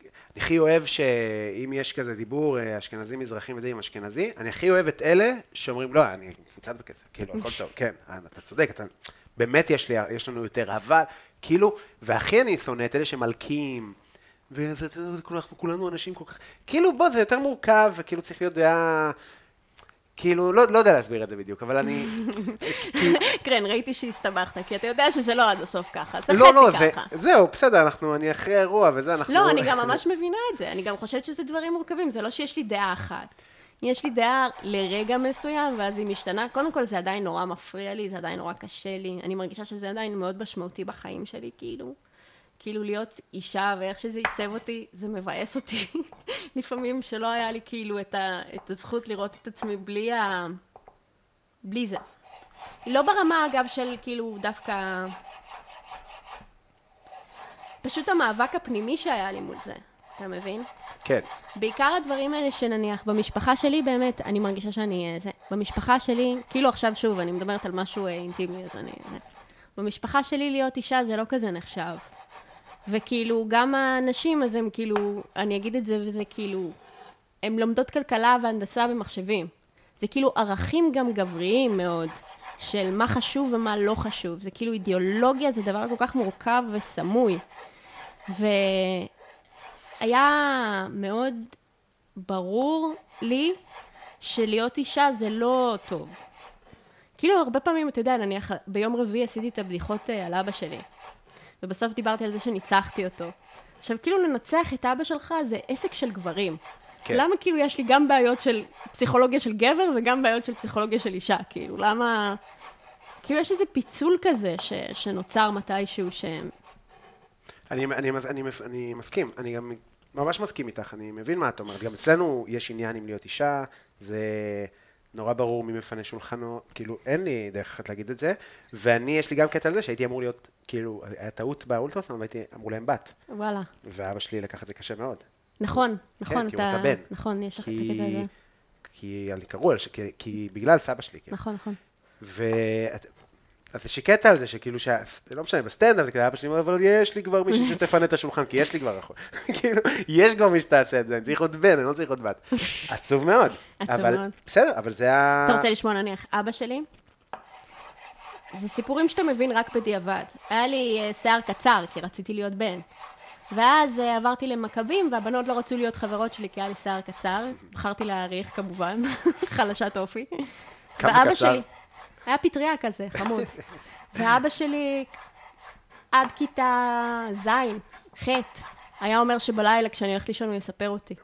Speaker 3: אני הכי אוהב שאם יש כזה דיבור, אה, אשכנזים, מזרחים וזה עם אשכנזי, אני הכי אוהב את אלה שאומרים, לא, אני מפוצץ בכסף, כאילו, הכל טוב, כן, אה, אתה צודק, אתה, באמת יש, לי, יש לנו יותר, אבל כאילו, והכי אני שונא את אלה שמלקים, וזה, זה- זה- אנחנו כולנו אנשים כל כך, כאילו בוא, זה יותר מורכב, וכאילו צריך להיות אה, דעה, כאילו, לא, לא יודע להסביר את זה בדיוק, אבל אני,
Speaker 2: קרן, ראיתי שהסתבכת, כי אתה יודע שזה לא עד הסוף ככה, זה
Speaker 3: לא, לא,
Speaker 2: חצי
Speaker 3: זה,
Speaker 2: ככה.
Speaker 3: זהו, בסדר, אנחנו, אני אחרי אירוע וזה, אנחנו...
Speaker 2: לא, אני גם ממש מבינה את זה. אני גם חושבת שזה דברים מורכבים, זה לא שיש לי דעה אחת. יש לי דעה לרגע מסוים, ואז היא משתנה. קודם כל, זה עדיין נורא מפריע לי, זה עדיין נורא קשה לי. אני מרגישה שזה עדיין מאוד משמעותי בחיים שלי, כאילו. כאילו להיות אישה ואיך שזה עיצב אותי, זה מבאס אותי. לפעמים שלא היה לי כאילו את, ה, את הזכות לראות את עצמי בלי ה... בלי זה. לא ברמה, אגב, של כאילו דווקא... פשוט המאבק הפנימי שהיה לי מול זה, אתה מבין?
Speaker 3: כן,
Speaker 2: בעיקר הדברים האלה שנניח, במשפחה שלי באמת, אני מרגישה שאני אה, זה. במשפחה שלי, כאילו עכשיו שוב, אני מדברת על משהו אה, אינטימי, אז אני... זה. במשפחה שלי להיות אישה זה לא כזה נחשב. וכאילו, גם הנשים, אז הם כאילו, אני אגיד את זה וזה כאילו, הן לומדות כלכלה והנדסה ומחשבים. זה כאילו ערכים גם גבריים מאוד, של מה חשוב ומה לא חשוב. זה כאילו אידיאולוגיה, זה דבר כל כך מורכב וסמוי. והיה מאוד ברור לי שלהיות אישה זה לא טוב. כאילו הרבה פעמים, אתה יודע, נניח ביום רביעי עשיתי את הבדיחות אה, על אבא שלי, ובסוף דיברתי על זה שניצחתי אותו. עכשיו, כאילו לנצח את אבא שלך זה עסק של גברים.
Speaker 3: כן.
Speaker 2: כן. למה כאילו יש לי גם בעיות של פסיכולוגיה של גבר וגם בעיות של פסיכולוגיה של אישה? כאילו, למה... כאילו יש איזה פיצול כזה ש... שנוצר מתישהו שהם...
Speaker 3: אני, אני, אני, אני, אני מסכים, אני גם ממש מסכים איתך, אני מבין מה את אומרת. גם אצלנו יש עניין עם להיות אישה, זה נורא ברור מי מפנה שולחנו, כאילו אין לי דרך אחת להגיד את זה, ואני, יש לי גם קטע על זה שהייתי אמור להיות, כאילו, היה טעות באולטרסאונד והייתי אמור להם בת,
Speaker 2: וואלה.
Speaker 3: ואבא שלי לקח את זה קשה מאוד. כן,
Speaker 2: נכון, נכון,
Speaker 3: כי
Speaker 2: אתה...
Speaker 3: הוא רצה בן.
Speaker 2: נכון, יש לך את
Speaker 3: כי-
Speaker 2: הקטע הזה.
Speaker 3: כי אני קרוא, על ש- כי, כי בגלל סבא שלי, כאילו.
Speaker 2: נכון, נכון.
Speaker 3: ו... אז יש לי קטע על זה שכאילו, שה... זה לא משנה, בסטנדאפ זה כזה, אבא שלי אומר, אבל יש לי כבר מישהי שתפנה את השולחן, כי יש לי כבר אחות. כאילו, יש כבר מי שתעשה את זה, אני צריך עוד בן, אני לא צריך עוד בת. עצוב מאוד.
Speaker 2: עצוב
Speaker 3: אבל...
Speaker 2: מאוד.
Speaker 3: בסדר, אבל זה ה...
Speaker 2: אתה רוצה לשמוע נניח אבא שלי? זה סיפורים שאתה מבין רק בדיעבד. היה לי אה, שיער קצר, כי רציתי להיות בן. ואז אה, עברתי למכבים, והבנות לא רצו להיות חברות שלי, כי היה לי שיער קצר. בחרתי להאריך, כמובן, חלשת אופי.
Speaker 3: כמה
Speaker 2: ואבא
Speaker 3: קצר?
Speaker 2: שלי, היה פטריה כזה, חמוד. ואבא שלי, עד כיתה ז', ח', היה אומר שבלילה כשאני הולכת לישון הוא יספר אותי.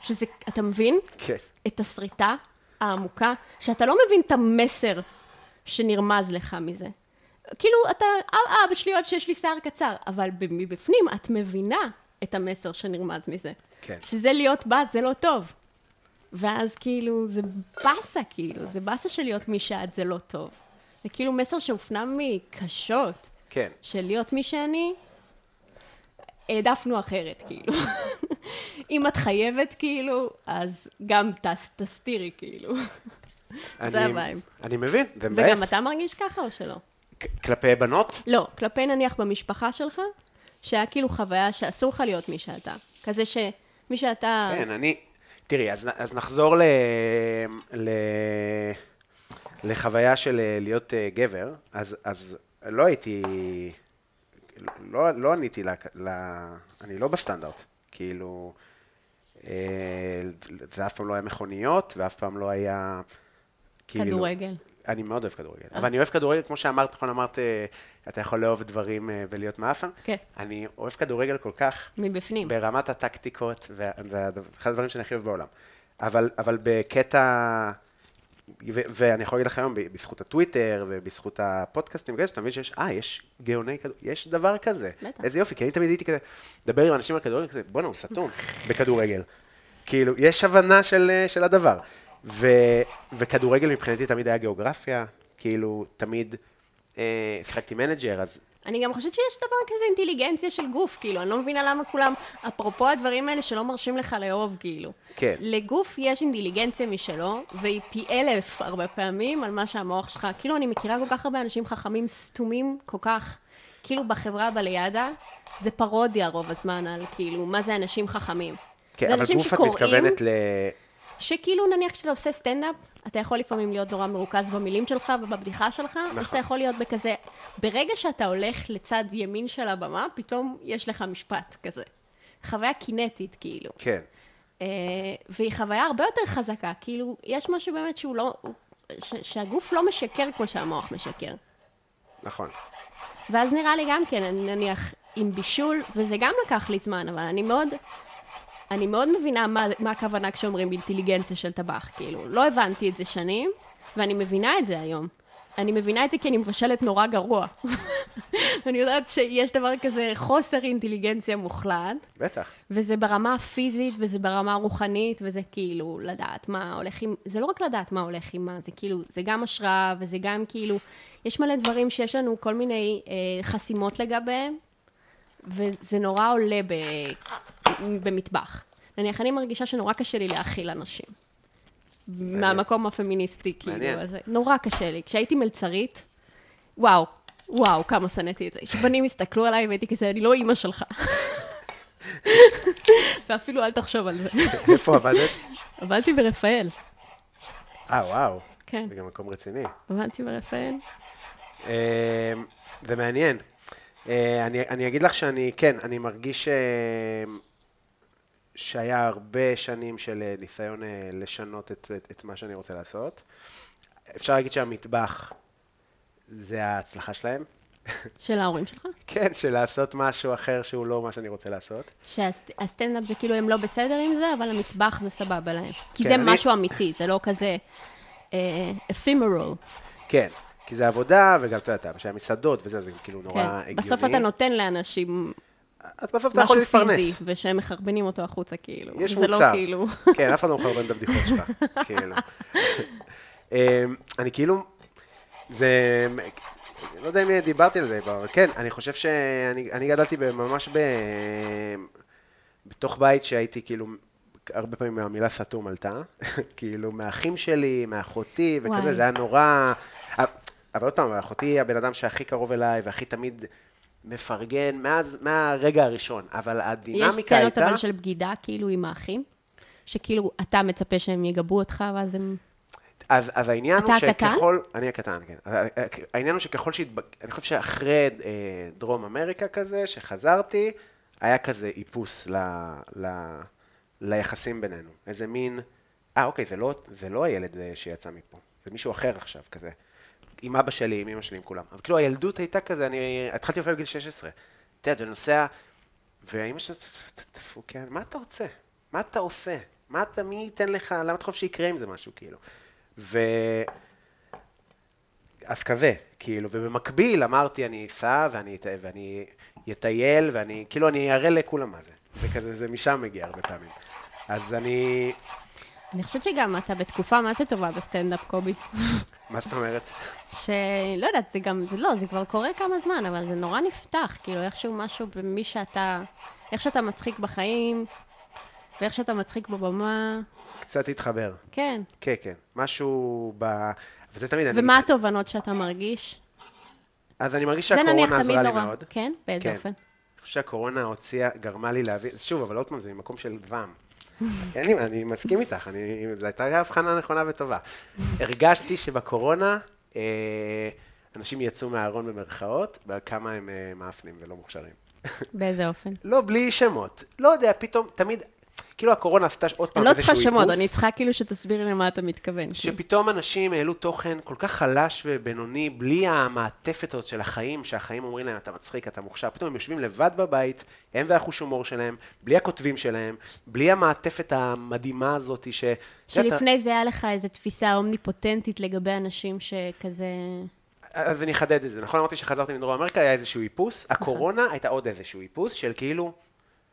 Speaker 2: שזה, אתה מבין?
Speaker 3: כן.
Speaker 2: את הסריטה העמוקה, שאתה לא מבין את המסר שנרמז לך מזה. כאילו, אתה, "אה, אבא שלי אוהב שיש לי שיער קצר, אבל מבפנים את מבינה את המסר שנרמז מזה.
Speaker 3: כן.
Speaker 2: שזה להיות בת, זה לא טוב. ואז כאילו, זה באסה, כאילו, זה באסה של להיות מי שאת, זה לא טוב. זה כאילו מסר שהופנם מקשות,
Speaker 3: כן.
Speaker 2: של להיות מי שאני, העדפנו אחרת, כאילו. אם את חייבת, כאילו, אז גם תס, תסתירי, כאילו. זה
Speaker 3: אני-
Speaker 2: הווייב.
Speaker 3: אני מבין, זה מבאס.
Speaker 2: וגם אתה מרגיש ככה או שלא?
Speaker 3: ק- כלפי בנות?
Speaker 2: לא, כלפי נניח במשפחה שלך, שהיה כאילו חוויה שאסור לך להיות מי שאתה. כזה שמי שאתה...
Speaker 3: כן, אני... תראי, אז, נ- אז נחזור ל, ל, לחוויה של אה, להיות אה, גבר, אז, אז לא הייתי... לא, לא עניתי ל, ל... אני לא בסטנדרט, כאילו... אה, זה אף פעם לא היה מכוניות, ואף פעם לא היה... כאילו,
Speaker 2: כדורגל. אה.
Speaker 3: אני מאוד אוהב כדורגל. אבל אני אוהב כדורגל, כמו שאמרת, נכון אמרת, אה, אתה יכול לאהוב דברים אה, ולהיות מאפן.
Speaker 2: כן.
Speaker 3: אני אוהב כדורגל כל כך,
Speaker 2: מבפנים.
Speaker 3: ברמת הטקטיקות, וה- וה- אחד הדברים שאני הכי אוהב בעולם. אבל, אבל בקטע, ו, ואני יכול להגיד לך היום, ב- בזכות הטוויטר ובזכות הפודקאסטים, וכאלה, שאתה מבין שיש, אה, יש גאוני כדורגל, יש דבר כזה.
Speaker 2: בטח.
Speaker 3: איזה יופי, כי אני תמיד הייתי כזה, מדבר עם אנשים על כדורגל, כזה, בואנה, הוא סתום בכדורגל. כאילו, יש הבנה של, אה, של הדבר. ו, וכדורגל מבחינתי תמיד היה גיאוגרפיה, כאילו, תמיד אה, שיחקתי מנג'ר, אז
Speaker 2: אני גם חושבת שיש דבר כזה אינטליגנציה של גוף, כאילו, אני לא מבינה למה כולם, אפרופו הדברים האלה שלא מרשים לך לאהוב, כאילו.
Speaker 3: כן.
Speaker 2: לגוף יש אינטליגנציה משלו, והיא פי אלף הרבה פעמים על מה שהמוח שלך, כאילו, אני מכירה כל כך הרבה אנשים חכמים סתומים כל כך, כאילו, בחברה בלידה, זה פרודיה רוב הזמן על, כאילו, מה זה אנשים חכמים.
Speaker 3: כן,
Speaker 2: זה
Speaker 3: אבל
Speaker 2: אנשים
Speaker 3: גוף את
Speaker 2: שקוראים-
Speaker 3: מתכוונת ל...
Speaker 2: שכאילו נניח כשאתה עושה סטנדאפ, אתה יכול לפעמים להיות נורא מרוכז במילים שלך ובבדיחה שלך, נכון. או שאתה יכול להיות בכזה, ברגע שאתה הולך לצד ימין של הבמה, פתאום יש לך משפט כזה. חוויה קינטית כאילו.
Speaker 3: כן.
Speaker 2: אה, והיא חוויה הרבה יותר חזקה, כאילו, יש משהו באמת שהוא לא, הוא- ש, שהגוף לא משקר כמו שהמוח משקר.
Speaker 3: נכון.
Speaker 2: ואז נראה לי גם כן, אני נניח, עם בישול, וזה גם לקח לי זמן, אבל אני מאוד, אני מאוד מבינה מה, מה הכוונה כשאומרים אינטליגנציה של טבח, כאילו, לא הבנתי את זה שנים, ואני מבינה את זה היום. אני מבינה את זה כי אני מבשלת נורא גרוע. אני יודעת שיש דבר כזה חוסר אינטליגנציה מוחלט,
Speaker 3: בטח.
Speaker 2: וזה ברמה הפיזית, וזה ברמה הרוחנית, וזה כאילו לדעת מה הולך עם... זה לא רק לדעת מה הולך עם מה, זה כאילו, זה גם השראה, וזה גם כאילו... יש מלא דברים שיש לנו כל מיני אה, חסימות לגביהם, וזה נורא עולה ב, במטבח. נניח, אני מרגישה שנורא קשה לי להאכיל אנשים. מהמקום הפמיניסטי, כאילו.
Speaker 5: מעניין.
Speaker 2: אז, נורא קשה לי. כשהייתי מלצרית, וואו, וואו, כמה שנאתי את זה. כשבנים הסתכלו עליי, והייתי כזה, אני לא אימא שלך. ואפילו אל תחשוב על זה.
Speaker 3: איפה עבדת?
Speaker 2: עבדתי ברפאל,
Speaker 3: אה, וואו.
Speaker 2: כן.
Speaker 3: זה גם מקום רציני.
Speaker 2: עבדתי ברפאל.
Speaker 3: אה, זה מעניין. אה, אני, אני אגיד לך שאני, כן, אני מרגיש אה, שהיה הרבה שנים של אה, ניסיון אה, לשנות את, את, את מה שאני רוצה לעשות. אפשר להגיד שהמטבח זה ההצלחה שלהם.
Speaker 2: של ההורים שלך?
Speaker 3: כן, של לעשות משהו אחר שהוא לא מה שאני רוצה לעשות.
Speaker 2: שהסטנדאפ זה כאילו הם לא בסדר עם זה, אבל המטבח זה סבבה להם. כי
Speaker 3: כן,
Speaker 2: זה
Speaker 3: אני-
Speaker 2: משהו אמיתי, זה לא כזה אה, ephemeral.
Speaker 3: כן, כי זה עבודה, וגם אתה יודע, שהמסעדות וזה, זה כאילו נורא
Speaker 2: כן.
Speaker 3: הגיוני.
Speaker 2: בסוף אתה נותן לאנשים
Speaker 3: אז בסוף אתה יכול
Speaker 2: משהו
Speaker 3: להתפרנס.
Speaker 2: פיזי, ושהם מחרבנים אותו החוצה, כאילו.
Speaker 3: יש
Speaker 2: זה
Speaker 3: מוצר.
Speaker 2: לא כאילו...
Speaker 3: כן, אף אחד לא מחרבן את הבדיחות שלך, כאילו. אמ, אני כאילו, זה, לא יודע אם דיברתי על זה, אבל כן, אני חושב שאני אני גדלתי ממש ב... בתוך בית שהייתי כאילו, הרבה פעמים המילה סתום עלתה, כאילו מהאחים שלי, מאחותי,
Speaker 2: וואי.
Speaker 3: וכזה, זה היה נורא... אבל עוד פעם, אחותי היא הבן אדם שהכי קרוב אליי, והכי תמיד מפרגן, מאז, מהרגע הראשון, אבל הדינמיקה
Speaker 2: יש
Speaker 3: הייתה...
Speaker 2: סצנות אבל של בגידה, כאילו, עם האחים, שכאילו אתה מצפה שהם יגבו אותך, ואז הם...
Speaker 3: אז, אז העניין הוא
Speaker 2: אתה הקטן?
Speaker 3: שככל... אני הקטן, כן. העניין הוא שככל שהתבג... אני חושב שאחרי אה, דרום אמריקה כזה, שחזרתי, היה כזה איפוס ל... ל... ליחסים בינינו. איזה מין... אה, אוקיי, זה לא, זה לא הילד אה, שיצא מפה, זה מישהו אחר עכשיו, כזה. עם אבא שלי, עם אמא שלי, עם כולם. אבל כאילו, הילדות הייתה כזה, אני התחלתי לפעמים בגיל 16. אתה יודע, זה נוסע... והאימא שלה, תפו, כן, מה אתה רוצה? מה אתה עושה? מה אתה, מי ייתן לך, למה אתה חושב שיקרה עם זה משהו, כאילו? ו... אז כזה, כאילו, ובמקביל אמרתי, אני אסע ואני, את- ואני אטייל, ואני, כאילו, אני אראה לכולם מה זה. זה כזה, זה משם מגיע הרבה פעמים. אז אני,
Speaker 2: אני חושבת שגם אתה בתקופה מה זה טובה בסטנדאפ, קובי.
Speaker 3: מה זאת אומרת?
Speaker 2: שלא יודעת, זה גם, זה לא, זה כבר קורה כמה זמן, אבל זה נורא נפתח, כאילו איכשהו משהו במי שאתה, איך שאתה מצחיק בחיים, ואיך שאתה מצחיק בבמה,
Speaker 3: קצת התחבר.
Speaker 2: כן.
Speaker 3: כן, כן. משהו ב... אבל זה תמיד, אני...
Speaker 2: ומה התובנות שאתה מרגיש?
Speaker 3: אז אני מרגיש
Speaker 2: זה נניח
Speaker 3: שהקורונה
Speaker 2: תמיד
Speaker 3: עזרה לי
Speaker 2: נורא.
Speaker 3: מאוד.
Speaker 2: כן? באיזה
Speaker 3: כן.
Speaker 2: אופן?
Speaker 3: אני חושב שהקורונה הוציאה, גרמה לי להבין, שוב, אבל עוד פעם, זה ממקום של ואם. אין לי, אני מסכים איתך, אני, זו הייתה הבחנה נכונה וטובה. הרגשתי שבקורונה, אה, אנשים יצאו מהארון במרכאות, וכמה הם אה, מאפנים ולא מוכשרים.
Speaker 2: באיזה אופן?
Speaker 3: לא, בלי שמות. לא יודע, פתאום, תמיד, כאילו הקורונה עשתה עוד פעם
Speaker 2: אני לא
Speaker 3: איזשהו
Speaker 2: צריכה שמות,
Speaker 3: איפוס.
Speaker 2: אני צריכה כאילו שתסביר לי למה אתה מתכוון. כאילו.
Speaker 3: שפתאום אנשים העלו תוכן כל כך חלש ובינוני, בלי המעטפת הזאת של החיים, שהחיים אומרים להם, אתה מצחיק, אתה מוכשר, פתאום הם יושבים לבד בבית, הם והחוש הומור שלהם, בלי הכותבים שלהם, בלי המעטפת המדהימה הזאת ש... אתה-
Speaker 2: שלפני זה היה לך איזו תפיסה אומניפוטנטית לגבי אנשים שכזה...
Speaker 3: אז אני אחדד את זה, נכון? אמרתי שחזרתי מדרום אמריקה, היה איזשהו איפוס, הקורונה הייתה עוד איזשהו איפוס של כאילו,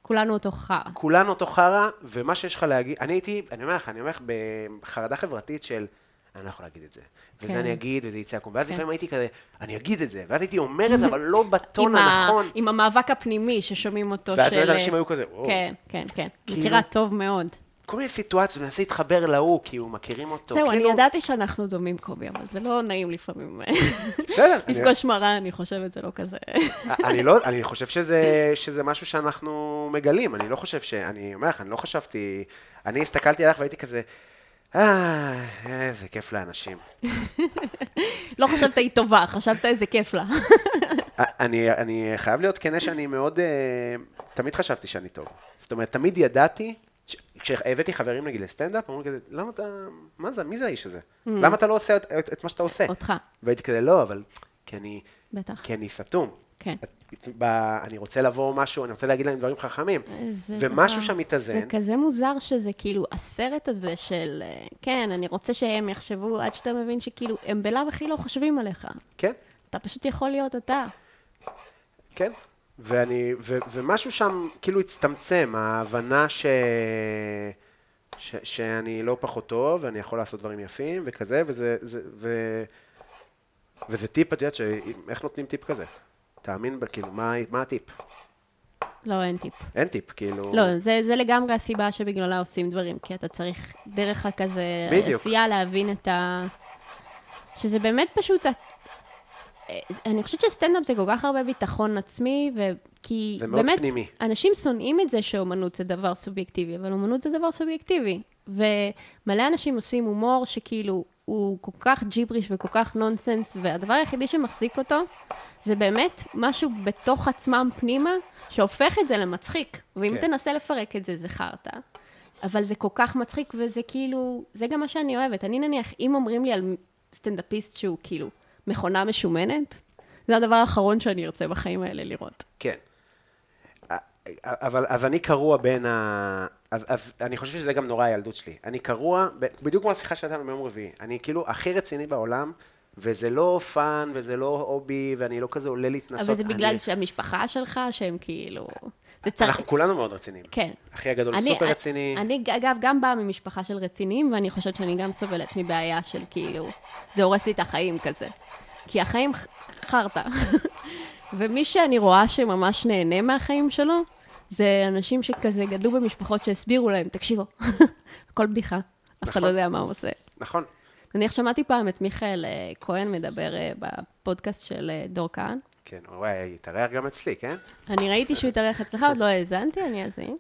Speaker 2: כולנו אותו חרא.
Speaker 3: כולן אותו חרא, ומה שיש לך להגיד, אני הייתי, אני אומר לך, אני אומר לך, בחרדה חברתית של, אני לא יכול להגיד את זה. וזה
Speaker 2: כן.
Speaker 3: אני אגיד, וזה יצא עקום. ואז
Speaker 2: כן.
Speaker 3: לפעמים הייתי כזה, אני אגיד את זה, ואז הייתי אומר את זה, אבל לא
Speaker 2: עם
Speaker 3: בטון
Speaker 2: ה-
Speaker 3: הנכון.
Speaker 2: עם המאבק הפנימי ששומעים אותו של...
Speaker 3: ואז באמת אנשים היו כזה, וואו.
Speaker 2: כן, כן, כן.
Speaker 3: כאילו-
Speaker 2: מכירה טוב מאוד.
Speaker 3: כל מיני סיטואציות, מנסה להתחבר להוא, כי הוא מכירים אותו.
Speaker 2: זהו, אני
Speaker 3: כאילו-
Speaker 2: ידעתי שאנחנו דומים, קובי, אבל זה לא נעים לפעמים.
Speaker 3: בסדר. אני-
Speaker 2: לפגוש מראה, אני חושבת, זה לא כזה.
Speaker 3: אני לא, אני חושב שזה, שזה משהו שאנחנו מגלים, אני לא חושב ש... אני אומר לך, אני לא חשבתי... אני הסתכלתי עליך והייתי כזה, אה, איזה כיף לאנשים.
Speaker 2: לא חשבת היא טובה, חשבת איזה כיף לה.
Speaker 3: א- אה, אני, אני חייב להיות כנה שאני מאוד, אה, תמיד חשבתי שאני טוב. זאת אומרת, תמיד ידעתי, ש- כשהבאתי חברים נגיד לסטנדאפ, אמרו כזה, למה אתה, מה זה, מי זה האיש הזה? למה אתה לא עושה את, את, את מה שאתה עושה?
Speaker 2: Mm. אותך.
Speaker 3: והייתי כזה, לא, אבל כי אני,
Speaker 2: בטח.
Speaker 3: כי אני סתום.
Speaker 2: כן.
Speaker 3: את- ב, אני רוצה לבוא משהו, אני רוצה להגיד להם דברים חכמים.
Speaker 2: זה
Speaker 3: ומשהו
Speaker 2: דבר-
Speaker 3: שם
Speaker 2: זה
Speaker 3: מתאזן,
Speaker 2: כזה מוזר שזה כאילו הסרט הזה של, אה, כן, אני רוצה שהם יחשבו עד שאתה מבין שכאילו, הם בלאו הכי לא חושבים עליך.
Speaker 3: כן,
Speaker 2: אתה פשוט יכול להיות אתה.
Speaker 3: כן. ואני, ו, ומשהו שם כאילו הצטמצם, ההבנה ש, ש, שאני לא פחות טוב, ואני יכול לעשות דברים יפים, וכזה, וזה, זה, ו, וזה טיפ, את יודעת, ש, איך נותנים טיפ כזה? תאמין, ב- כאילו, מה, מה הטיפ?
Speaker 2: לא, אין טיפ.
Speaker 3: אין טיפ, כאילו...
Speaker 2: לא, זה, זה לגמרי הסיבה שבגללה עושים דברים, כי אתה צריך דרך הכזה
Speaker 3: בדיוק.
Speaker 2: עשייה להבין את ה... שזה באמת פשוט... ה- אה, אני חושבת שסטנדאפ זה כל כך הרבה ביטחון עצמי, וכי
Speaker 3: זה מאוד
Speaker 2: באמת,
Speaker 3: פנימי.
Speaker 2: אנשים שונאים את זה שאומנות זה דבר סובייקטיבי, אבל אומנות זה דבר סובייקטיבי. ומלא אנשים עושים הומור שכאילו הוא כל כך ג'יבריש וכל כך נונסנס, והדבר היחידי שמחזיק אותו זה באמת משהו בתוך עצמם פנימה, שהופך את זה למצחיק. ואם
Speaker 3: כן.
Speaker 2: כן. תנסה לפרק את זה, זה חרטא. אבל זה כל כך מצחיק, וזה כאילו, זה גם מה שאני אוהבת. אני נניח, אם אומרים לי על סטנדאפיסט שהוא כאילו מכונה משומנת, זה הדבר האחרון שאני ארצה בחיים האלה לראות.
Speaker 3: כן. א- אבל, אז אני קרוע בין ה... אז, אז אני חושב שזה גם נורא הילדות שלי. אני קרוע, ב- בדיוק כמו השיחה שהייתה לנו ביום רביעי. אני כאילו הכי רציני בעולם, וזה לא פאן, וזה לא הובי, ואני לא כזה עולה להתנסות.
Speaker 2: אבל זה בגלל
Speaker 3: אני,
Speaker 2: שהמשפחה שלך, שהם כאילו... זה צריך...
Speaker 3: אנחנו כולנו מאוד רציניים.
Speaker 2: כן.
Speaker 3: אחי הגדול סופר רציני.
Speaker 2: אני, אגב, גם באה ממשפחה של רציניים, ואני חושבת שאני גם סובלת מבעיה של כאילו, זה הורס לי את החיים כזה. כי החיים ח- חרטא. ומי שאני רואה שממש נהנה מהחיים שלו, זה אנשים שכזה גדלו במשפחות שהסבירו להם, תקשיבו, הכל בדיחה, אף אחד לא
Speaker 3: נכון.
Speaker 2: יודע מה הוא עושה.
Speaker 3: נכון.
Speaker 2: נניח שמעתי פעם את מיכאל אה, כהן מדבר אה, בפודקאסט של אה, דור כהן,
Speaker 3: כן, הוא היה התארח גם אצלי, כן?
Speaker 2: אני ראיתי שהוא התארח אצלך, עוד לא האזנתי, אני אאזין.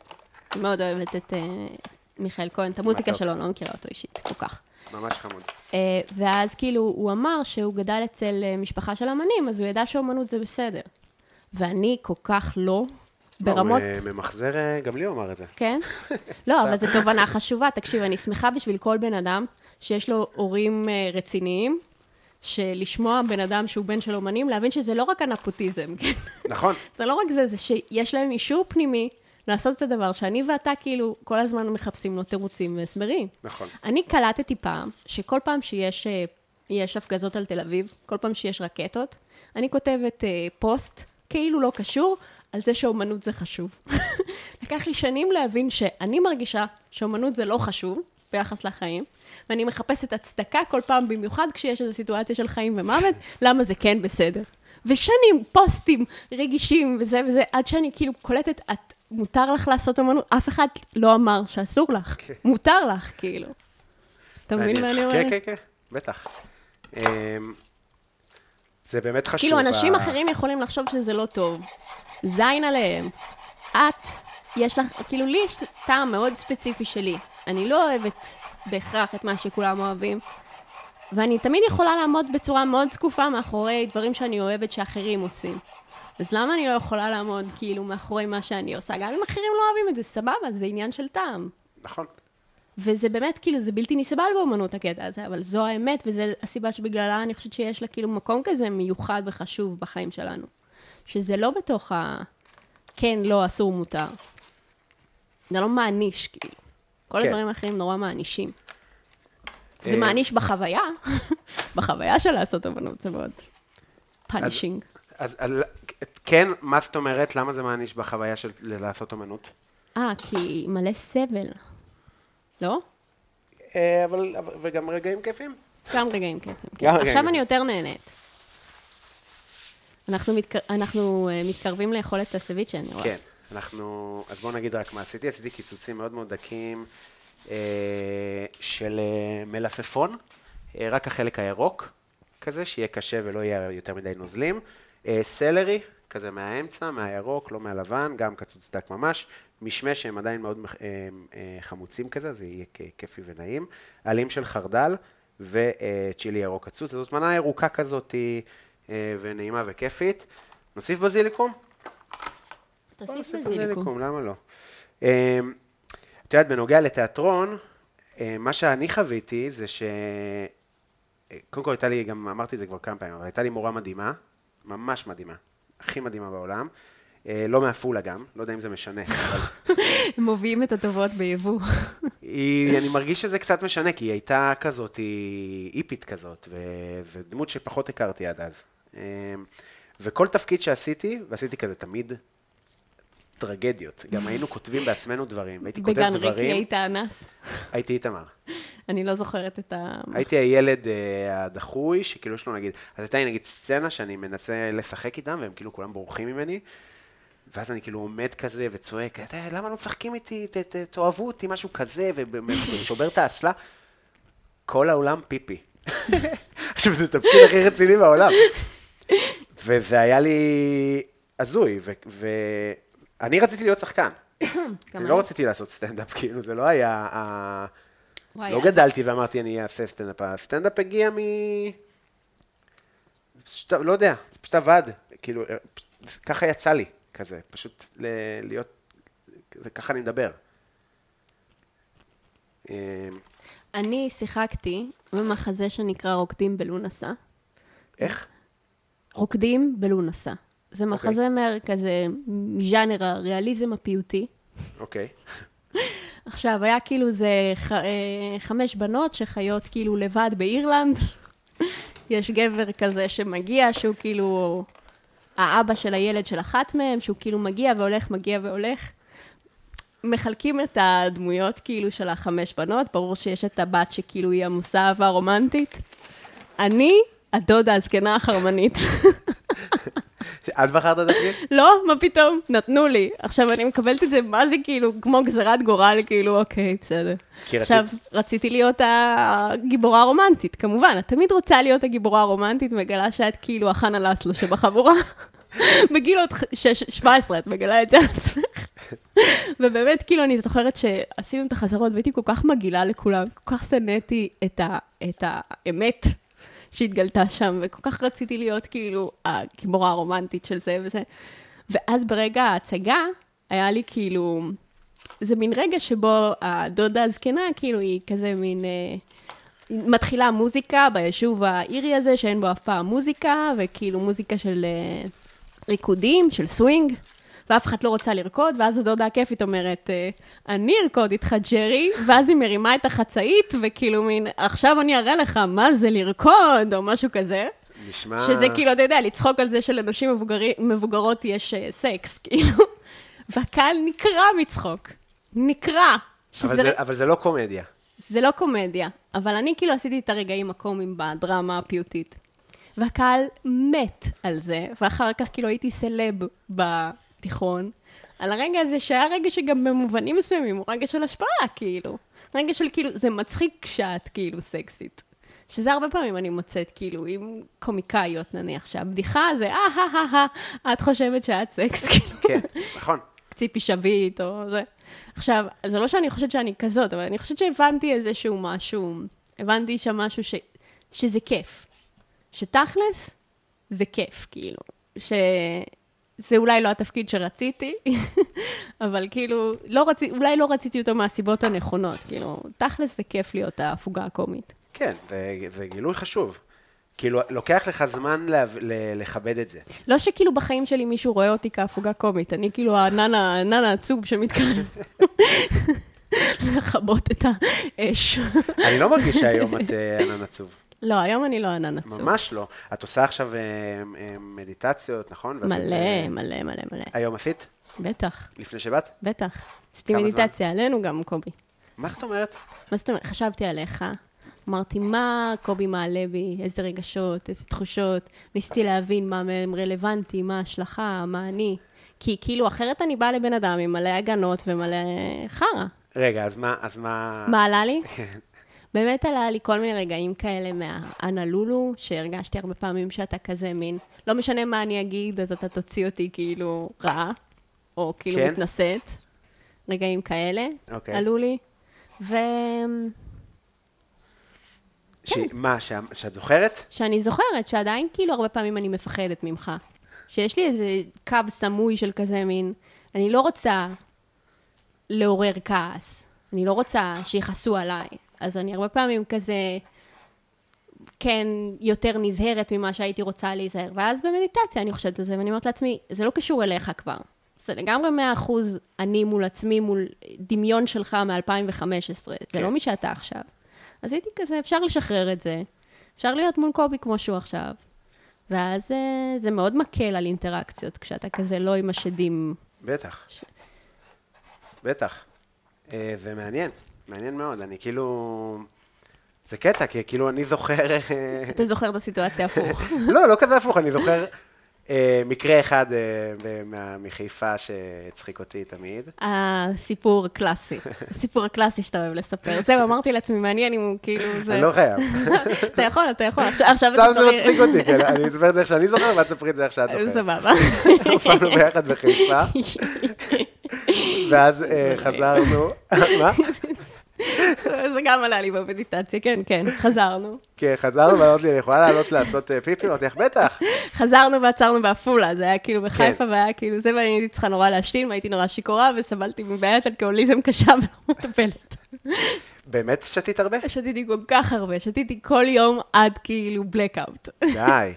Speaker 2: אני מאוד אוהבת את אה, מיכאל כהן, את המוזיקה
Speaker 3: מתוק.
Speaker 2: שלו, אני לא מכירה אותו אישית כל כך.
Speaker 3: ממש חמוד.
Speaker 2: אה, ואז כאילו, הוא אמר שהוא גדל אצל אה, משפחה של אמנים, אז הוא ידע שאומנות זה בסדר. ואני כל כך לא, ברמות...
Speaker 3: הוא, אה, ממחזר, אה, גם לי הוא אמר את זה.
Speaker 2: כן? לא, אבל זו תובנה חשובה. תקשיב, אני שמחה בשביל כל בן אדם שיש לו הורים אה, רציניים, שלשמוע בן אדם שהוא בן של אומנים, להבין שזה לא רק הנפוטיזם, כן?
Speaker 3: נכון.
Speaker 2: זה לא רק זה, זה שיש להם אישור פנימי לעשות את הדבר שאני ואתה כאילו כל הזמן מחפשים לו תירוצים והסברים.
Speaker 3: נכון.
Speaker 2: אני קלטתי פעם, שכל פעם שיש אה, יש הפגזות על תל אביב, כל פעם שיש רקטות, אני כותבת אה, פוסט, כאילו לא קשור, על זה שאומנות זה חשוב. לקח לי שנים להבין שאני מרגישה שאומנות זה לא חשוב ביחס לחיים, ואני מחפשת הצדקה כל פעם, במיוחד כשיש איזו סיטואציה של חיים ומוות, למה זה כן בסדר. ושנים פוסטים רגישים וזה וזה, עד שאני כאילו קולטת, את, מותר לך לעשות אמנות, אף אחד לא אמר שאסור לך, מותר לך, כאילו. אתה מבין מה
Speaker 3: מעניין.
Speaker 2: אני אומרת?
Speaker 3: כן, כן, כן, בטח. אמ, זה באמת חשוב.
Speaker 2: כאילו, אנשים
Speaker 3: ה-
Speaker 2: אחרים יכולים לחשוב שזה לא טוב. זין עליהם. את, יש לך, כאילו, לי יש טעם מאוד ספציפי שלי. אני לא אוהבת בהכרח את מה שכולם אוהבים, ואני תמיד יכולה לעמוד בצורה מאוד זקופה מאחורי דברים שאני אוהבת שאחרים עושים. אז למה אני לא יכולה לעמוד, כאילו, מאחורי מה שאני עושה? גם אם אחרים לא אוהבים את זה, סבבה, זה עניין של טעם.
Speaker 3: נכון.
Speaker 2: וזה באמת, כאילו, זה בלתי נסבל באמנות הקטע הזה, אבל זו האמת, וזו הסיבה שבגללה אני חושבת שיש לה כאילו מקום כזה מיוחד וחשוב בחיים שלנו. שזה לא בתוך ה... כן, לא, אסור, מותר. זה לא מעניש, כאילו. כל
Speaker 3: כן.
Speaker 2: הדברים האחרים נורא מענישים. זה
Speaker 3: אה,
Speaker 2: מעניש בחוויה, בחוויה של לעשות אמנות, זה מאוד פאנישינג.
Speaker 3: אז על- כן, מה זאת אומרת? למה זה מעניש בחוויה של ל- לעשות אומנות?
Speaker 2: אה, כי מלא סבל. לא?
Speaker 3: אה, אבל, אבל- וגם רגעים כיפים.
Speaker 2: גם רגעים כיפים. כן.
Speaker 3: גם רגעים
Speaker 2: עכשיו
Speaker 3: כיפים.
Speaker 2: אני יותר נהנית. אנחנו, מתקר... אנחנו אה, מתקרבים לאכול את הסביץ' שאני רואה.
Speaker 3: כן, אנחנו, אז בואו נגיד רק מה עשיתי. עשיתי קיצוצים מאוד מאוד דקים אה, של אה, מלפפון, אה, רק החלק הירוק כזה, שיהיה קשה ולא יהיה יותר מדי נוזלים. אה, סלרי, כזה מהאמצע, מהירוק, לא מהלבן, גם קצוץ דק ממש, משמש שהם עדיין מאוד מח- הם, אה, חמוצים כזה, זה יהיה כ- כיפי ונעים, עלים של חרדל וצ'ילי ירוק קצוץ, זאת מנה ירוקה כזאת אה, ונעימה וכיפית. נוסיף בזיליקום?
Speaker 2: תוסיף
Speaker 3: בוא נוסיף
Speaker 2: בזיליקום.
Speaker 3: למה לא? אמ, את יודעת, בנוגע לתיאטרון, אמ, מה שאני חוויתי זה ש... אה, קודם כל הייתה לי, גם אמרתי את זה כבר כמה פעמים, אבל הייתה לי מורה מדהימה, ממש מדהימה, הכי מדהימה בעולם. אה, לא מעפולה גם, לא יודע אם זה משנה, אבל
Speaker 2: הם מביאים את הטובות ביבוא.
Speaker 3: היא, אני מרגיש שזה קצת משנה, כי היא הייתה כזאת, היא היפית כזאת, וזו דמות שפחות הכרתי עד אז. אמ, וכל תפקיד שעשיתי, ועשיתי כזה תמיד טרגדיות. גם היינו כותבים בעצמנו דברים, והייתי כותב
Speaker 2: בגן ריקי
Speaker 3: דברים,
Speaker 2: היית אנס.
Speaker 3: הייתי איתמר.
Speaker 2: אני לא זוכרת את ה...
Speaker 3: הייתי הילד אה, הדחוי, שכאילו יש לו נגיד, אז הייתה לי נגיד סצנה שאני מנסה לשחק איתם, והם כאילו כולם בורחים ממני, ואז אני כאילו עומד כזה וצועק, "אתה, למה לא משחקים איתי, ת- ת- תאהבו אותי, משהו כזה, ושובר את האסלה. כל העולם פיפי. עכשיו, זה התפקיד הכי רציני בעולם. וזה היה לי הזוי, ואני רציתי להיות שחקן.
Speaker 2: גם
Speaker 3: אני
Speaker 2: אני.
Speaker 3: לא רציתי לעשות סטנדאפ, כאילו, זה לא היה... ה-
Speaker 2: וואי, אה.
Speaker 3: לא
Speaker 2: את-
Speaker 3: גדלתי ואמרתי אני אעשה סטנדאפ, הסטנדאפ הגיע מ... פשוט, לא יודע, זה פשוט עבד, כאילו, אה, פשוט- ככה יצא לי, כזה, פשוט ל... להיות, זה ככה אני מדבר. אה,
Speaker 2: אני שיחקתי במחזה שנקרא רוקדים בלונסה.
Speaker 3: איך?
Speaker 2: רוקדים בלונסה. זה
Speaker 3: אוקיי.
Speaker 2: מחזה מר כזה מז'אנר הריאליזם הפיוטי.
Speaker 3: אוקיי.
Speaker 2: עכשיו, היה כאילו זה ח... אה, חמש בנות שחיות כאילו לבד באירלנד. יש גבר כזה שמגיע, שהוא כאילו האבא של הילד של אחת מהם, שהוא כאילו מגיע והולך, מגיע והולך. מחלקים את הדמויות כאילו של החמש בנות, ברור שיש את הבת שכאילו היא עמוסה אהבה רומנטית. אני הדודה הזקנה החרמנית.
Speaker 3: את בחרת את התפקיד?
Speaker 2: לא, מה פתאום, נתנו לי. עכשיו, אני מקבלת את זה, מה זה כאילו, כמו גזירת גורל, כאילו, אוקיי, בסדר.
Speaker 3: כי רצית-
Speaker 2: עכשיו, רציתי להיות הגיבורה הרומנטית, כמובן, את תמיד רוצה להיות הגיבורה הרומנטית, מגלה שאת כאילו החנה לסלו שבחבורה. בגיל עוד ח- שש- 17 את מגלה את זה על עצמך. ובאמת, כאילו, אני זוכרת שעשינו את החזרות, והייתי כל כך מגעילה לכולם, כל כך שנאתי את, ה, את האמת שהתגלתה שם, וכל כך רציתי להיות כאילו הגיבורה הרומנטית של זה וזה. ואז ברגע ההצגה, היה לי כאילו, זה מין רגע שבו הדודה הזקנה, כאילו, היא כזה מין... אה, מתחילה מוזיקה ביישוב האירי הזה, שאין בו אף פעם מוזיקה, וכאילו מוזיקה של אה, ריקודים, של סווינג, ואף אחת לא רוצה לרקוד, ואז הדודה הכיפית אומרת, אה, אני ארקוד איתך, ג'רי, ואז היא מרימה את החצאית, וכאילו מין, עכשיו אני אראה לך מה זה לרקוד, או משהו כזה.
Speaker 3: נשמע...
Speaker 2: שזה כאילו, אתה יודע, לצחוק על זה שלנשים מבוגרי- מבוגרות יש אה, סקס, כאילו. והקהל נקרע מצחוק. נקרע.
Speaker 3: אבל
Speaker 2: שזה
Speaker 3: זה- אבל זה לא קומדיה.
Speaker 2: זה לא קומדיה, אבל אני כאילו עשיתי את הרגעים הקומיים בדרמה הפיוטית. והקהל מת על זה, ואחר כך כאילו הייתי סלב בתיכון, על הרגע הזה שהיה רגע שגם במובנים מסוימים הוא רגע של השפעה, כאילו. רגע של כאילו, זה מצחיק כשאת כאילו סקסית. שזה הרבה פעמים אני מוצאת, כאילו, עם קומיקאיות נניח, שהבדיחה זה אה, אה, אה, אה, את חושבת שאת סקס, כאילו.
Speaker 3: כן, נכון.
Speaker 2: ציפי שביט או זה. עכשיו, זה לא שאני חושבת שאני כזאת, אבל אני חושבת שהבנתי איזשהו משהו, הבנתי שם משהו ש... שזה כיף. שתכלס, זה כיף, כאילו. שזה אולי לא התפקיד שרציתי, אבל כאילו, לא רצ... אולי לא רציתי אותו מהסיבות הנכונות, כאילו, תכלס זה כיף להיות ההפוגה הקומית.
Speaker 3: כן, זה- זה גילוי חשוב. כאילו, לוקח לך זמן להב- ל- לכבד את זה.
Speaker 2: לא שכאילו בחיים שלי מישהו רואה אותי כהפוגה קומית, אני כאילו הענן הענן העצוב שמתקרב. לכבות את האש.
Speaker 3: אני לא מרגיש שהיום את אה, ענן עצוב.
Speaker 2: לא, היום אני לא ענן עצוב.
Speaker 3: ממש לא. את עושה עכשיו אה, אה, מדיטציות, נכון? ועשית,
Speaker 2: מלא,
Speaker 3: אה,
Speaker 2: מלא, מלא, מלא.
Speaker 3: היום עשית?
Speaker 2: בטח,
Speaker 3: לפני שבאת?
Speaker 2: בטח. עשיתי
Speaker 3: כמה
Speaker 2: מדיטציה עלינו גם, קובי.
Speaker 3: מה זאת אומרת?
Speaker 2: מה זאת אומרת? חשבתי עליך, אמרתי, מה קובי מעלה בי, איזה רגשות, איזה תחושות, ניסיתי להבין מה מהם רלוונטי, מה ההשלכה, מה אני. כי כאילו, אחרת אני באה לבן אדם עם מלא הגנות ומלא חרא.
Speaker 3: רגע, אז מה, אז מה...
Speaker 2: מה עלה לי? באמת עלה לי כל מיני רגעים כאלה מהאנה לולו, שהרגשתי הרבה פעמים שאתה כזה מין, לא משנה מה אני אגיד, אז אתה תוציא אותי כאילו רעה, או כאילו
Speaker 3: כן?
Speaker 2: כן? מתנשאת. רגעים כאלה
Speaker 3: אוקיי.
Speaker 2: עלו לי. ו...
Speaker 3: ש... מה, שה... שאת זוכרת?
Speaker 2: שאני זוכרת שעדיין כאילו הרבה פעמים אני מפחדת ממך. שיש לי איזה קו סמוי של כזה מין, אני לא רוצה לעורר כעס, אני לא רוצה שיכעסו עליי. אז אני הרבה פעמים כזה, כן, יותר נזהרת ממה שהייתי רוצה להיזהר. ואז במדיטציה אני חושבת על זה, ואני אומרת לעצמי, זה לא קשור אליך כבר. זה לגמרי מאה אחוז אני מול עצמי, מול דמיון שלך מ-2015. זה
Speaker 3: כן.
Speaker 2: לא מי שאתה עכשיו. אז הייתי כזה, אפשר לשחרר את זה. אפשר להיות מול קובי כמו שהוא עכשיו. ואז אה, זה מאוד מקל על אינטראקציות, כשאתה כזה לא עם השדים.
Speaker 3: בטח.
Speaker 2: ש-
Speaker 3: בטח. אה, זה מעניין, מעניין מאוד. אני כאילו... זה קטע, כי כאילו אני זוכר... אה,
Speaker 2: אתה זוכר את הסיטואציה הפוך.
Speaker 3: לא, לא כזה הפוך, אני זוכר אה, מקרה אחד אה, ב- מה- מחיפה שהצחיק אותי תמיד.
Speaker 2: הסיפור הקלאסי. הסיפור הקלאסי שאתה אוהב לספר. זהו, אמרתי לעצמי, מעניין אם הוא כאילו זה...
Speaker 3: אני לא חייב.
Speaker 2: אתה יכול, אתה יכול. עכשיו עכשיו אתה
Speaker 3: סתם זה
Speaker 2: צריך...
Speaker 3: מצחיק אותי, כי אני אני אדבר את זה איך שאני זוכר, ואת תספרי את זה איך שאת זוכרת.
Speaker 2: סבבה.
Speaker 3: הופענו ביחד בחיפה, ואז אה, חזרנו, מה?
Speaker 2: זה גם עלה לי במדיטציה, כן, כן, חזרנו.
Speaker 3: כן, חזרנו, ואמרתי לי, אני יכולה לעלות לעשות אה, פיפי? אמרתי לך, בטח.
Speaker 2: חזרנו ועצרנו בעפולה, זה היה כאילו בחיפה,
Speaker 3: כן.
Speaker 2: והיה כאילו זה, ואני הייתי צריכה נורא להשתין, והייתי נורא שיכורה, וסבלתי מבעיית אלכוהוליזם קשה ולא מטפלת.
Speaker 3: באמת שתית הרבה?
Speaker 2: שתיתי כל כך הרבה, שתיתי כל יום עד כאילו blackout.
Speaker 3: די.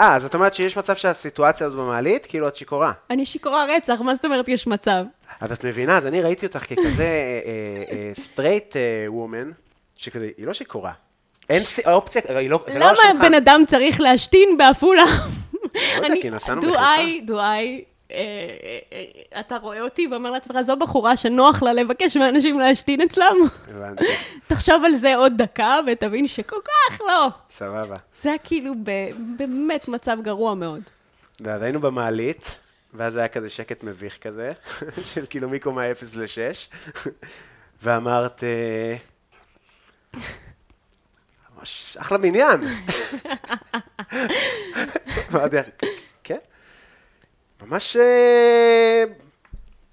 Speaker 3: אה, אז את אומרת שיש מצב שהסיטואציה הזאת במעלית, כאילו את שיכורה.
Speaker 2: אני שיכורה רצח, מה זאת אומרת יש מצב?
Speaker 3: אז את מבינה, אז אני ראיתי אותך ככזה אה, סטרייט וומן, אה, שכזה, היא לא שיכורה. אין סי- האופציה, היא לא, זה לא על
Speaker 2: למה
Speaker 3: השולחן. לא
Speaker 2: בן אדם צריך להשתין בעפולה?
Speaker 3: יודע,
Speaker 2: אני-
Speaker 3: כי נסענו
Speaker 2: do
Speaker 3: בחיפה.
Speaker 2: I, do I, אה, אה, אה, אתה רואה אותי ואומר לעצמך, זו בחורה שנוח לה לבקש מאנשים להשתין אצלם?
Speaker 3: הבנתי,
Speaker 2: תחשוב על זה עוד דקה ותבין שכל כך לא.
Speaker 3: סבבה.
Speaker 2: זה היה כאילו ב- באמת מצב גרוע מאוד.
Speaker 3: ואז היינו במעלית, ואז היה כזה שקט מביך כזה, של כאילו מקומה 0 ל-6, ואמרת, אה, ממש אחלה בניין. אמרתי לך, כן, ממש אה,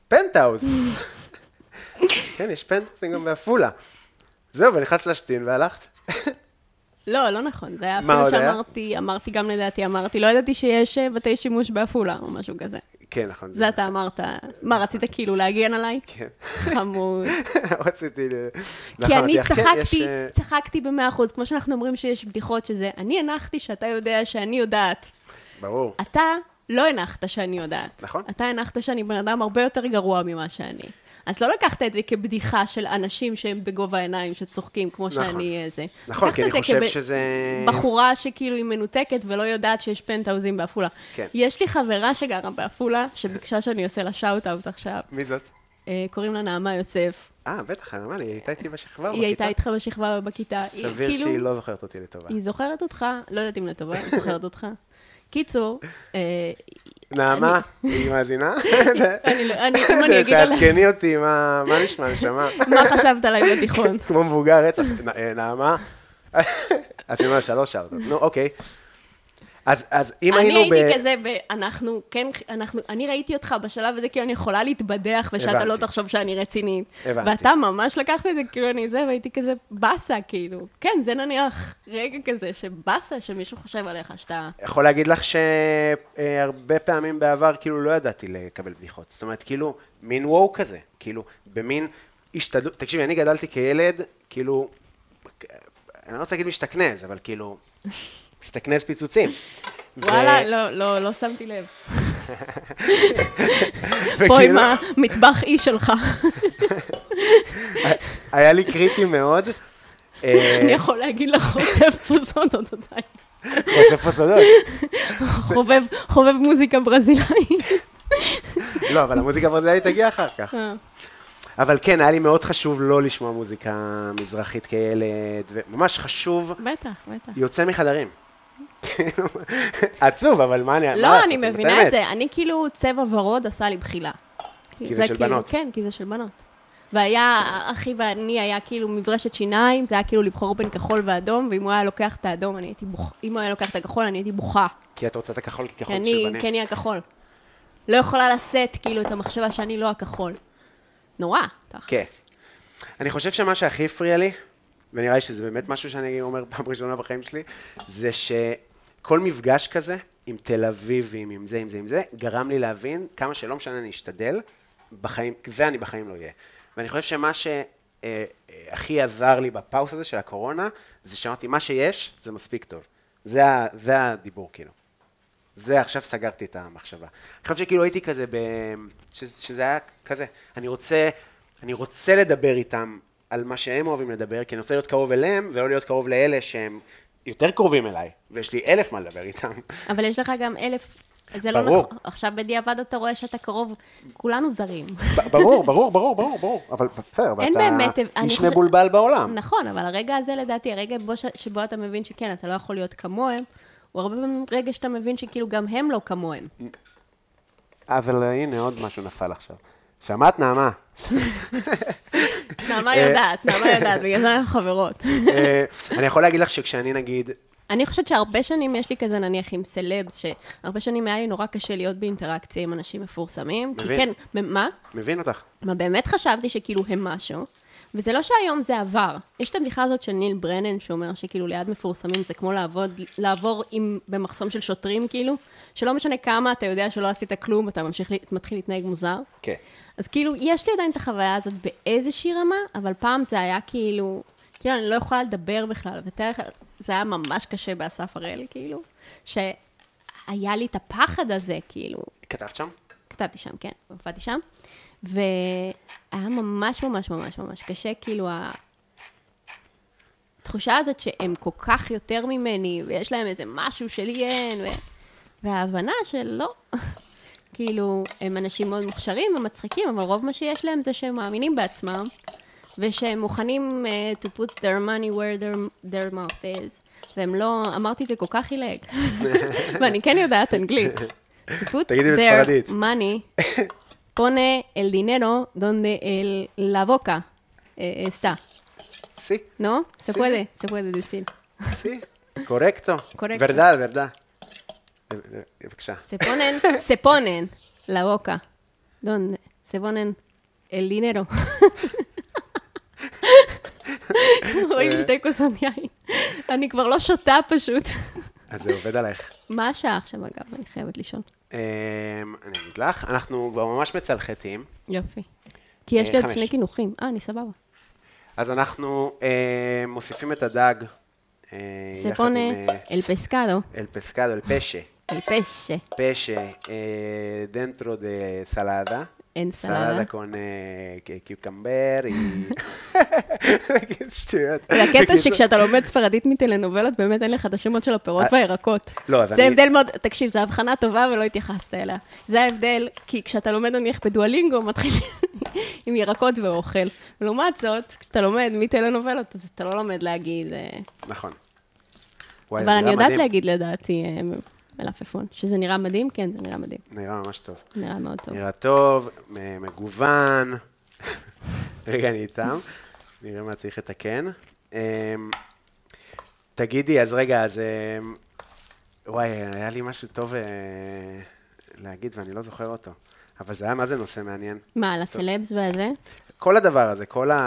Speaker 3: פנטהאוז. כן, יש פנטהאוזים גם בעפולה. זהו, ונכנסת לשתין והלכת.
Speaker 2: לא, לא נכון, זה היה
Speaker 3: מה
Speaker 2: אפילו
Speaker 3: עוד היה?
Speaker 2: שאמרתי, אמרתי גם לדעתי, אמרתי, לא ידעתי שיש אה, בתי שימוש בעפולה או משהו כזה.
Speaker 3: כן, נכון.
Speaker 2: זה אתה אמרת, מה, רצית כאילו להגן עליי?
Speaker 3: כן.
Speaker 2: חמוד.
Speaker 3: רציתי... ל- נכון,
Speaker 2: כי אני
Speaker 3: אמרתי לך, כן, יש,
Speaker 2: צחקתי,
Speaker 3: אה,
Speaker 2: צחקתי במאה אחוז, כמו שאנחנו אומרים שיש בדיחות שזה, אני הנחתי שאתה יודע שאני יודעת.
Speaker 3: ברור.
Speaker 2: אתה לא הנחת שאני יודעת.
Speaker 3: נכון.
Speaker 2: אתה הנחת שאני בן אדם הרבה יותר גרוע ממה שאני. אז לא לקחת את זה כבדיחה של אנשים שהם בגובה העיניים, שצוחקים כמו
Speaker 3: נכון.
Speaker 2: שאני אה, זה.
Speaker 3: נכון,
Speaker 2: לקחת
Speaker 3: כי
Speaker 2: את
Speaker 3: אני
Speaker 2: זה
Speaker 3: חושב
Speaker 2: כב-
Speaker 3: שזה...
Speaker 2: בחורה שכאילו היא מנותקת ולא יודעת שיש פנטהאוזים בעפולה.
Speaker 3: כן.
Speaker 2: יש לי חברה שגרה בעפולה, שביקשה שאני אעשה לה שאוט-אאוט עכשיו.
Speaker 3: מי זאת?
Speaker 2: אה, קוראים לה נעמה יוסף.
Speaker 3: אה, בטח, אני אמר לי, היא הייתה איתי בשכבה.
Speaker 2: היא הייתה
Speaker 3: לא, בכיתה.
Speaker 2: איתך בשכבה ובכיתה. היא
Speaker 3: סביר
Speaker 2: כאילו-
Speaker 3: שהיא לא זוכרת אותי לטובה.
Speaker 2: היא זוכרת אותך, לא יודעת אם לטובה, היא זוכרת אותך. קיצור, אה,
Speaker 3: נעמה, היא מאזינה?
Speaker 2: אני לא- אני- אם אני אגיד עליה,
Speaker 3: תעדכני אותי, מה מה נשמע, נשמה?
Speaker 2: מה חשבת עליי בתיכון?
Speaker 3: כמו מבוגר רצח. נ- אה, נעמה? אז היא אומרת, שלוש שעות. נו, אוקיי. אז אז אם היינו
Speaker 2: אני
Speaker 3: ב...
Speaker 2: הייתי כזה, ואנחנו, כן, אנחנו, אני ראיתי אותך בשלב הזה, כאילו אני יכולה להתבדח, ושאתה
Speaker 3: הבנתי.
Speaker 2: לא תחשוב שאני רצינית.
Speaker 3: הבנתי.
Speaker 2: ואתה ממש לקחת את זה, כאילו אני זה, והייתי כזה באסה, כאילו. כן, זה נניח רגע כזה שבאסה, שמישהו חושב עליך, שאתה...
Speaker 3: יכול להגיד לך שהרבה פעמים בעבר כאילו לא ידעתי לקבל בדיחות. זאת אומרת, כאילו, מין וואו כזה, כאילו, במין השתדלות, תקשיבי, אני גדלתי כילד, כאילו, אני לא רוצה להגיד משתכנז, אבל כאילו, משתכנז פיצוצים. ו-
Speaker 2: וואלה, לא, לא, לא שמתי לב. פה עם
Speaker 3: וכאילו,
Speaker 2: המטבח אי שלך.
Speaker 3: אה. היה לי קריטי מאוד. אה,
Speaker 2: אני יכול להגיד לך חושף פוזונות עדיין.
Speaker 3: חושף הסודות.
Speaker 2: חובב, חובב מוזיקה ברזילאית.
Speaker 3: לא, אבל המוזיקה הברזילאית תגיע אחר כך.
Speaker 2: אה.
Speaker 3: אבל כן, היה לי מאוד חשוב לא לשמוע מוזיקה מזרחית כילד, וממש חשוב
Speaker 2: בטח, בטח.
Speaker 3: יוצא מחדרים. עצוב, אבל מה אני... מה
Speaker 2: לא,
Speaker 3: לעשות,
Speaker 2: אני
Speaker 3: זאת
Speaker 2: מבינה
Speaker 3: האמת.
Speaker 2: את זה. אני כאילו, צבע ורוד עשה לי בחילה.
Speaker 3: כי זה של
Speaker 2: כאילו-
Speaker 3: בנות.
Speaker 2: כן, כי זה של בנות. והיה, אחי ואני היה כאילו מברשת שיניים, זה היה כאילו לבחור בין כחול ואדום, ואם הוא היה לוקח את האדום, אני הייתי בוכה. אם הוא היה לוקח את הכחול, אני הייתי בוכה.
Speaker 3: כי את רוצה את הכחול
Speaker 2: כי
Speaker 3: ככחול
Speaker 2: אני,
Speaker 3: שבנים.
Speaker 2: כי אני הכחול. לא יכולה לשאת, כאילו, את המחשבה שאני לא הכחול. נורא, תכלס.
Speaker 3: כן. אני חושב שמה שהכי הפריע לי, ונראה לי שזה באמת משהו שאני אומר פעם ראשונה בחיים שלי, זה שכל מפגש כזה, עם תל אביבים, עם זה, עם זה, עם זה, גרם לי להבין כמה שלא משנה אני אשתדל, בחיים, זה אני בחיים לא אהיה. ואני חושב שמה שהכי עזר לי בפאוס הזה של הקורונה, זה שאמרתי, מה שיש, זה מספיק טוב. זה, ה- זה הדיבור, כאילו. זה עכשיו סגרתי את המחשבה. אני חושב שכאילו הייתי כזה, ב... ש... שזה היה כזה, אני רוצה, אני רוצה לדבר איתם על מה שהם אוהבים לדבר, כי אני רוצה להיות קרוב אליהם, ולא להיות קרוב לאלה שהם יותר קרובים אליי, ויש לי אלף מה לדבר איתם.
Speaker 2: אבל יש לך גם אלף... זה לא
Speaker 3: ברור.
Speaker 2: נכון. עכשיו בדיעבד אתה רואה שאתה קרוב, כולנו זרים.
Speaker 3: ב- ברור, ברור, ברור, ברור, ברור, אבל בסדר, אבל
Speaker 2: אין
Speaker 3: אתה
Speaker 2: באמת- אני
Speaker 3: איש
Speaker 2: חושב-
Speaker 3: מבולבל בעולם.
Speaker 2: נכון, אבל הרגע הזה לדעתי, הרגע בו ש... שבו אתה מבין שכן, אתה לא יכול להיות כמוהם, הוא הרבה פעמים רגע שאתה מבין שכאילו גם הם לא כמוהם. נכון.
Speaker 3: אבל הנה עוד משהו נפל עכשיו. שמעת, נעמה?
Speaker 2: נעמה יודעת, נעמה יודעת, בגלל זה אנחנו חברות.
Speaker 3: אה, אני יכול להגיד לך שכשאני נגיד,
Speaker 2: אני חושבת שהרבה שנים יש לי כזה, נניח עם סלבס, שהרבה שנים היה לי נורא קשה להיות באינטראקציה עם אנשים מפורסמים. כי
Speaker 3: מבין.
Speaker 2: כן, מה?
Speaker 3: מבין אותך.
Speaker 2: מה, באמת חשבתי שכאילו הם משהו, וזה לא שהיום זה עבר. יש את הבדיחה הזאת של ניל ברנן, שאומר שכאילו ליד מפורסמים זה כמו לעבוד, לעבור עם, במחסום של שוטרים, כאילו, שלא משנה כמה, אתה יודע שלא עשית כלום, אתה ממשיך, לה- מתחיל להתנהג מוזר.
Speaker 3: כן.
Speaker 2: אז כאילו, יש לי עדיין את החוויה הזאת באיזושהי רמה, אבל פעם זה היה כאילו, כאילו, אני לא יכולה לדבר בכלל, ותאר לך, זה היה ממש קשה באסף הראל, כאילו, שהיה לי את הפחד הזה, כאילו,
Speaker 3: כתבת שם?
Speaker 2: כתבתי שם, כן, עבדתי שם, והיה ממש ממש ממש ממש קשה, כאילו, ה- התחושה הזאת שהם כל כך יותר ממני, ויש להם איזה משהו שלי אין, ו... וההבנה שלא. כאילו, הם אנשים מאוד מוכשרים ומצחיקים, אבל רוב מה שיש להם זה שהם מאמינים בעצמם, ושהם מוכנים uh, to put their money where their, their mouth is, והם לא, אמרתי את זה כל כך עילג, ואני כן יודעת אנגלית. To put
Speaker 3: תגידי בספרדית.
Speaker 2: their money, pone el dinero donde el, la boca eh, está.
Speaker 3: סי,
Speaker 2: ¿No? Se
Speaker 3: Sí.
Speaker 2: puede, se puede decir.
Speaker 3: סי. קורקטו.
Speaker 2: קורקטו.
Speaker 3: ורדה, ורדה. Eh, בבקשה.
Speaker 2: Se ponen, se ponen la boca. ¿Dónde? Se ponen el dinero. רואים שתי כוסות יין. אני כבר לא שותה פשוט.
Speaker 3: אז זה עובד עלייך.
Speaker 2: מה השעה עכשיו, אגב? אני חייבת לשאול.
Speaker 3: אמ, אני אגיד לך, אנחנו כבר ממש מצלחתים,
Speaker 2: יופי. כי יש
Speaker 3: אה,
Speaker 2: לי עוד
Speaker 3: חמש.
Speaker 2: שני קינוחים. אה, אני סבבה.
Speaker 3: אז אנחנו אה, מוסיפים את הדג. אה,
Speaker 2: Se
Speaker 3: יחד עם,
Speaker 2: pone
Speaker 3: אה,
Speaker 2: el pescado,
Speaker 3: אל פסקדו, אל פשה.
Speaker 2: el peche.
Speaker 3: פשה, אה, דנטרו דה סלדה.
Speaker 2: Ensalada.
Speaker 3: סלדה קון אה, קיוקמבר. שטויות.
Speaker 2: הקטע
Speaker 3: בקיצור-
Speaker 2: שכשאתה לומד ספרדית מטלנובלות, באמת אין לך את השמות של הפירות
Speaker 3: אה,
Speaker 2: והירקות.
Speaker 3: לא, אז
Speaker 2: זה
Speaker 3: אני-
Speaker 2: הבדל מאוד, תקשיב, זו הבחנה טובה ולא התייחסת אליה. זה ההבדל, כי כשאתה לומד נניח בדואלינגו, מתחילים עם ירקות ואוכל. ולעומת זאת, כשאתה לומד מטלנובלות, אז אתה לא לומד להגיד... אה,
Speaker 3: נכון. וואי,
Speaker 2: אבל
Speaker 3: זה
Speaker 2: אני
Speaker 3: נראה
Speaker 2: יודעת
Speaker 3: מדהים.
Speaker 2: להגיד לדעתי אה, מלפפון. שזה נראה מדהים? כן, זה נראה מדהים.
Speaker 3: נראה ממש טוב.
Speaker 2: נראה מאוד טוב.
Speaker 3: נראה טוב, מ- מגוון. רגע, אני איתם. נראה מה צריך לתקן. אמ, תגידי, אז רגע, אז... אמ, וואי, היה לי משהו טוב אה, להגיד ואני לא זוכר אותו. אבל זה היה מה זה נושא מעניין.
Speaker 2: מה, על הסלבס והזה?
Speaker 3: כל הדבר הזה, כל ה...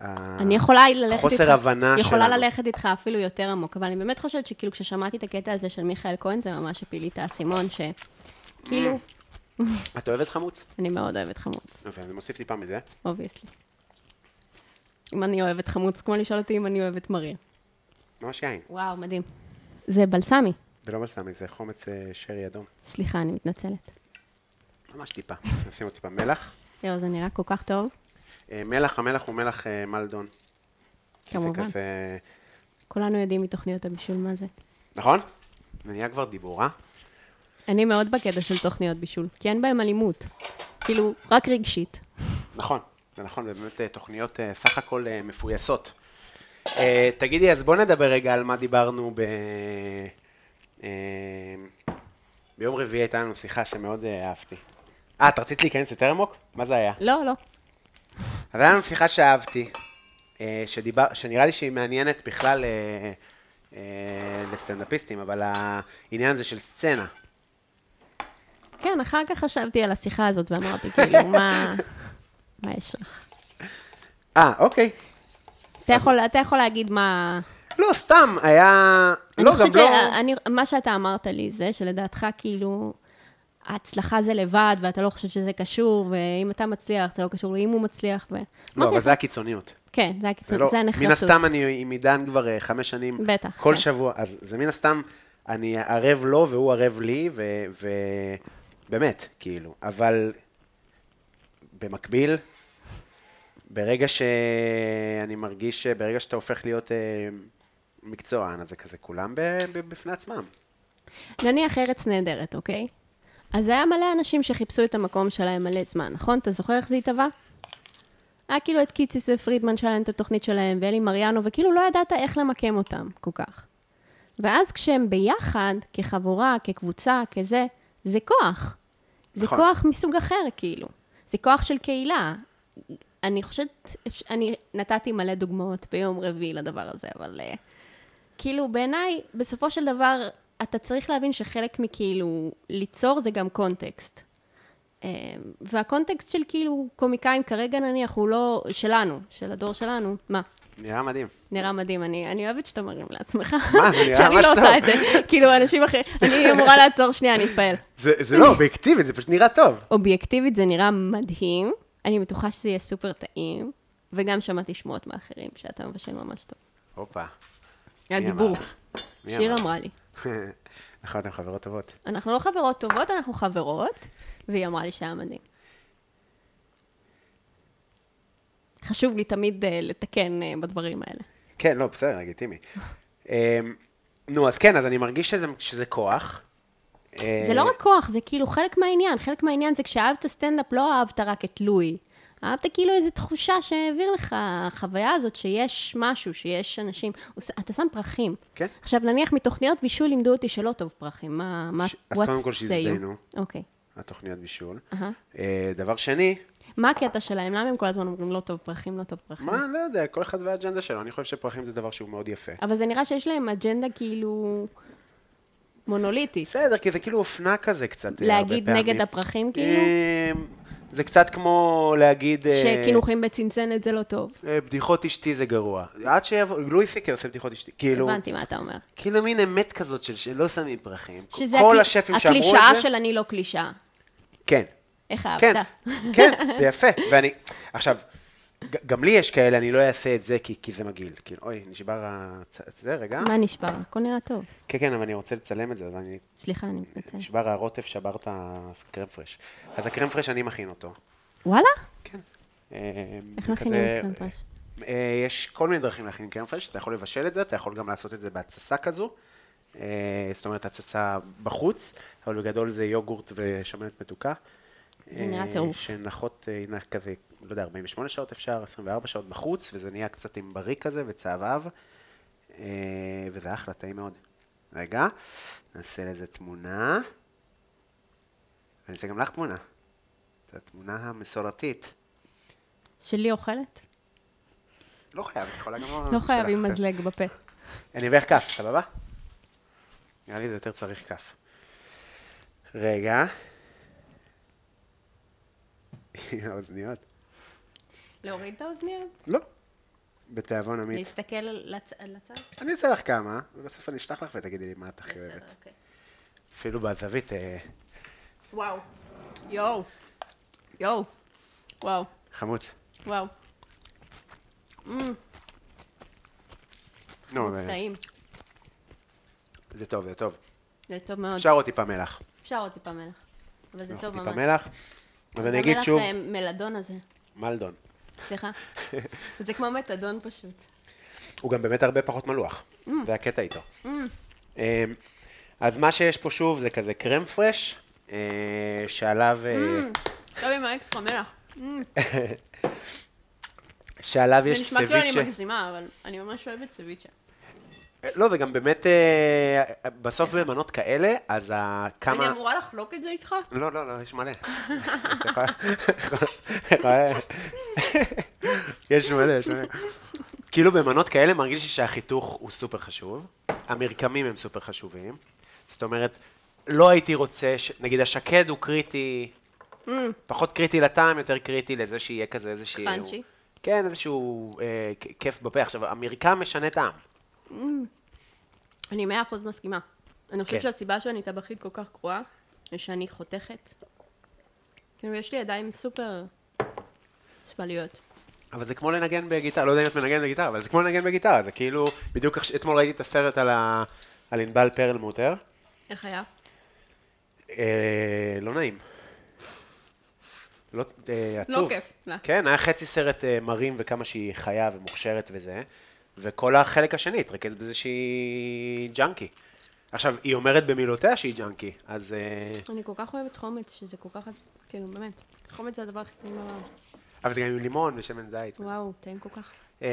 Speaker 3: ה-
Speaker 2: אני יכולה ללכת איתך...
Speaker 3: חוסר הבנה
Speaker 2: יכולה
Speaker 3: שלנו.
Speaker 2: ללכת איתך אפילו יותר עמוק, אבל אני באמת חושבת שכאילו כששמעתי את הקטע הזה של מיכאל כהן, זה ממש הפיל לי את האסימון, שכאילו,
Speaker 3: את אוהבת חמוץ?
Speaker 2: אני מאוד אוהבת חמוץ,
Speaker 3: יופי, אני מוסיף טיפה מזה.
Speaker 2: אובייסלי. אם אני אוהבת חמוץ, כמו לשאול אותי אם אני אוהבת מריר.
Speaker 3: ממש יין.
Speaker 2: וואו, מדהים. זה בלסמי.
Speaker 3: זה לא בלסמי, זה חומץ אה, שרי אדום.
Speaker 2: סליחה, אני מתנצלת.
Speaker 3: ממש טיפה. נשים עוד טיפה מלח.
Speaker 2: יואו, זה נראה כל כך טוב.
Speaker 3: אה, מלח, המלח הוא מלח אה, מלדון.
Speaker 2: כמובן.
Speaker 3: זה כזה...
Speaker 2: כולנו יודעים מתוכניות הבישול מה זה.
Speaker 3: נכון? זה נהיה כבר דיבור, אה?
Speaker 2: אני מאוד בקטע של תוכניות בישול, כי אין בהן אלימות. כאילו, רק רגשית.
Speaker 3: נכון, זה נכון, זה באמת אה, תוכניות אה, סך הכל אה, מפויסות. אה, תגידי, אז בוא נדבר רגע על מה דיברנו ב... אה, ביום רביעי הייתה לנו שיחה שמאוד אה, אהבתי. אה, את רצית להיכנס יותר עמוק? מה זה היה?
Speaker 2: לא, לא.
Speaker 3: אז היה לנו שיחה שאהבתי, אה, שדיבר, שנראה לי שהיא מעניינת בכלל אה, אה, לסטנדאפיסטים, אבל העניין הזה של סצנה.
Speaker 2: כן, אחר כך חשבתי על השיחה הזאת ואמרתי, כאילו, מה... מה יש לך?
Speaker 3: אה, אוקיי.
Speaker 2: אתה יכול, אתה יכול להגיד מה...
Speaker 3: לא, סתם, היה...
Speaker 2: אני
Speaker 3: לא, גם
Speaker 2: חושבת אה,
Speaker 3: לא...
Speaker 2: שאני- מה שאתה אמרת לי זה שלדעתך, כאילו, ההצלחה זה לבד, ואתה לא חושב שזה קשור, ואם אתה מצליח, זה לא קשור לאם הוא מצליח, ו...
Speaker 3: לא,
Speaker 2: אמרתי
Speaker 3: אבל
Speaker 2: לך,
Speaker 3: זה הקיצוניות.
Speaker 2: כן, זה
Speaker 3: זה
Speaker 2: הקיצון,
Speaker 3: לא-
Speaker 2: זה הנחרצות.
Speaker 3: מן הסתם אני עם עידן כבר אה, חמש שנים,
Speaker 2: בטח,
Speaker 3: כל
Speaker 2: כן.
Speaker 3: שבוע, אז זה מן הסתם, אני ערב לו והוא ערב לי, ו- ובאמת, כאילו, אבל במקביל, ברגע שאני מרגיש, ברגע שאתה הופך להיות אה, מקצוען, אז זה כזה כולם ב- ב- בפני עצמם.
Speaker 2: נניח ארץ נהדרת, אוקיי? אז היה מלא אנשים שחיפשו את המקום שלהם מלא זמן, נכון? אתה זוכר איך זה התהווה? היה כאילו את קיציס ופרידמן שהיה להם את התוכנית שלהם, ואלי מריאנו, וכאילו לא ידעת איך למקם אותם כל כך. ואז כשהם ביחד, כחבורה, כקבוצה, כזה, זה כוח. זה
Speaker 3: נכון.
Speaker 2: נכון. כוח מסוג אחר, כאילו. זה כוח של קהילה. אני חושבת, אפש- אני נתתי מלא דוגמאות ביום רביעי לדבר הזה, אבל... אה, כאילו, בעיניי, בסופו של דבר, אתה צריך להבין שחלק מכאילו ליצור זה גם קונטקסט. אמ, והקונטקסט של כאילו קומיקאים כרגע נניח הוא לא שלנו, של הדור שלנו, מה?
Speaker 3: נראה מדהים.
Speaker 2: נראה מדהים, אני, אני אוהבת שאתה מרים לעצמך,
Speaker 3: מה, זה נראה
Speaker 2: שאני
Speaker 3: ממש
Speaker 2: לא
Speaker 3: טוב.
Speaker 2: עושה את זה, כאילו אנשים אחרים, אני אמורה לעצור שנייה, אני אתפעל.
Speaker 3: זה, זה לא אובייקטיבית, זה פשוט נראה טוב.
Speaker 2: אובייקטיבית זה נראה מדהים, אני בטוחה שזה יהיה סופר טעים, וגם שמעתי שמועות מאחרים שאתה מבשל ממש טוב.
Speaker 3: הופה.
Speaker 2: היה
Speaker 3: מי אמר?
Speaker 2: דיבור,
Speaker 3: מי
Speaker 2: שיר
Speaker 3: אמר?
Speaker 2: אמרה לי.
Speaker 3: נכון, אתם חברות טובות.
Speaker 2: אנחנו לא חברות טובות, אנחנו חברות, והיא אמרה לי שהיה מדהים. חשוב לי תמיד uh, לתקן uh, בדברים האלה.
Speaker 3: כן, לא, בסדר, לגיטימי. אמ, נו, אז כן, אז אני מרגיש שזה, שזה כוח. אה,
Speaker 2: זה לא רק כוח, זה כאילו חלק מהעניין. חלק מהעניין זה כשאהבת סטנדאפ, לא אהבת רק את לואי. אהבת כאילו איזו תחושה שהעביר לך, החוויה הזאת שיש משהו, שיש אנשים. הוא ש- אתה שם פרחים.
Speaker 3: כן.
Speaker 2: עכשיו, נניח מתוכניות בישול לימדו אותי שלא טוב פרחים. מה, מה,
Speaker 3: ש- אז
Speaker 2: what
Speaker 3: קודם כל
Speaker 2: say you?
Speaker 3: שהזדיינו.
Speaker 2: אוקיי.
Speaker 3: התוכניות בישול.
Speaker 2: אהה.
Speaker 3: אה, דבר שני,
Speaker 2: מה הקטע שלהם? למה הם כל הזמן אומרים לא טוב פרחים, לא טוב פרחים?
Speaker 3: מה, לא יודע, כל אחד והאג'נדה שלו. אני חושב שפרחים זה דבר שהוא מאוד יפה.
Speaker 2: אבל זה נראה שיש להם אג'נדה כאילו מונוליטית.
Speaker 3: בסדר, כי זה כאילו אופנה כזה קצת, אה, הרבה
Speaker 2: להגיד
Speaker 3: פעמים.
Speaker 2: נגד הפרחים, כאילו?
Speaker 3: אמ, זה קצת כמו להגיד... אה,
Speaker 2: שקינוחים בצנצנת זה לא טוב.
Speaker 3: אה, בדיחות אשתי זה גרוע. עד שיבוא, לואי סי.קיי עושה בדיחות אשתי. כאילו,
Speaker 2: הבנתי מה אתה אומר.
Speaker 3: כאילו מין אמת כזאת של שלא שמים פרחים.
Speaker 2: שזה
Speaker 3: כל
Speaker 2: הקל-
Speaker 3: השפים שאמרו את זה...
Speaker 2: הקלישאה של אני לא קלישאה.
Speaker 3: כן.
Speaker 2: איך
Speaker 3: כן,
Speaker 2: אהבת?
Speaker 3: כן, זה יפה. ואני, עכשיו, ג- גם לי יש כאלה, אני לא אעשה את זה כי, כי זה מגעיל. כאילו, אוי, נשבר הצ... זה, רגע.
Speaker 2: מה נשבר? הכל נראה טוב.
Speaker 3: כן, כן, אבל אני רוצה לצלם את זה, אז אני...
Speaker 2: סליחה, אני מתנצלת.
Speaker 3: נשבר הרוטף, שבר את הקרם פרש. אז הקרם פרש, אני מכין אותו.
Speaker 2: וואלה?
Speaker 3: כן.
Speaker 2: איך מכינים קרם פרש?
Speaker 3: אה, יש כל מיני דרכים להכין קרם פרש, אתה יכול לבשל את זה, אתה יכול גם לעשות את זה בהתססה כזו. אה, זאת אומרת, התססה בחוץ, אבל בגדול זה יוגורט ושמנת מתוקה.
Speaker 2: זה נראה
Speaker 3: אה,
Speaker 2: טירוף.
Speaker 3: שנחות אה, נח כזה, לא יודע, 48 שעות אפשר, 24 שעות בחוץ, וזה נהיה קצת עם בריא כזה וצהבהב, אה, וזה אחלה, טעים מאוד. רגע, נעשה לזה תמונה. אני אעשה גם לך תמונה. את התמונה המסורתית.
Speaker 2: שלי אוכלת?
Speaker 3: לא חייב, את יכולה גם...
Speaker 2: לא חייבים
Speaker 3: שלך, כן.
Speaker 2: מזלג בפה.
Speaker 3: אני אביא לך כף, סבבה? נראה לי זה יותר צריך כף. רגע. האוזניות.
Speaker 2: להוריד את האוזניות?
Speaker 3: לא. בתיאבון עמית.
Speaker 2: להסתכל על הצ- על הצד?
Speaker 3: אני אעשה לך כמה, ובסוף אני אשלח לך ותגידי לי מה את הכי אוהבת.
Speaker 2: בסדר, אוקיי.
Speaker 3: אפילו בזווית, אה,
Speaker 2: וואו. יואו. יואו. וואו.
Speaker 3: חמוץ.
Speaker 2: וואו.
Speaker 3: נו, אה,
Speaker 2: מצטעים.
Speaker 3: זה טוב, זה טוב.
Speaker 2: זה טוב מאוד.
Speaker 3: אפשר עוד טיפה מלח.
Speaker 2: אפשר עוד טיפה מלח. אבל זה
Speaker 3: עוד
Speaker 2: טוב ממש.
Speaker 3: טיפה מלח. אז אני אגיד
Speaker 2: המלח
Speaker 3: שוב,
Speaker 2: זה מלדון הזה.
Speaker 3: מלדון.
Speaker 2: סליחה. זה כמו מתדון פשוט.
Speaker 3: הוא גם באמת הרבה פחות מלוח.
Speaker 2: Mm.
Speaker 3: זה הקטע איתו. אמ, אז מה שיש פה שוב זה כזה קרם פרש, אה, שעליו, אה,
Speaker 2: Mm. טוב עם האקסטרה מלח.
Speaker 3: שעליו
Speaker 2: זה
Speaker 3: יש
Speaker 2: נשמע כאילו אני
Speaker 3: סביצ'ה.
Speaker 2: מגזימה, אבל אני ממש אוהבת סביצ'ה.
Speaker 3: אה, לא, זה גם באמת, אה, בסוף במנות כאלה, אז ה-
Speaker 2: אני
Speaker 3: כמה...
Speaker 2: אמורה לחלוק את זה איתך?
Speaker 3: לא, לא, לא, יש מלא. אתה יכול- יכול- יש מלא, יש מלא. כאילו במנות כאלה מרגיש לי שהחיתוך הוא סופר חשוב, המרקמים הם סופר חשובים, זאת אומרת, לא הייתי רוצה, ש... נגיד השקד הוא קריטי, פחות קריטי לטעם, יותר קריטי לזה שיהיה כזה איזשהו...
Speaker 2: קראנצ'י.
Speaker 3: כן, איזשהו אה, כ- כיף בפה. עכשיו, המרקם משנה טעם.
Speaker 2: אני מאה אחוז מסכימה. אני חושבת
Speaker 3: כן.
Speaker 2: שהסיבה שאני טבחית כל כך גרועה, זה שאני חותכת. כאילו, יש לי ידיים סופר שמאליות.
Speaker 3: אבל זה כמו לנגן בגיטרה, לא יודע אם את מנגנת בגיטרה, אבל זה כמו לנגן בגיטרה, זה כאילו, בדיוק עכשיו- אתמול ראיתי את הסרט על, ה... על ענבל פרל מוטר,
Speaker 2: איך היה?
Speaker 3: אה, לא נעים. לא, אה, עצוב.
Speaker 2: לא כיף. לא.
Speaker 3: כן, היה חצי סרט אה, מרים וכמה שהיא חיה ומוכשרת וזה, וכל החלק השני התרכז בזה שהיא ג'אנקי. עכשיו, היא אומרת במילותיה שהיא ג'אנקי, אז... אה,
Speaker 2: אני כל כך אוהבת חומץ, שזה כל כך, כאילו, באמת. חומץ זה הדבר הכי טעים בעולם.
Speaker 3: אבל זה גם עם לימון ושמן זית.
Speaker 2: וואו, טעים כל כך.
Speaker 3: אמ,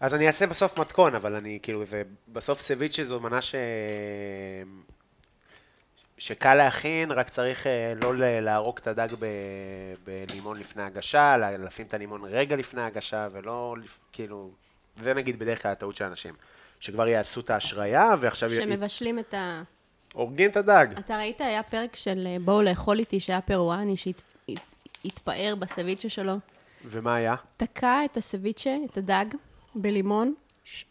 Speaker 3: אז אני אעשה בסוף מתכון, אבל אני כאילו, זה, בסוף סביצ'ה זו מנה ש... שקל להכין, רק צריך אה, לא ל- להרוג את הדג ב... בלימון לפני הגשה, ל- לשים את הלימון רגע לפני הגשה, ולא לפ- כאילו, זה נגיד בדרך כלל הטעות של אנשים, שכבר יעשו את ההשריה, ועכשיו י-
Speaker 2: שמבשלים את ה...
Speaker 3: הורגים את הדג.
Speaker 2: אתה ראית, היה פרק של אה, בואו לאכול איתי, שהיה פרואני שהתפאר בסביצ'ה שלו.
Speaker 3: ומה היה?
Speaker 2: תקע את הסביצ'ה, את הדג, בלימון, ש...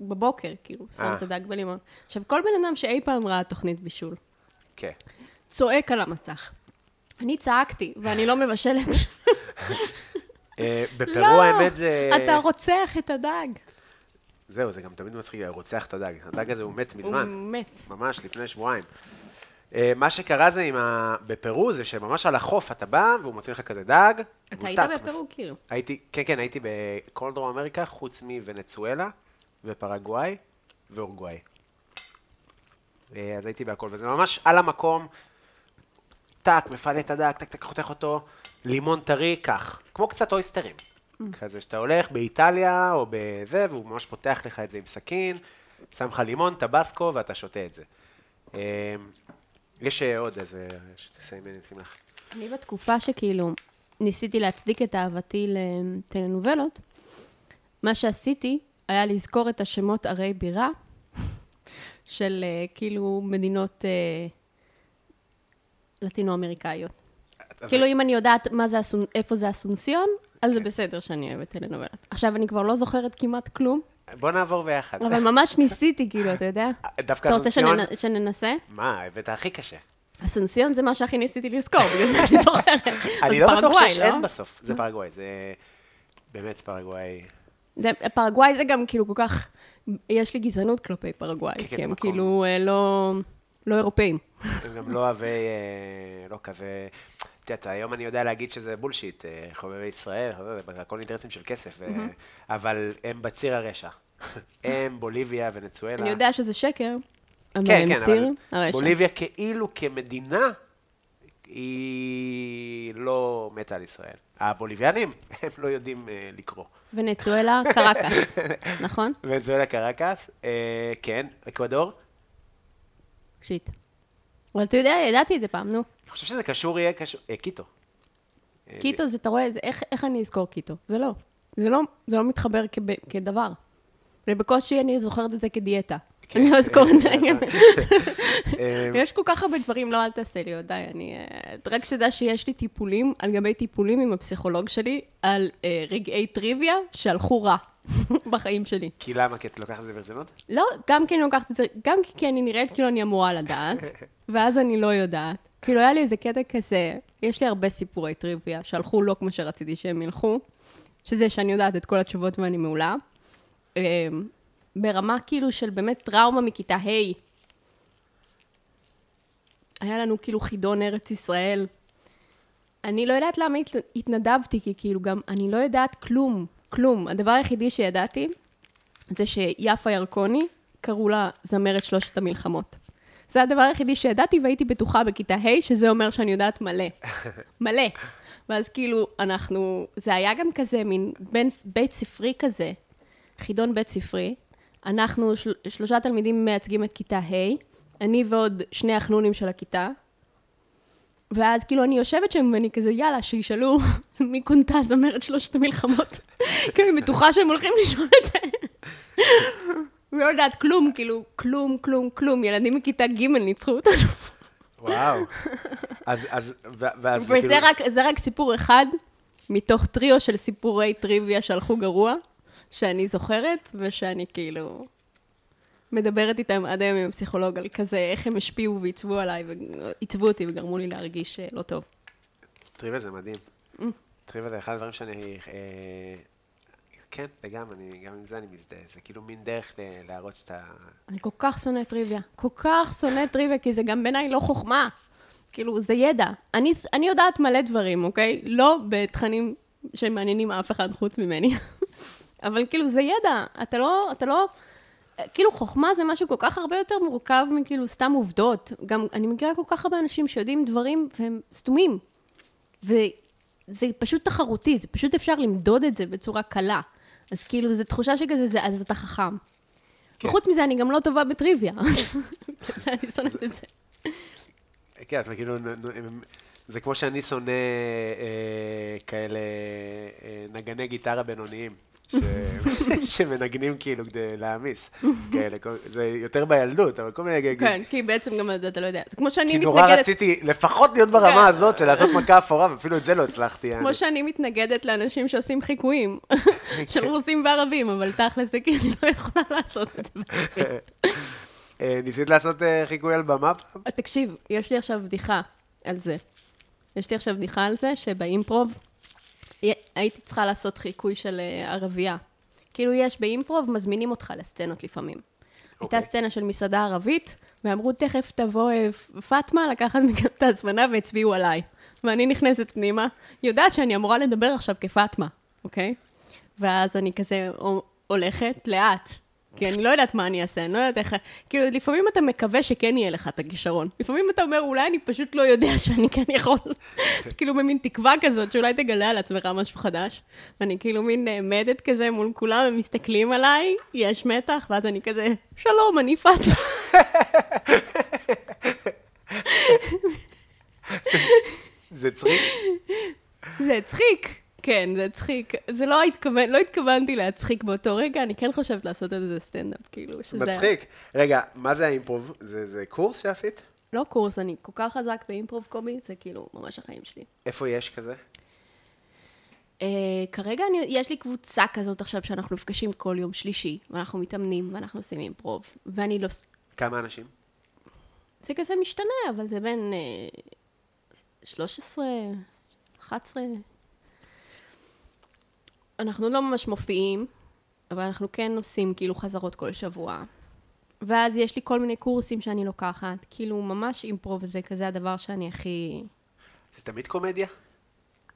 Speaker 2: בבוקר, כאילו, שם
Speaker 3: אה.
Speaker 2: את הדג בלימון. עכשיו, כל בן אדם שאי פעם ראה תוכנית בישול,
Speaker 3: כן.
Speaker 2: צועק על המסך. אני צעקתי, ואני לא מבשלת.
Speaker 3: אה, בפרו
Speaker 2: לא,
Speaker 3: האמת זה...
Speaker 2: אתה רוצח את הדג.
Speaker 3: זהו, זה גם תמיד מצחיק, רוצח את הדג. הדג הזה הוא מת
Speaker 2: הוא
Speaker 3: מזמן.
Speaker 2: מת.
Speaker 3: ממש לפני שבועיים. אה, מה שקרה זה עם ה... בפרו זה שממש על החוף אתה בא והוא מוציא לך כזה דג. והוא
Speaker 2: אתה היית
Speaker 3: טאק.
Speaker 2: בפרו, כאילו.
Speaker 3: הייתי, כן, כן, הייתי בכל דרום אמריקה, חוץ מוונצואלה ופרגוואי ואורוגוואי. אה, אז הייתי בהכל, וזה ממש על המקום, טאק, מפעלה את הדג, טק, טק, חותך אותו, לימון טרי, כך. כמו קצת אויסטרים.
Speaker 2: Mm.
Speaker 3: כזה שאתה הולך באיטליה או בזה, והוא ממש פותח לך את זה עם סכין, שם לך לימון, טבסקו, ואתה שותה את זה. אה, יש אה, עוד איזה, שתסיימי, אני אשים לך.
Speaker 2: אני בתקופה שכאילו ניסיתי להצדיק את אהבתי לטלנובלות, מה שעשיתי היה לזכור את השמות ערי בירה של אה, כאילו מדינות אה, לטינו-אמריקאיות. כאילו אם אני יודעת מה זה הסונ... איפה זה אסונסיון, אז
Speaker 3: כן.
Speaker 2: זה בסדר שאני אוהבת טלנובלות. עכשיו אני כבר לא זוכרת כמעט כלום,
Speaker 3: בוא נעבור ביחד.
Speaker 2: אבל ממש ניסיתי כאילו, אתה יודע?
Speaker 3: אה, דווקא
Speaker 2: אתה רוצה
Speaker 3: אסונסיון?
Speaker 2: שננ- שננסה?
Speaker 3: מה, הבאת הכי קשה.
Speaker 2: אסונסיון זה מה שהכי ניסיתי לזכור, בגלל זה אני זוכרת.
Speaker 3: אני
Speaker 2: אז
Speaker 3: לא בטוח
Speaker 2: פרגוואי,
Speaker 3: שיש
Speaker 2: לא?
Speaker 3: אין בסוף. זה פרגוואי, זה באמת פרגוואי.
Speaker 2: זה, פרגוואי זה גם כאילו כל כך, יש לי גזענות כלפי פרגוואי,
Speaker 3: כן,
Speaker 2: כי הם
Speaker 3: מקום.
Speaker 2: כאילו אה, לא, לא אירופאים.
Speaker 3: הם גם לא אוהבי, אה, לא כזה... את יודעת, היום אני יודע להגיד שזה בולשיט, אה, חובבי ישראל, חובבי- הכל אינטרסים של כסף, אה, אבל הם בציר הרשע. הם, בוליביה, ונצואלה.
Speaker 2: אני יודע שזה שקר, אבל
Speaker 3: כן,
Speaker 2: הם
Speaker 3: כן,
Speaker 2: ציר
Speaker 3: אבל
Speaker 2: הרשע.
Speaker 3: בוליביה כאילו כמדינה, היא לא מתה על ישראל. הבוליביאנים, הם לא יודעים אה, לקרוא.
Speaker 2: ונצואלה, קרקס, נכון?
Speaker 3: ונצואלה קרקס, אה, כן, אקוודור.
Speaker 2: שיט. אבל אתה יודע, ידעתי את זה פעם, נו.
Speaker 3: אני חושב שזה קשור יהיה קשור, אה, קיטו. אה,
Speaker 2: קיטו, זה, אתה רואה, זה, איך, איך אני אזכור קיטו? זה לא. זה לא, זה לא מתחבר כב, כדבר. ובקושי אני זוכרת את זה כדיאטה.
Speaker 3: כן, נכון.
Speaker 2: אני לא אזכור את זה.
Speaker 3: אה,
Speaker 2: יש כל כך הרבה דברים, לא, אל תעשה לי עוד, די, אני... אה, רק שתדע שיש לי טיפולים על גבי טיפולים עם הפסיכולוג שלי על אה, רגעי טריוויה שהלכו רע בחיים שלי.
Speaker 3: כי למה? כי את לוקחת את זה ברצינות?
Speaker 2: לא, גם כי אני לוקחת את זה, גם כי אני נראית כאילו אני אמורה לדעת, ואז אני לא יודעת. כאילו, היה לי איזה קטע כזה, יש לי הרבה סיפורי טריוויה שהלכו לא כמו שרציתי שהם ילכו, שזה שאני יודעת את כל התשובות ואני מעולה. אה, ברמה כאילו של באמת טראומה מכיתה ה'. היה לנו כאילו חידון ארץ ישראל. אני לא יודעת למה הת- התנדבתי, כי כאילו גם אני לא יודעת כלום, כלום. הדבר היחידי שידעתי זה שיפה ירקוני, קראו לה זמרת שלושת המלחמות. זה הדבר היחידי שידעתי והייתי בטוחה בכיתה ה', שזה אומר שאני יודעת מלא. מלא. ואז כאילו, אנחנו, זה היה גם כזה מין בין, בית ספרי כזה, חידון בית ספרי. אנחנו, של, שלושה תלמידים מייצגים את כיתה ה', אני ועוד שני החנונים של הכיתה, ואז כאילו אני יושבת שם ואני כזה, יאללה, שישאלו מי כונתה זמרת שלושת המלחמות. כאילו, אני בטוחה שהם הולכים לשאול את זה. לא יודעת כלום, כאילו, כלום, כלום, כלום. ילדים מכיתה ג' ניצחו אותנו.
Speaker 3: וואו. אז, אז, ו- ואז זה כאילו-
Speaker 2: וזה רק, זה רק סיפור אחד מתוך טריו של סיפורי טריוויה שהלכו גרוע, שאני זוכרת, ושאני כאילו מדברת איתם עד היום עם הפסיכולוג על כזה, איך הם השפיעו ועיצבו עליי, ועיצבו אותי וגרמו לי להרגיש אה, לא טוב.
Speaker 3: טריוויה זה מדהים.
Speaker 2: Mm.
Speaker 3: טריוויה זה אחד הדברים שאני... אה, כן, לגמרי, אני- גם עם זה אני מזדהה. זה כאילו מין דרך ל- להראות שאתה...
Speaker 2: אני כל כך שונא טריוויה. כל כך שונא טריוויה, כי זה גם בעיניי לא חוכמה. כאילו, זה ידע. אני, אני יודעת מלא דברים, אוקיי? לא בתכנים שמעניינים אף אחד חוץ ממני. אבל כאילו, זה ידע. אתה לא, אתה לא... כאילו, חוכמה זה משהו כל כך הרבה יותר מורכב מכאילו סתם עובדות. גם, אני מכירה כל כך הרבה אנשים שיודעים דברים והם סתומים. וזה פשוט תחרותי, זה פשוט אפשר למדוד את זה בצורה קלה. אז כאילו, זו תחושה שכזה, זה, אז אתה חכם.
Speaker 3: כן.
Speaker 2: וחוץ מזה, אני גם לא טובה בטריוויה. בגלל זה אני שונאת את זה.
Speaker 3: כן, אתה כאילו... נ- נ- הם- זה כמו שאני שונא אה, כאלה אה, נגני גיטרה בינוניים. ש... שמנגנים כאילו כדי להעמיס, כאלה, כל- זה יותר בילדות, אבל כל מיני גגים.
Speaker 2: כן, כי בעצם גם אתה לא יודע. זה כמו שאני
Speaker 3: כי נורא
Speaker 2: מתנגדת...
Speaker 3: רציתי לפחות להיות ברמה
Speaker 2: כן.
Speaker 3: הזאת של לעשות מכה אפורה, ואפילו את זה לא הצלחתי. יעני.
Speaker 2: כמו שאני מתנגדת לאנשים שעושים חיקויים
Speaker 3: כן.
Speaker 2: של רוסים וערבים, אבל תכל'ס זה כאילו לא יכולה לעשות את זה בעצמי.
Speaker 3: אה, ניסית לעשות אה, חיקוי על במה פעם?
Speaker 2: תקשיב, יש לי עכשיו בדיחה על זה. יש לי עכשיו בדיחה על זה, שבאימפרוב י- הייתי צריכה לעשות חיקוי של אה, ערבייה. כאילו יש באימפרוב, מזמינים אותך לסצנות לפעמים. הייתה
Speaker 3: אוקיי.
Speaker 2: סצנה של מסעדה ערבית, ואמרו, תכף תבוא אה, פ- פאטמה לקחת מכם את ההזמנה, והצביעו עליי. ואני נכנסת פנימה, יודעת שאני אמורה לדבר עכשיו כפאטמה, אוקיי? ואז אני כזה הו- הולכת לאט, כי אני לא יודעת מה אני אעשה, אני לא יודעת איך... כאילו, לפעמים אתה מקווה שכן יהיה לך את הכישרון. לפעמים אתה אומר, אולי אני פשוט לא יודע שאני כן יכול. כאילו, במין תקווה כזאת, שאולי תגלה על עצמך משהו חדש. ואני כאילו מין נעמדת כזה מול כולם, הם מסתכלים עליי, יש מתח, ואז אני כזה, שלום, אני פאטמה.
Speaker 3: זה צריק?
Speaker 2: זה הצחיק. כן, זה הצחיק. זה לא התכוון, לא התכוונתי להצחיק באותו רגע, אני כן חושבת לעשות את זה סטנדאפ, כאילו, שזה...
Speaker 3: מצחיק. רגע, מה זה האימפרוב? זה זה קורס שעשית?
Speaker 2: לא קורס, אני כל כך חזק באימפרוב קובי, זה כאילו ממש החיים שלי.
Speaker 3: איפה יש כזה?
Speaker 2: Uh, כרגע אני, יש לי קבוצה כזאת עכשיו שאנחנו נפגשים כל יום שלישי, ואנחנו מתאמנים, ואנחנו עושים אימפרוב, ואני לא...
Speaker 3: כמה אנשים?
Speaker 2: זה כזה משתנה, אבל זה בין uh, 13, 11. אנחנו לא ממש מופיעים, אבל אנחנו כן עושים כאילו חזרות כל שבוע. ואז יש לי כל מיני קורסים שאני לוקחת, כאילו ממש אימפרוב זה כזה הדבר שאני הכי...
Speaker 3: זה תמיד קומדיה?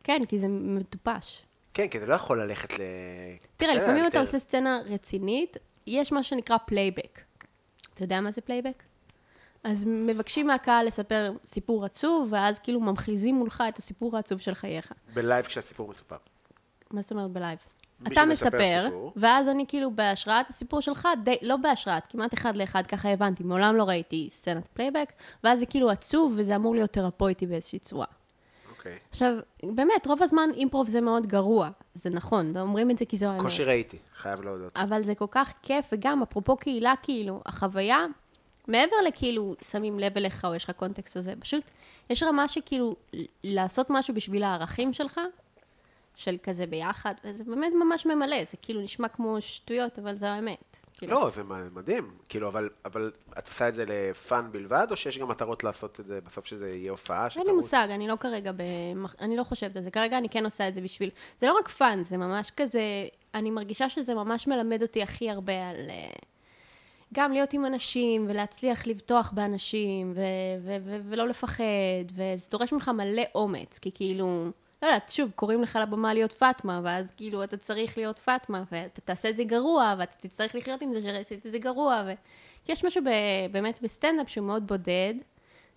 Speaker 2: כן, כי זה מטופש.
Speaker 3: כן, כי אתה לא יכול ללכת ל...
Speaker 2: תראה,
Speaker 3: בסדר,
Speaker 2: לפעמים אתה
Speaker 3: יותר.
Speaker 2: עושה סצנה רצינית, יש מה שנקרא פלייבק. אתה יודע מה זה פלייבק? אז מבקשים מהקהל לספר סיפור עצוב, ואז כאילו ממחיזים מולך את הסיפור העצוב של חייך.
Speaker 3: בלייב כשהסיפור מסופר.
Speaker 2: מה זאת אומרת בלייב?
Speaker 3: מי
Speaker 2: אתה
Speaker 3: שמספר
Speaker 2: מספר,
Speaker 3: סיפור.
Speaker 2: ואז אני כאילו בהשראת הסיפור שלך, די, לא בהשראת, כמעט אחד לאחד, ככה הבנתי, מעולם לא ראיתי סצנת פלייבק, ואז זה כאילו עצוב, וזה אמור להיות תרפויטי באיזושהי צורה.
Speaker 3: אוקיי.
Speaker 2: עכשיו, באמת, רוב הזמן אימפרוב זה מאוד גרוע, זה נכון, אומרים את זה כי זו האמת.
Speaker 3: קושי ראיתי, חייב להודות.
Speaker 2: אבל זה כל כך כיף, וגם אפרופו קהילה, כאילו, החוויה, מעבר לכאילו שמים לב אליך או יש לך קונטקסט או זה, פשוט יש רמה שכאילו ל- לעשות משהו בשביל הערכים שלך, של כזה ביחד, וזה באמת ממש ממלא, זה כאילו נשמע כמו שטויות, אבל זו האמת. כאילו,
Speaker 3: לא, זה מ- מדהים. כאילו, אבל- אבל את עושה את זה לפאן בלבד, או שיש גם מטרות לעשות את זה בסוף שזה יהיה הופעה?
Speaker 2: אין לי
Speaker 3: שתרוץ?
Speaker 2: מושג, אני לא כרגע, במח... אני לא חושבת על זה, כרגע אני כן עושה את זה בשביל, זה לא רק פאן, זה ממש כזה, אני מרגישה שזה ממש מלמד אותי הכי הרבה על אה, גם להיות עם אנשים, ולהצליח לבטוח באנשים, ו- ו- ו- ולא לפחד, וזה דורש ממך מלא אומץ, כי כאילו, לא יודעת, שוב, קוראים לך לבמה להיות פאטמה, ואז כאילו אתה צריך להיות פאטמה, ואתה תעשה את זה גרוע, ואתה תצטרך לחיות עם זה שעשית את זה גרוע, ו... כי יש משהו ב- באמת בסטנדאפ שהוא מאוד בודד,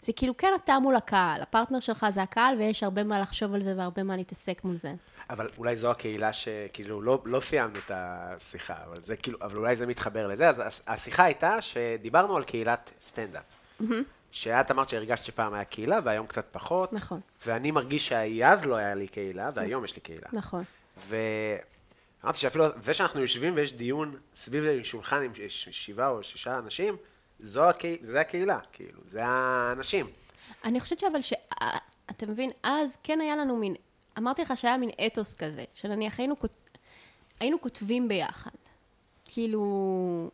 Speaker 2: זה כאילו כן אתה מול הקהל, הפרטנר שלך זה הקהל, ויש הרבה מה לחשוב על זה והרבה מה להתעסק מול זה.
Speaker 3: אבל אולי זו הקהילה שכאילו לא, לא סיימנו את השיחה, אבל
Speaker 2: Mm-hmm.
Speaker 3: זה כאילו, אבל אולי זה מתחבר לזה, אז הס- השיחה הייתה שדיברנו על קהילת סטנדאפ. שאת אמרת שהרגשת שפעם היה קהילה והיום קצת פחות.
Speaker 2: נכון.
Speaker 3: ואני מרגיש שאז לא היה לי קהילה, והיום יש לי קהילה.
Speaker 2: נכון.
Speaker 3: ואמרתי שאפילו זה שאנחנו יושבים ויש דיון סביב שולחן עם ש- שבעה או שישה אנשים, זו הקה... זה הקהילה, כאילו, זה האנשים.
Speaker 2: אני חושבת שאבל ש... אה, אתה מבין, אז כן היה לנו מין... אמרתי לך שהיה מין אתוס כזה, שנניח היינו, כות... היינו כותבים ביחד. כאילו...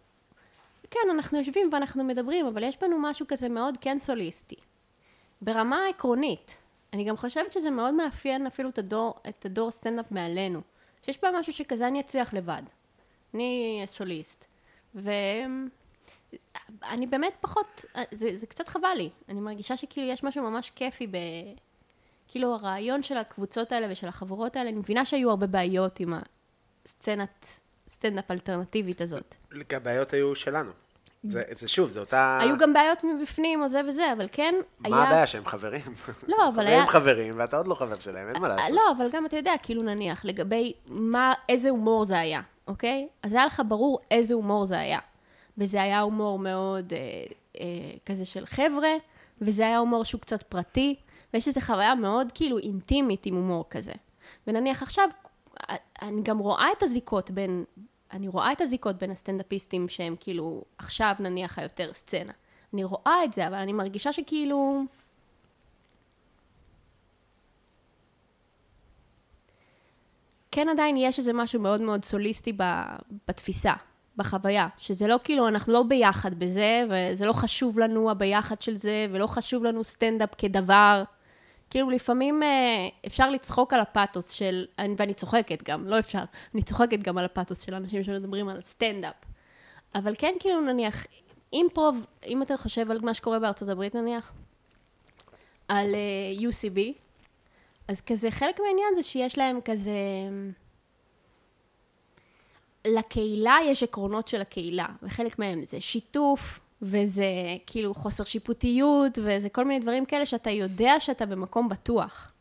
Speaker 2: כן, אנחנו יושבים ואנחנו מדברים, אבל יש בנו משהו כזה מאוד כן סוליסטי. ברמה עקרונית. אני גם חושבת שזה מאוד מאפיין אפילו את הדור, את הדור סטנדאפ מעלינו. שיש בה משהו שכזה אני אצליח לבד. אני סוליסט. ו... אני באמת פחות, אה, זה, זה קצת חבל לי. אני מרגישה שכאילו יש משהו ממש כיפי ב... כאילו הרעיון של הקבוצות האלה ושל החברות האלה, אני מבינה שהיו הרבה בעיות עם הסצנת סטנדאפ אלטרנטיבית הזאת.
Speaker 3: הבעיות היו שלנו. זה, זה שוב, זו אותה...
Speaker 2: היו גם בעיות מבפנים או זה וזה, אבל כן, היה...
Speaker 3: אה. מה הבעיה שהם חברים?
Speaker 2: לא, אבל היה-
Speaker 3: הם חברים, ואתה עוד לא חבר שלהם, אין מה לעשות.
Speaker 2: לא, אבל גם אתה יודע, כאילו נניח, לגבי מה, איזה הומור זה היה, אוקיי? אז היה לך ברור איזה הומור זה היה. וזה היה הומור מאוד אה, אה, כזה של חבר'ה, וזה היה הומור שהוא קצת פרטי, ויש איזו חוויה מאוד כאילו אינטימית עם הומור כזה. ונניח עכשיו, אה, אני גם רואה את הזיקות בין, אני רואה את הזיקות בין הסטנדאפיסטים שהם כאילו עכשיו נניח היותר סצנה. אני רואה את זה, אבל אני מרגישה שכאילו... כן עדיין יש איזה משהו מאוד מאוד סוליסטי ב, בתפיסה, בחוויה, שזה לא כאילו, אנחנו לא ביחד בזה, וזה לא חשוב לנו הביחד של זה, ולא חשוב לנו סטנדאפ כדבר. כאילו לפעמים אה, אפשר לצחוק על הפאתוס של, אני- ואני צוחקת גם, לא אפשר, אני צוחקת גם על הפאתוס של אנשים שמדברים על סטנדאפ. אבל כן כאילו נניח, אימפרוב, אם אתה חושב על מה שקורה בארצות הברית נניח, על אה, UCB, אז כזה, חלק מהעניין זה שיש להם כזה... לקהילה יש עקרונות של הקהילה, וחלק מהם זה שיתוף, וזה כאילו חוסר שיפוטיות, וזה כל מיני דברים כאלה שאתה יודע שאתה במקום בטוח.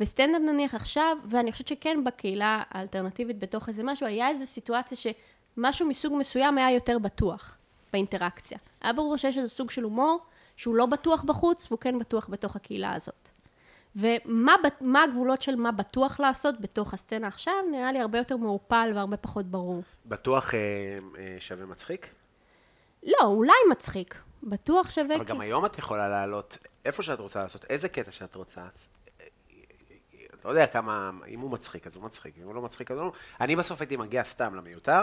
Speaker 2: וסטנדאפ נניח עכשיו, ואני חושבת שכן בקהילה האלטרנטיבית בתוך איזה משהו, היה איזו סיטואציה שמשהו מסוג מסוים היה יותר בטוח באינטראקציה. היה ברור שיש איזה סוג של הומור שהוא לא בטוח בחוץ, והוא כן בטוח בתוך הקהילה הזאת. ומה בט- מה הגבולות של מה בטוח לעשות בתוך הסצנה עכשיו, נראה לי הרבה יותר מעורפל והרבה פחות ברור.
Speaker 3: בטוח אה, אה, שווה מצחיק?
Speaker 2: לא, אולי מצחיק. בטוח שווה...
Speaker 3: אבל גם היום את יכולה לעלות איפה שאת רוצה לעשות, איזה קטע שאת רוצה. אז, אה, אה, לא יודע כמה, אם הוא מצחיק אז הוא מצחיק, אם הוא לא מצחיק אז הוא לא. אני בסוף הייתי מגיע סתם למיותר.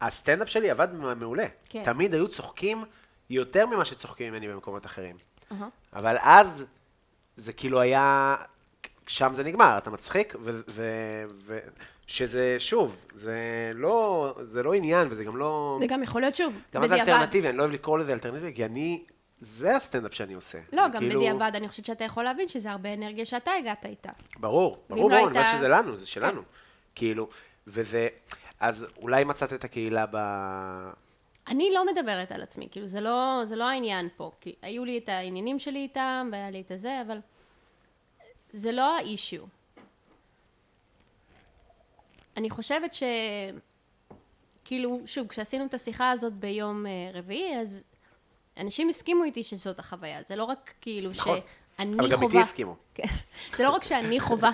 Speaker 3: הסטנדאפ שלי עבד מעולה.
Speaker 2: כן.
Speaker 3: תמיד היו צוחקים יותר ממה שצוחקים ממני במקומות אחרים.
Speaker 2: אהה.
Speaker 3: אבל אז זה כאילו היה, שם זה נגמר, אתה מצחיק, ו- ו- ו- שזה, שוב, זה לא, זה לא עניין וזה גם לא...
Speaker 2: זה גם יכול להיות שוב,
Speaker 3: גם מה זה אלטרנטיבי, אני לא אוהב לקרוא לזה אלטרנטיבי, כי אני, זה הסטנדאפ שאני עושה.
Speaker 2: לא,
Speaker 3: אני
Speaker 2: גם
Speaker 3: כאילו-
Speaker 2: בדיעבד אני חושבת שאתה יכול להבין שזה הרבה אנרגיה שאתה הגעת איתה.
Speaker 3: ברור,
Speaker 2: ואם
Speaker 3: ברור,
Speaker 2: לא
Speaker 3: ברור, אני אומר
Speaker 2: הייתה- כן.
Speaker 3: שזה לנו, זה שלנו. כאילו, וזה, אז אולי מצאת את הקהילה ב...
Speaker 2: אני לא מדברת על עצמי, כאילו זה לא, זה לא העניין פה, כי היו לי את העניינים שלי איתם, והיה לי את הזה, אבל זה לא האישיו. אני חושבת ש... כאילו, שוב, כשעשינו את השיחה הזאת ביום אה, רביעי, אז אנשים הסכימו איתי שזאת החוויה, זה לא רק כאילו
Speaker 3: נכון.
Speaker 2: שאני חווה...
Speaker 3: אבל גם איתי הסכימו.
Speaker 2: כן. זה לא רק שאני חווה,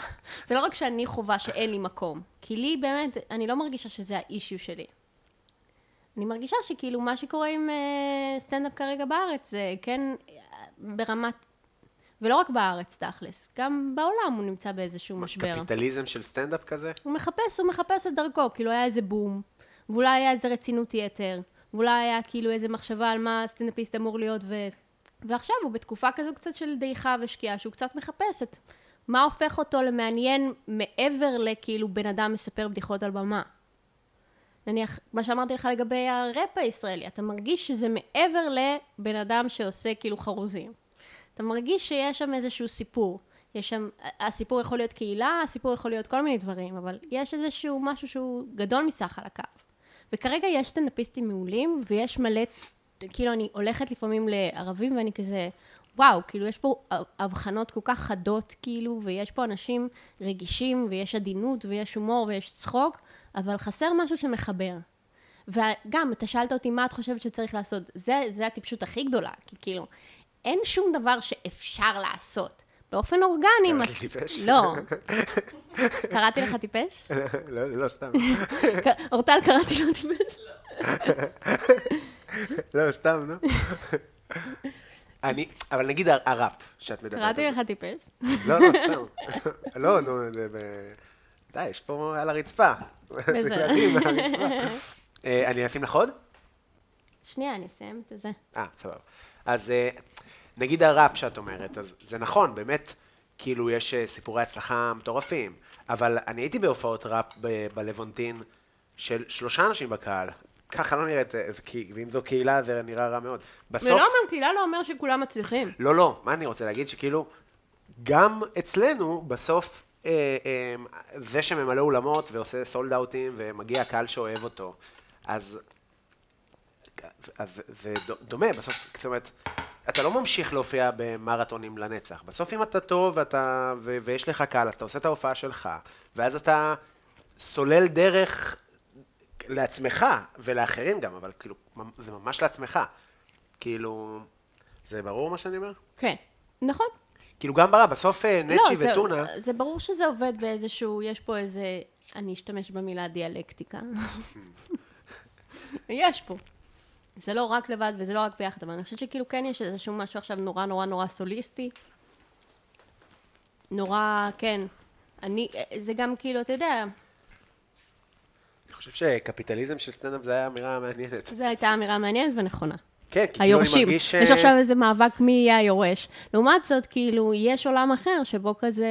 Speaker 2: זה לא רק שאני חווה שאין לי מקום. כי לי באמת, אני לא מרגישה שזה האישיו שלי. אני מרגישה שכאילו מה שקורה עם אה, סטנדאפ כרגע בארץ זה כן אה, ברמת, ולא רק בארץ תכלס, גם בעולם הוא נמצא באיזשהו משבר.
Speaker 3: קפיטליזם של סטנדאפ כזה.
Speaker 2: הוא מחפש, הוא מחפש את דרכו, כאילו היה איזה בום, ואולי היה איזה רצינות יתר, ואולי היה כאילו איזה מחשבה על מה הסטנדאפיסט אמור להיות, ו... ועכשיו הוא בתקופה כזו קצת של דעיכה ושקיעה, שהוא קצת מחפש את מה הופך אותו למעניין מעבר לכאילו בן אדם מספר בדיחות על במה. נניח, מה שאמרתי לך לגבי הראפ הישראלי, אתה מרגיש שזה מעבר לבן אדם שעושה כאילו חרוזים. אתה מרגיש שיש שם איזשהו סיפור. יש שם, הסיפור יכול להיות קהילה, הסיפור יכול להיות כל מיני דברים, אבל יש איזשהו משהו שהוא גדול מסך על הקו. וכרגע יש סטנדאפיסטים מעולים, ויש מלא, כאילו אני הולכת לפעמים לערבים ואני כזה, וואו, כאילו יש פה הבחנות כל כך חדות, כאילו, ויש פה אנשים רגישים, ויש עדינות, ויש הומור, ויש צחוק, אבל חסר משהו שמחבר. וגם, אתה שאלת אותי מה את חושבת שצריך לעשות. זה, זה הטיפשות הכי גדולה, כי כאילו, אין שום דבר שאפשר לעשות. באופן אורגני...
Speaker 3: קראת
Speaker 2: מת-
Speaker 3: לי טיפש?
Speaker 2: לא. קראתי לך טיפש?
Speaker 3: לא, לא, סתם.
Speaker 2: ק- אורטל, קראתי לו טיפש?
Speaker 3: לא, סתם, נו.
Speaker 5: אני...
Speaker 3: אבל נגיד הר- הראפ שאת מדברת
Speaker 2: קראתי
Speaker 3: על
Speaker 2: לך טיפש?
Speaker 3: זה. לא, לא, סתם. לא, נו, זה ב... די, יש פה על הרצפה. זה
Speaker 2: בסדר.
Speaker 3: ילדים על הרצפה. אה, אני אשים לך עוד?
Speaker 2: שנייה, אני אסיים את זה.
Speaker 3: אה, סבבה. אז אה, נגיד הראפ שאת אומרת, אז זה נכון, באמת, כאילו יש אה, סיפורי הצלחה מטורפים, אבל אני הייתי בהופעות ראפ ב- בלוונטין של שלושה אנשים בקהל. ככה לא נראית, אה, זה כי- ואם זו קהילה זה נראה רע מאוד.
Speaker 2: ולא
Speaker 3: בסוף,
Speaker 2: אומר, קהילה לא אומר שכולם מצליחים.
Speaker 3: לא, לא, מה אני רוצה להגיד? שכאילו, גם אצלנו, בסוף, אה, אה, זה שממלא אולמות ועושה סולד אאוטים ומגיע הקהל שאוהב אותו, אז, אז זה דו- דומה, בסוף, זאת אומרת, אתה לא ממשיך להופיע במרתונים לנצח. בסוף אם אתה טוב ואתה, ו, ויש לך קהל, אז אתה עושה את ההופעה שלך, ואז אתה סולל דרך לעצמך ולאחרים גם, אבל כאילו, זה ממש לעצמך. כאילו, זה ברור מה שאני אומר?
Speaker 2: כן. נכון.
Speaker 3: כאילו גם ברע, בסוף אה, נצ'י
Speaker 2: לא, זה-
Speaker 3: וטונה,
Speaker 2: זה ברור שזה עובד באיזשהו, יש פה איזה, אני אשתמש במילה דיאלקטיקה. יש פה. זה לא רק לבד וזה לא רק ביחד, אבל אני חושבת שכאילו כן יש איזשהו משהו עכשיו נורא נורא נורא סוליסטי. נורא, כן. אני, זה גם כאילו, אתה יודע,
Speaker 3: אני חושב שקפיטליזם של סטנדאפ זה היה אמירה מעניינת.
Speaker 2: זו הייתה אמירה מעניינת ונכונה.
Speaker 3: כן, כי כאילו אני
Speaker 2: היורשים.
Speaker 3: מרגיש... ש-
Speaker 2: יש עכשיו איזה מאבק מי יהיה היורש. לעומת זאת, כאילו, יש עולם אחר שבו כזה...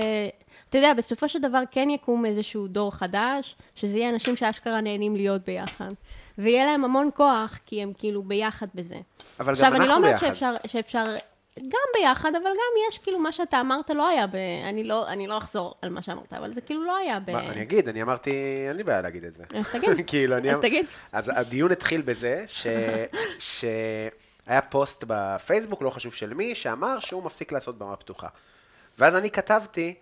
Speaker 2: אתה יודע, בסופו של דבר כן יקום איזשהו דור חדש, שזה יהיה אנשים שאשכרה נהנים להיות ביחד. ויהיה להם המון כוח, כי הם כאילו ביחד בזה.
Speaker 3: אבל גם
Speaker 2: עכשיו, אני לא
Speaker 3: אנחנו
Speaker 2: אומרת
Speaker 3: ביחד.
Speaker 2: שאפשר, שאפשר... גם ביחד, אבל גם יש, כאילו, מה שאתה אמרת לא היה ב... אני לא, אני לא אחזור על מה שאמרת, אבל זה כאילו לא היה ב...
Speaker 3: מה, אני אגיד, אני אמרתי, אין לי בעיה להגיד את זה.
Speaker 2: אז תגיד.
Speaker 3: כאילו, אני...
Speaker 2: אז
Speaker 3: אמ-
Speaker 2: תגיד.
Speaker 3: אז הדיון התחיל בזה ש... שהיה פוסט בפייסבוק, לא חשוב של מי, שאמר שהוא מפסיק לעשות במה פתוחה. ואז אני כתבתי,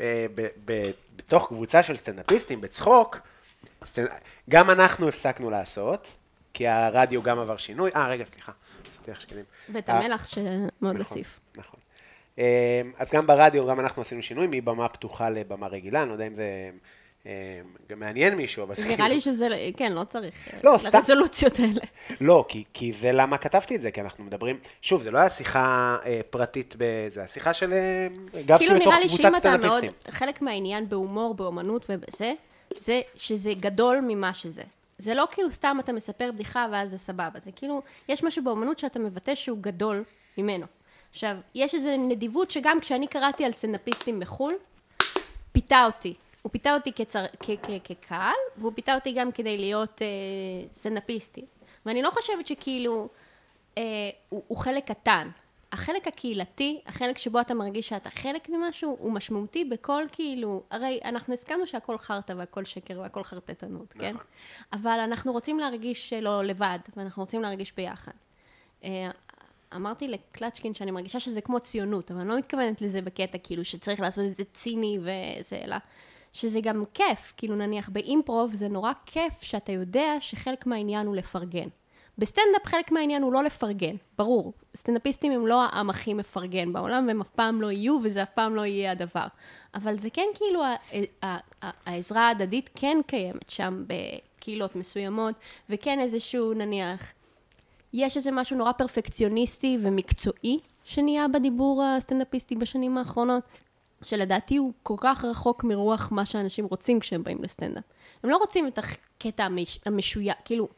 Speaker 3: אה, ב- ב- בתוך קבוצה של סטנדאפיסטים, בצחוק, סטנד... גם אנחנו הפסקנו לעשות, כי הרדיו גם עבר שינוי. אה, רגע, סליחה. עשיתי לך שקדים.
Speaker 2: ואת
Speaker 3: אה,
Speaker 2: המלח שמאוד
Speaker 3: נכון,
Speaker 2: הוסיף.
Speaker 3: נכון. אמ, אז גם ברדיו, גם אנחנו עשינו שינוי מבמה פתוחה לבמה רגילה, אני לא יודע אם זה אמ, גם מעניין מישהו, אבל...
Speaker 2: נראה לי שזה, כן, לא צריך.
Speaker 3: כאילו. לא,
Speaker 2: אה,
Speaker 3: סתם.
Speaker 2: לרזולוציות האלה.
Speaker 3: לא, כי, כי זה למה כתבתי את זה, כי אנחנו מדברים... שוב, זה לא היה שיחה אה, פרטית, ב... זה היה שיחה של... אה, הגבתי
Speaker 2: כאילו
Speaker 3: לתוך
Speaker 2: נראה לי
Speaker 3: קבוצת
Speaker 2: שאם אתה מאוד,
Speaker 3: סטנדאפיסטים.
Speaker 2: חלק מהעניין בהומור, באומנות ובזה, זה שזה גדול ממה שזה. זה לא כאילו סתם אתה מספר בדיחה ואז זה סבבה, זה כאילו, יש משהו באומנות שאתה מבטא שהוא גדול ממנו. עכשיו, יש איזו נדיבות שגם כשאני קראתי על סטנדאפיסטים בחו"ל, פיתה אותי. הוא פיתה אותי כצר... כ- כ- כקהל, והוא פיתה אותי גם כדי להיות אה, סטנדאפיסטי. ואני לא חושבת שכאילו, אה, הוא, הוא חלק קטן. החלק הקהילתי, החלק שבו אתה מרגיש שאתה חלק ממשהו, הוא משמעותי בכל כאילו, הרי אנחנו הסכמנו שהכל חרטא והכל שקר והכל חרטטנות, כן? אבל אנחנו רוצים להרגיש לא לבד, ואנחנו רוצים להרגיש ביחד. אה, אמרתי לקלצ'קין שאני מרגישה שזה כמו ציונות, אבל אני לא מתכוונת לזה בקטע כאילו שצריך לעשות את זה ציני וזה, אלא שזה גם כיף, כאילו נניח באימפרוב זה נורא כיף שאתה יודע שחלק מהעניין הוא לפרגן. בסטנדאפ חלק מהעניין הוא לא לפרגן, ברור. סטנדאפיסטים הם לא העם הכי מפרגן בעולם, והם אף פעם לא יהיו, וזה אף פעם לא יהיה הדבר. אבל זה כן כאילו, ה- ה- ה- העזרה ההדדית כן קיימת שם בקהילות מסוימות, וכן איזשהו נניח... יש איזה משהו נורא פרפקציוניסטי ומקצועי שנהיה בדיבור הסטנדאפיסטי בשנים האחרונות, שלדעתי הוא כל כך רחוק מרוח מה שאנשים רוצים כשהם באים לסטנדאפ. הם לא רוצים את הקטע המש... המשויע, כאילו,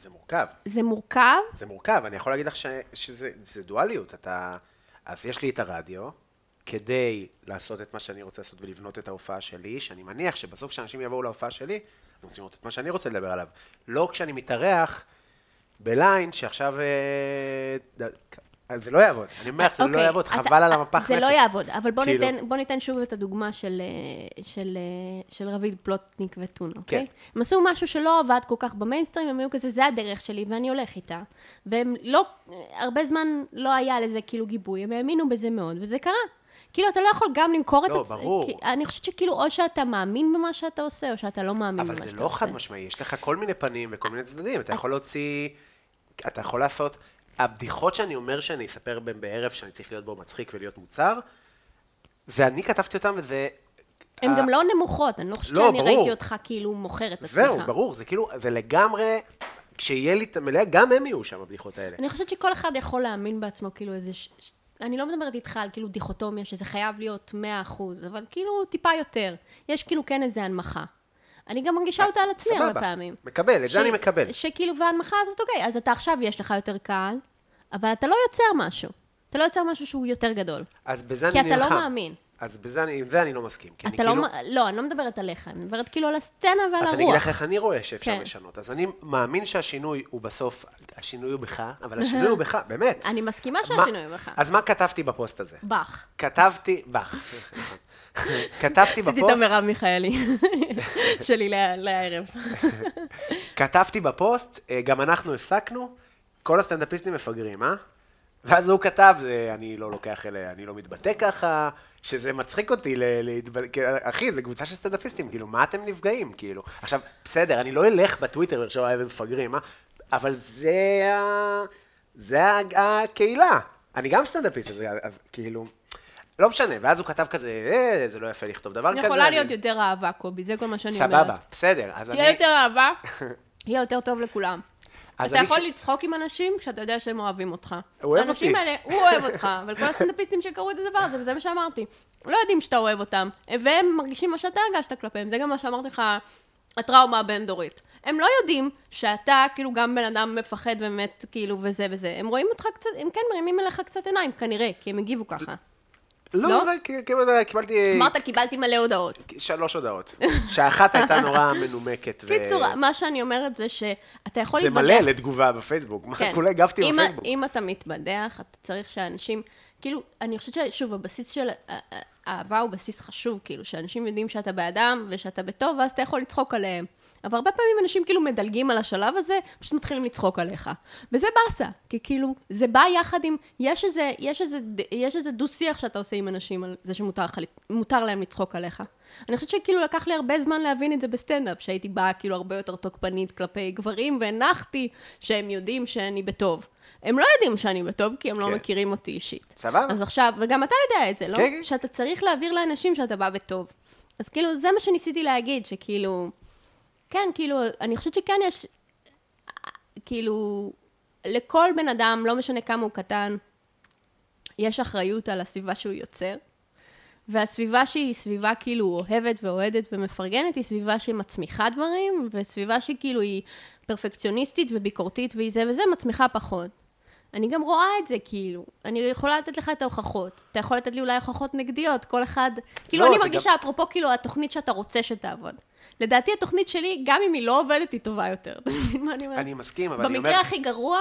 Speaker 3: זה מורכב,
Speaker 2: זה מורכב,
Speaker 3: זה מורכב. אני יכול להגיד לך ש... שזה זה דואליות. אתה... אז יש לי את הרדיו, כדי לעשות את מה שאני רוצה לעשות ולבנות את ההופעה שלי, שאני מניח שבסוף כשאנשים יבואו להופעה שלי, הם רוצים לראות את מה שאני רוצה לדבר עליו. לא כשאני מתארח בליין, שעכשיו... אה, ד- אז זה לא יעבוד. אני אומר, זה לא
Speaker 2: אוקיי,
Speaker 3: יעבוד,
Speaker 2: אתה-
Speaker 3: חבל על המפה.
Speaker 2: זה לא יעבוד, אבל בוא,
Speaker 3: כאילו-
Speaker 2: ניתן, בוא ניתן שוב את הדוגמה של, אה, של, אה, של רביד פלוטניק וטון, אוקיי?
Speaker 3: כן.
Speaker 2: הם עשו משהו שלא עבד כל כך במיינסטרים, הם היו כזה, זה הדרך שלי ואני הולך איתה. והם לא, הרבה זמן לא היה לזה כאילו גיבוי, הם האמינו בזה מאוד, וזה קרה. כאילו, אתה לא יכול גם למכור את
Speaker 3: לא,
Speaker 2: עצ-
Speaker 3: ברור.
Speaker 2: כי, אני חושבת שכאילו, או שאתה מאמין במה שאתה עושה, או שאתה לא מאמין במה שאתה
Speaker 3: אבל
Speaker 2: עושה.
Speaker 3: זה לא חד משמעי, יש לך כל מיני פנים וכל מיני צדדים, אתה יכול להוציא, אתה יכול לעשות, הבדיחות שאני אומר שאני אספר בהן בערב, שאני צריך להיות בו מצחיק ולהיות מוצר, זה אני כתבתי אותם וזה... אה,
Speaker 2: הן
Speaker 3: ה-
Speaker 2: גם לא נמוכות, אני לא חושבת
Speaker 3: לא,
Speaker 2: שאני
Speaker 3: ברור.
Speaker 2: ראיתי אותך כאילו מוכר את עצמך.
Speaker 3: זהו, ברור, זה כאילו, זה לגמרי, כשיהיה לי את המלאה, גם הם יהיו שם, הבדיחות האלה.
Speaker 2: אני חושבת שכל אחד יכול להאמין בעצמו, כאילו איזה... ש... ש- אני לא מדברת איתך על כאילו דיכוטומיה, שזה חייב להיות 100%, אבל כאילו טיפה יותר. יש כאילו כן איזה הנמכה. אני גם מרגישה אותה על עצמי הרבה
Speaker 3: סבבה.
Speaker 2: פעמים.
Speaker 3: מקבל, את זה אני מקבל.
Speaker 2: שכאילו, וההנמכה הזאת, אוקיי, אז אתה עכשיו יש לך יותר קהל, אבל אתה לא יוצר משהו. אתה לא יוצר משהו שהוא יותר גדול.
Speaker 3: אז בזה אני
Speaker 2: כי
Speaker 3: נלחם.
Speaker 2: אתה לא מאמין.
Speaker 3: אז בזה אני, עם זה אני לא מסכים. כי אני
Speaker 2: אתה לא...
Speaker 3: כאילו-
Speaker 2: מ- לא, אני לא מדברת עליך, אני מדברת כאילו על הסצנה ועל הרוח.
Speaker 3: אז אני אגיד לך איך אני רואה שאפשר
Speaker 2: כן.
Speaker 3: לשנות. אז אני מאמין שהשינוי הוא בסוף, השינוי הוא בך, אבל השינוי הוא בך, באמת.
Speaker 2: אני מסכימה
Speaker 3: מה-
Speaker 2: שהשינוי הוא בך.
Speaker 3: אז מה כתבתי בפוסט הזה?
Speaker 2: באך.
Speaker 3: כתבתי, בח.
Speaker 2: עשיתי
Speaker 3: כתבתי
Speaker 2: את
Speaker 3: בפוסט,
Speaker 2: המרב מיכאלי שלי לה- לערב.
Speaker 3: כתבתי בפוסט, אה, גם אנחנו הפסקנו, כל הסטנדאפיסטים מפגרים, אה? ואז הוא כתב, אה, אני לא לוקח אליה, אני לא מתבטא ככה, שזה מצחיק אותי ל- להתבטא, כי, אה, אחי, זה קבוצה של סטנדאפיסטים, כאילו, מה אתם נפגעים, כאילו? עכשיו, בסדר, אני לא אלך בטוויטר ולחשוב, אה, הם מפגרים, אה? אבל זה ה... זה ה- הקהילה. אני גם סטנדאפיסט, אז, אז כאילו... לא משנה, ואז הוא כתב כזה, אה, זה לא יפה לכתוב דבר כזה.
Speaker 2: יכולה
Speaker 3: אני-
Speaker 2: להיות יותר אהבה, קובי, זה כל מה שאני אומרת.
Speaker 3: סבבה, בסדר. אז
Speaker 2: תהיה
Speaker 3: אני-
Speaker 2: יותר אהבה, יהיה יותר טוב לכולם.
Speaker 3: אז
Speaker 2: אתה
Speaker 3: אני
Speaker 2: יכול
Speaker 3: כש-
Speaker 2: לצחוק עם אנשים כשאתה יודע שהם אוהבים אותך.
Speaker 3: הוא אוהב
Speaker 2: האנשים
Speaker 3: אותי.
Speaker 2: האלה, הוא אוהב אותך, אבל כל הסטנדאפיסטים שקראו את הדבר הזה, וזה מה שאמרתי, לא יודעים שאתה אוהב אותם, והם מרגישים מה שאתה הרגשת כלפיהם, זה גם מה שאמרתי לך, הטראומה הבין-דורית. הם לא יודעים שאתה כאילו גם בן אדם מפחד באמת, כאילו, וזה וזה. הם רואים אותך קצת, הם כן מרימים אליך קצת עיניים, כנראה, כי הם הגיבו ככה. לא?
Speaker 3: לא, אבל כ- כ- קיבלתי
Speaker 2: אמרת, קיבלתי מלא הודעות.
Speaker 3: שלוש הודעות, שאחת הייתה נורא מנומקת. ו-
Speaker 2: קיצור, מה שאני אומרת זה שאתה יכול
Speaker 3: זה
Speaker 2: להתבדח...
Speaker 3: מלא לתגובה בפייסבוק, מה, כולה הגבתי
Speaker 2: כן. אם-
Speaker 3: בפייסבוק.
Speaker 2: אם אתה מתבדח, אתה צריך שאנשים, כאילו, אני חושבת ששוב, הבסיס של אה, אה, אהבה הוא בסיס חשוב, כאילו, שאנשים יודעים שאתה באדם ושאתה בטוב, ואז אתה יכול לצחוק עליהם. אבל הרבה פעמים אנשים כאילו מדלגים על השלב הזה, פשוט מתחילים לצחוק עליך. וזה באסה, כי כאילו, זה בא יחד עם, יש איזה, יש איזה, ד- יש איזה דו-שיח שאתה עושה עם אנשים על זה שמותר לך לת- מותר להם לצחוק עליך. אני חושבת שכאילו לקח לי הרבה זמן להבין את זה בסטנדאפ, שהייתי באה כאילו הרבה יותר תוקפנית כלפי גברים, והנחתי שהם יודעים שאני בטוב. הם לא יודעים שאני בטוב, כי הם לא
Speaker 3: כן.
Speaker 2: מכירים אותי אישית.
Speaker 3: סבבה.
Speaker 2: אז עכשיו, וגם אתה יודע את זה, לא?
Speaker 3: כן, כן.
Speaker 2: שאתה צריך להעביר לאנשים שאתה בא בטוב. אז כאילו, זה מה שניסיתי להגיד, שכאילו... כן, כאילו, אני חושבת שכן יש... כאילו, לכל בן אדם, לא משנה כמה הוא קטן, יש אחריות על הסביבה שהוא יוצר. והסביבה שהיא סביבה כאילו אוהבת ואוהדת ומפרגנת, היא סביבה שמצמיחה דברים, וסביבה שכאילו היא פרפקציוניסטית וביקורתית והיא זה וזה, מצמיחה פחות. אני גם רואה את זה, כאילו. אני יכולה לתת לך את ההוכחות. אתה יכול לתת לי אולי הוכחות נגדיות, כל אחד... כאילו,
Speaker 3: לא,
Speaker 2: אני
Speaker 3: זה
Speaker 2: מרגישה, אפרופו, כאילו, התוכנית שאתה רוצה שתעבוד. לדעתי, התוכנית שלי, גם אם היא לא עובדת, היא טובה יותר. אתה מבין מה אני אומרת?
Speaker 3: אני מסכים, אבל אני אומר...
Speaker 2: במקרה הכי גרוע,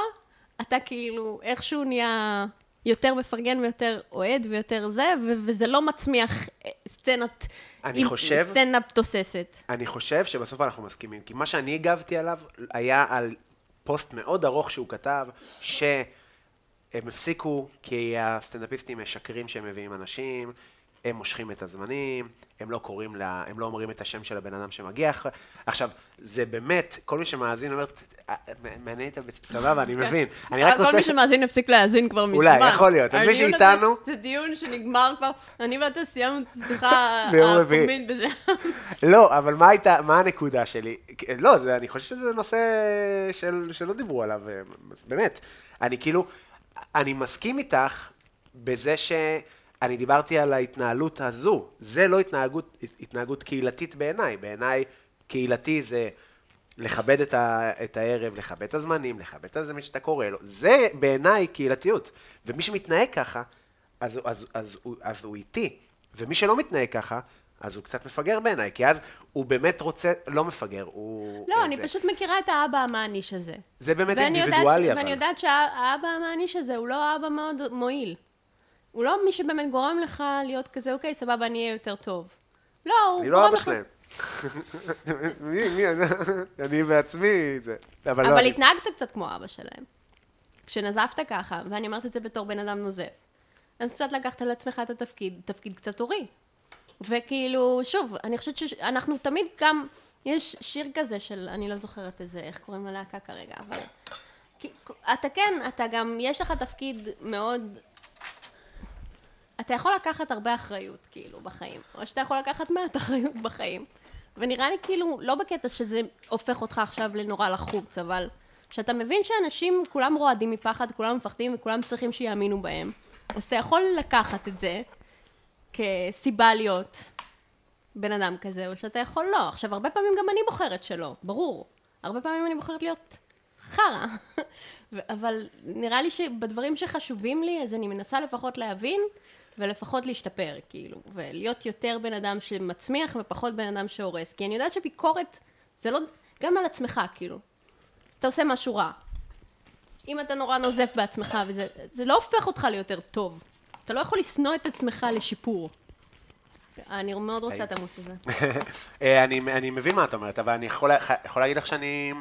Speaker 2: אתה כאילו איכשהו נהיה יותר מפרגן ויותר אוהד ויותר זה, ו- וזה לא מצמיח אה, סצנת...
Speaker 3: אני
Speaker 2: עם-
Speaker 3: חושב-
Speaker 2: סצנה תוססת.
Speaker 3: אני חושב שבסוף אנחנו מסכימים, כי מה שאני הגבתי עליו היה על פוסט מאוד ארוך שהוא כתב, שהם הפסיקו כי הסטנדאפיסטים משקרים שהם מביאים אנשים, הם מושכים את הזמנים, הם לא קוראים לה, הם לא אומרים את השם של הבן אדם שמגיע אחרי. עכשיו, זה באמת, כל מי שמאזין אומר, "אה, מעניין את הבצ... סבבה, אני מבין. אני רק
Speaker 2: כן. אה, כל
Speaker 3: רוצה...
Speaker 2: מי
Speaker 3: ש-
Speaker 2: שמאזין הפסיק להאזין כבר מזמן.
Speaker 3: אולי, יכול להיות. אז מי
Speaker 2: הדיון הזה
Speaker 3: שאיתנו-
Speaker 2: זה דיון שנגמר כבר, אני ואתה סיימנו את השיחה
Speaker 3: ביום רביעי.
Speaker 2: הפומבית בזה.
Speaker 3: לא, אבל מה הייתה, מה הנקודה שלי? לא, זה, אני חושב שזה נושא של, שלא דיברו עליו, אה, אז באמת. אני כאילו, אני מסכים איתך בזה שאני דיברתי על ההתנהלות הזו. זה לא התנהגות, התנהגות קהילתית בעיניי. בעיניי, קהילתי זה לכבד את, ה, את הערב, לכבד את הזמנים, לכבד את זה מי שאתה קורא לו. זה בעיניי קהילתיות. ומי שמתנהג ככה, אז, אז, אז, אז, הוא- אז הוא איתי. ומי שלא מתנהג ככה, אז הוא קצת מפגר בעיניי, כי אז הוא באמת רוצה, לא מפגר, הוא... אה,
Speaker 2: לא, אני
Speaker 3: כן, זה.
Speaker 2: פשוט מכירה את האבא המעניש הזה.
Speaker 3: זה באמת
Speaker 2: ואני יודעת
Speaker 3: אינדיבידואלי,
Speaker 2: ש-
Speaker 3: אבל.
Speaker 2: ואני יודעת שהאבא המעניש הזה הוא לא אבא מאוד מועיל. הוא לא מי שבאמת גורם לך להיות כזה, אוקיי, סבבה, אני אהיה יותר טוב. לא, הוא
Speaker 3: אני
Speaker 2: גורם
Speaker 3: לא אבא
Speaker 2: לך...
Speaker 3: שלהם. מי, מי, אני- אני בעצמי, זה... אבל לא,
Speaker 2: אבל
Speaker 3: אני-
Speaker 2: התנהגת קצת כמו אבא שלהם. כשנזפת ככה, ואני אומרת את זה בתור בן אדם נוזף, אז קצת לקחת על עצמך את התפקיד, תפקיד קצת הורי. וכאילו, שוב, אני חושבת שאנחנו תמיד גם, יש שיר כזה של, אני לא זוכרת איזה, איך קוראים ללהקה כרגע, אבל כי אתה כן, אתה גם, יש לך תפקיד מאוד... אתה יכול לקחת הרבה אחריות, כאילו, בחיים. או שאתה יכול לקחת מעט אחריות בחיים. ונראה לי כאילו, לא בקטע שזה הופך אותך עכשיו לנורא לחוץ, אבל כשאתה מבין שאנשים כולם רועדים מפחד, כולם מפחדים וכולם צריכים שיאמינו בהם, אז אתה יכול לקחת את זה כסיבה להיות בן אדם כזה, או שאתה יכול לא. עכשיו, הרבה פעמים גם אני בוחרת שלא, ברור. הרבה פעמים אני בוחרת להיות חרא. ו- אבל נראה לי שבדברים שחשובים לי, אז אני מנסה לפחות להבין, ולפחות להשתפר, כאילו. ולהיות יותר בן אדם שמצמיח ופחות בן אדם שהורס. כי אני יודעת שביקורת זה לא... גם על עצמך, כאילו. אתה עושה משהו רע. אם אתה נורא נוזף בעצמך, וזה זה לא הופך אותך ליותר טוב. אתה לא יכול לשנוא את עצמך לשיפור. אני מאוד רוצה את המוס הזה.
Speaker 3: אה, אני, אני מבין מה את אומרת, אבל אני יכול, לה- יכול להגיד לך שאני...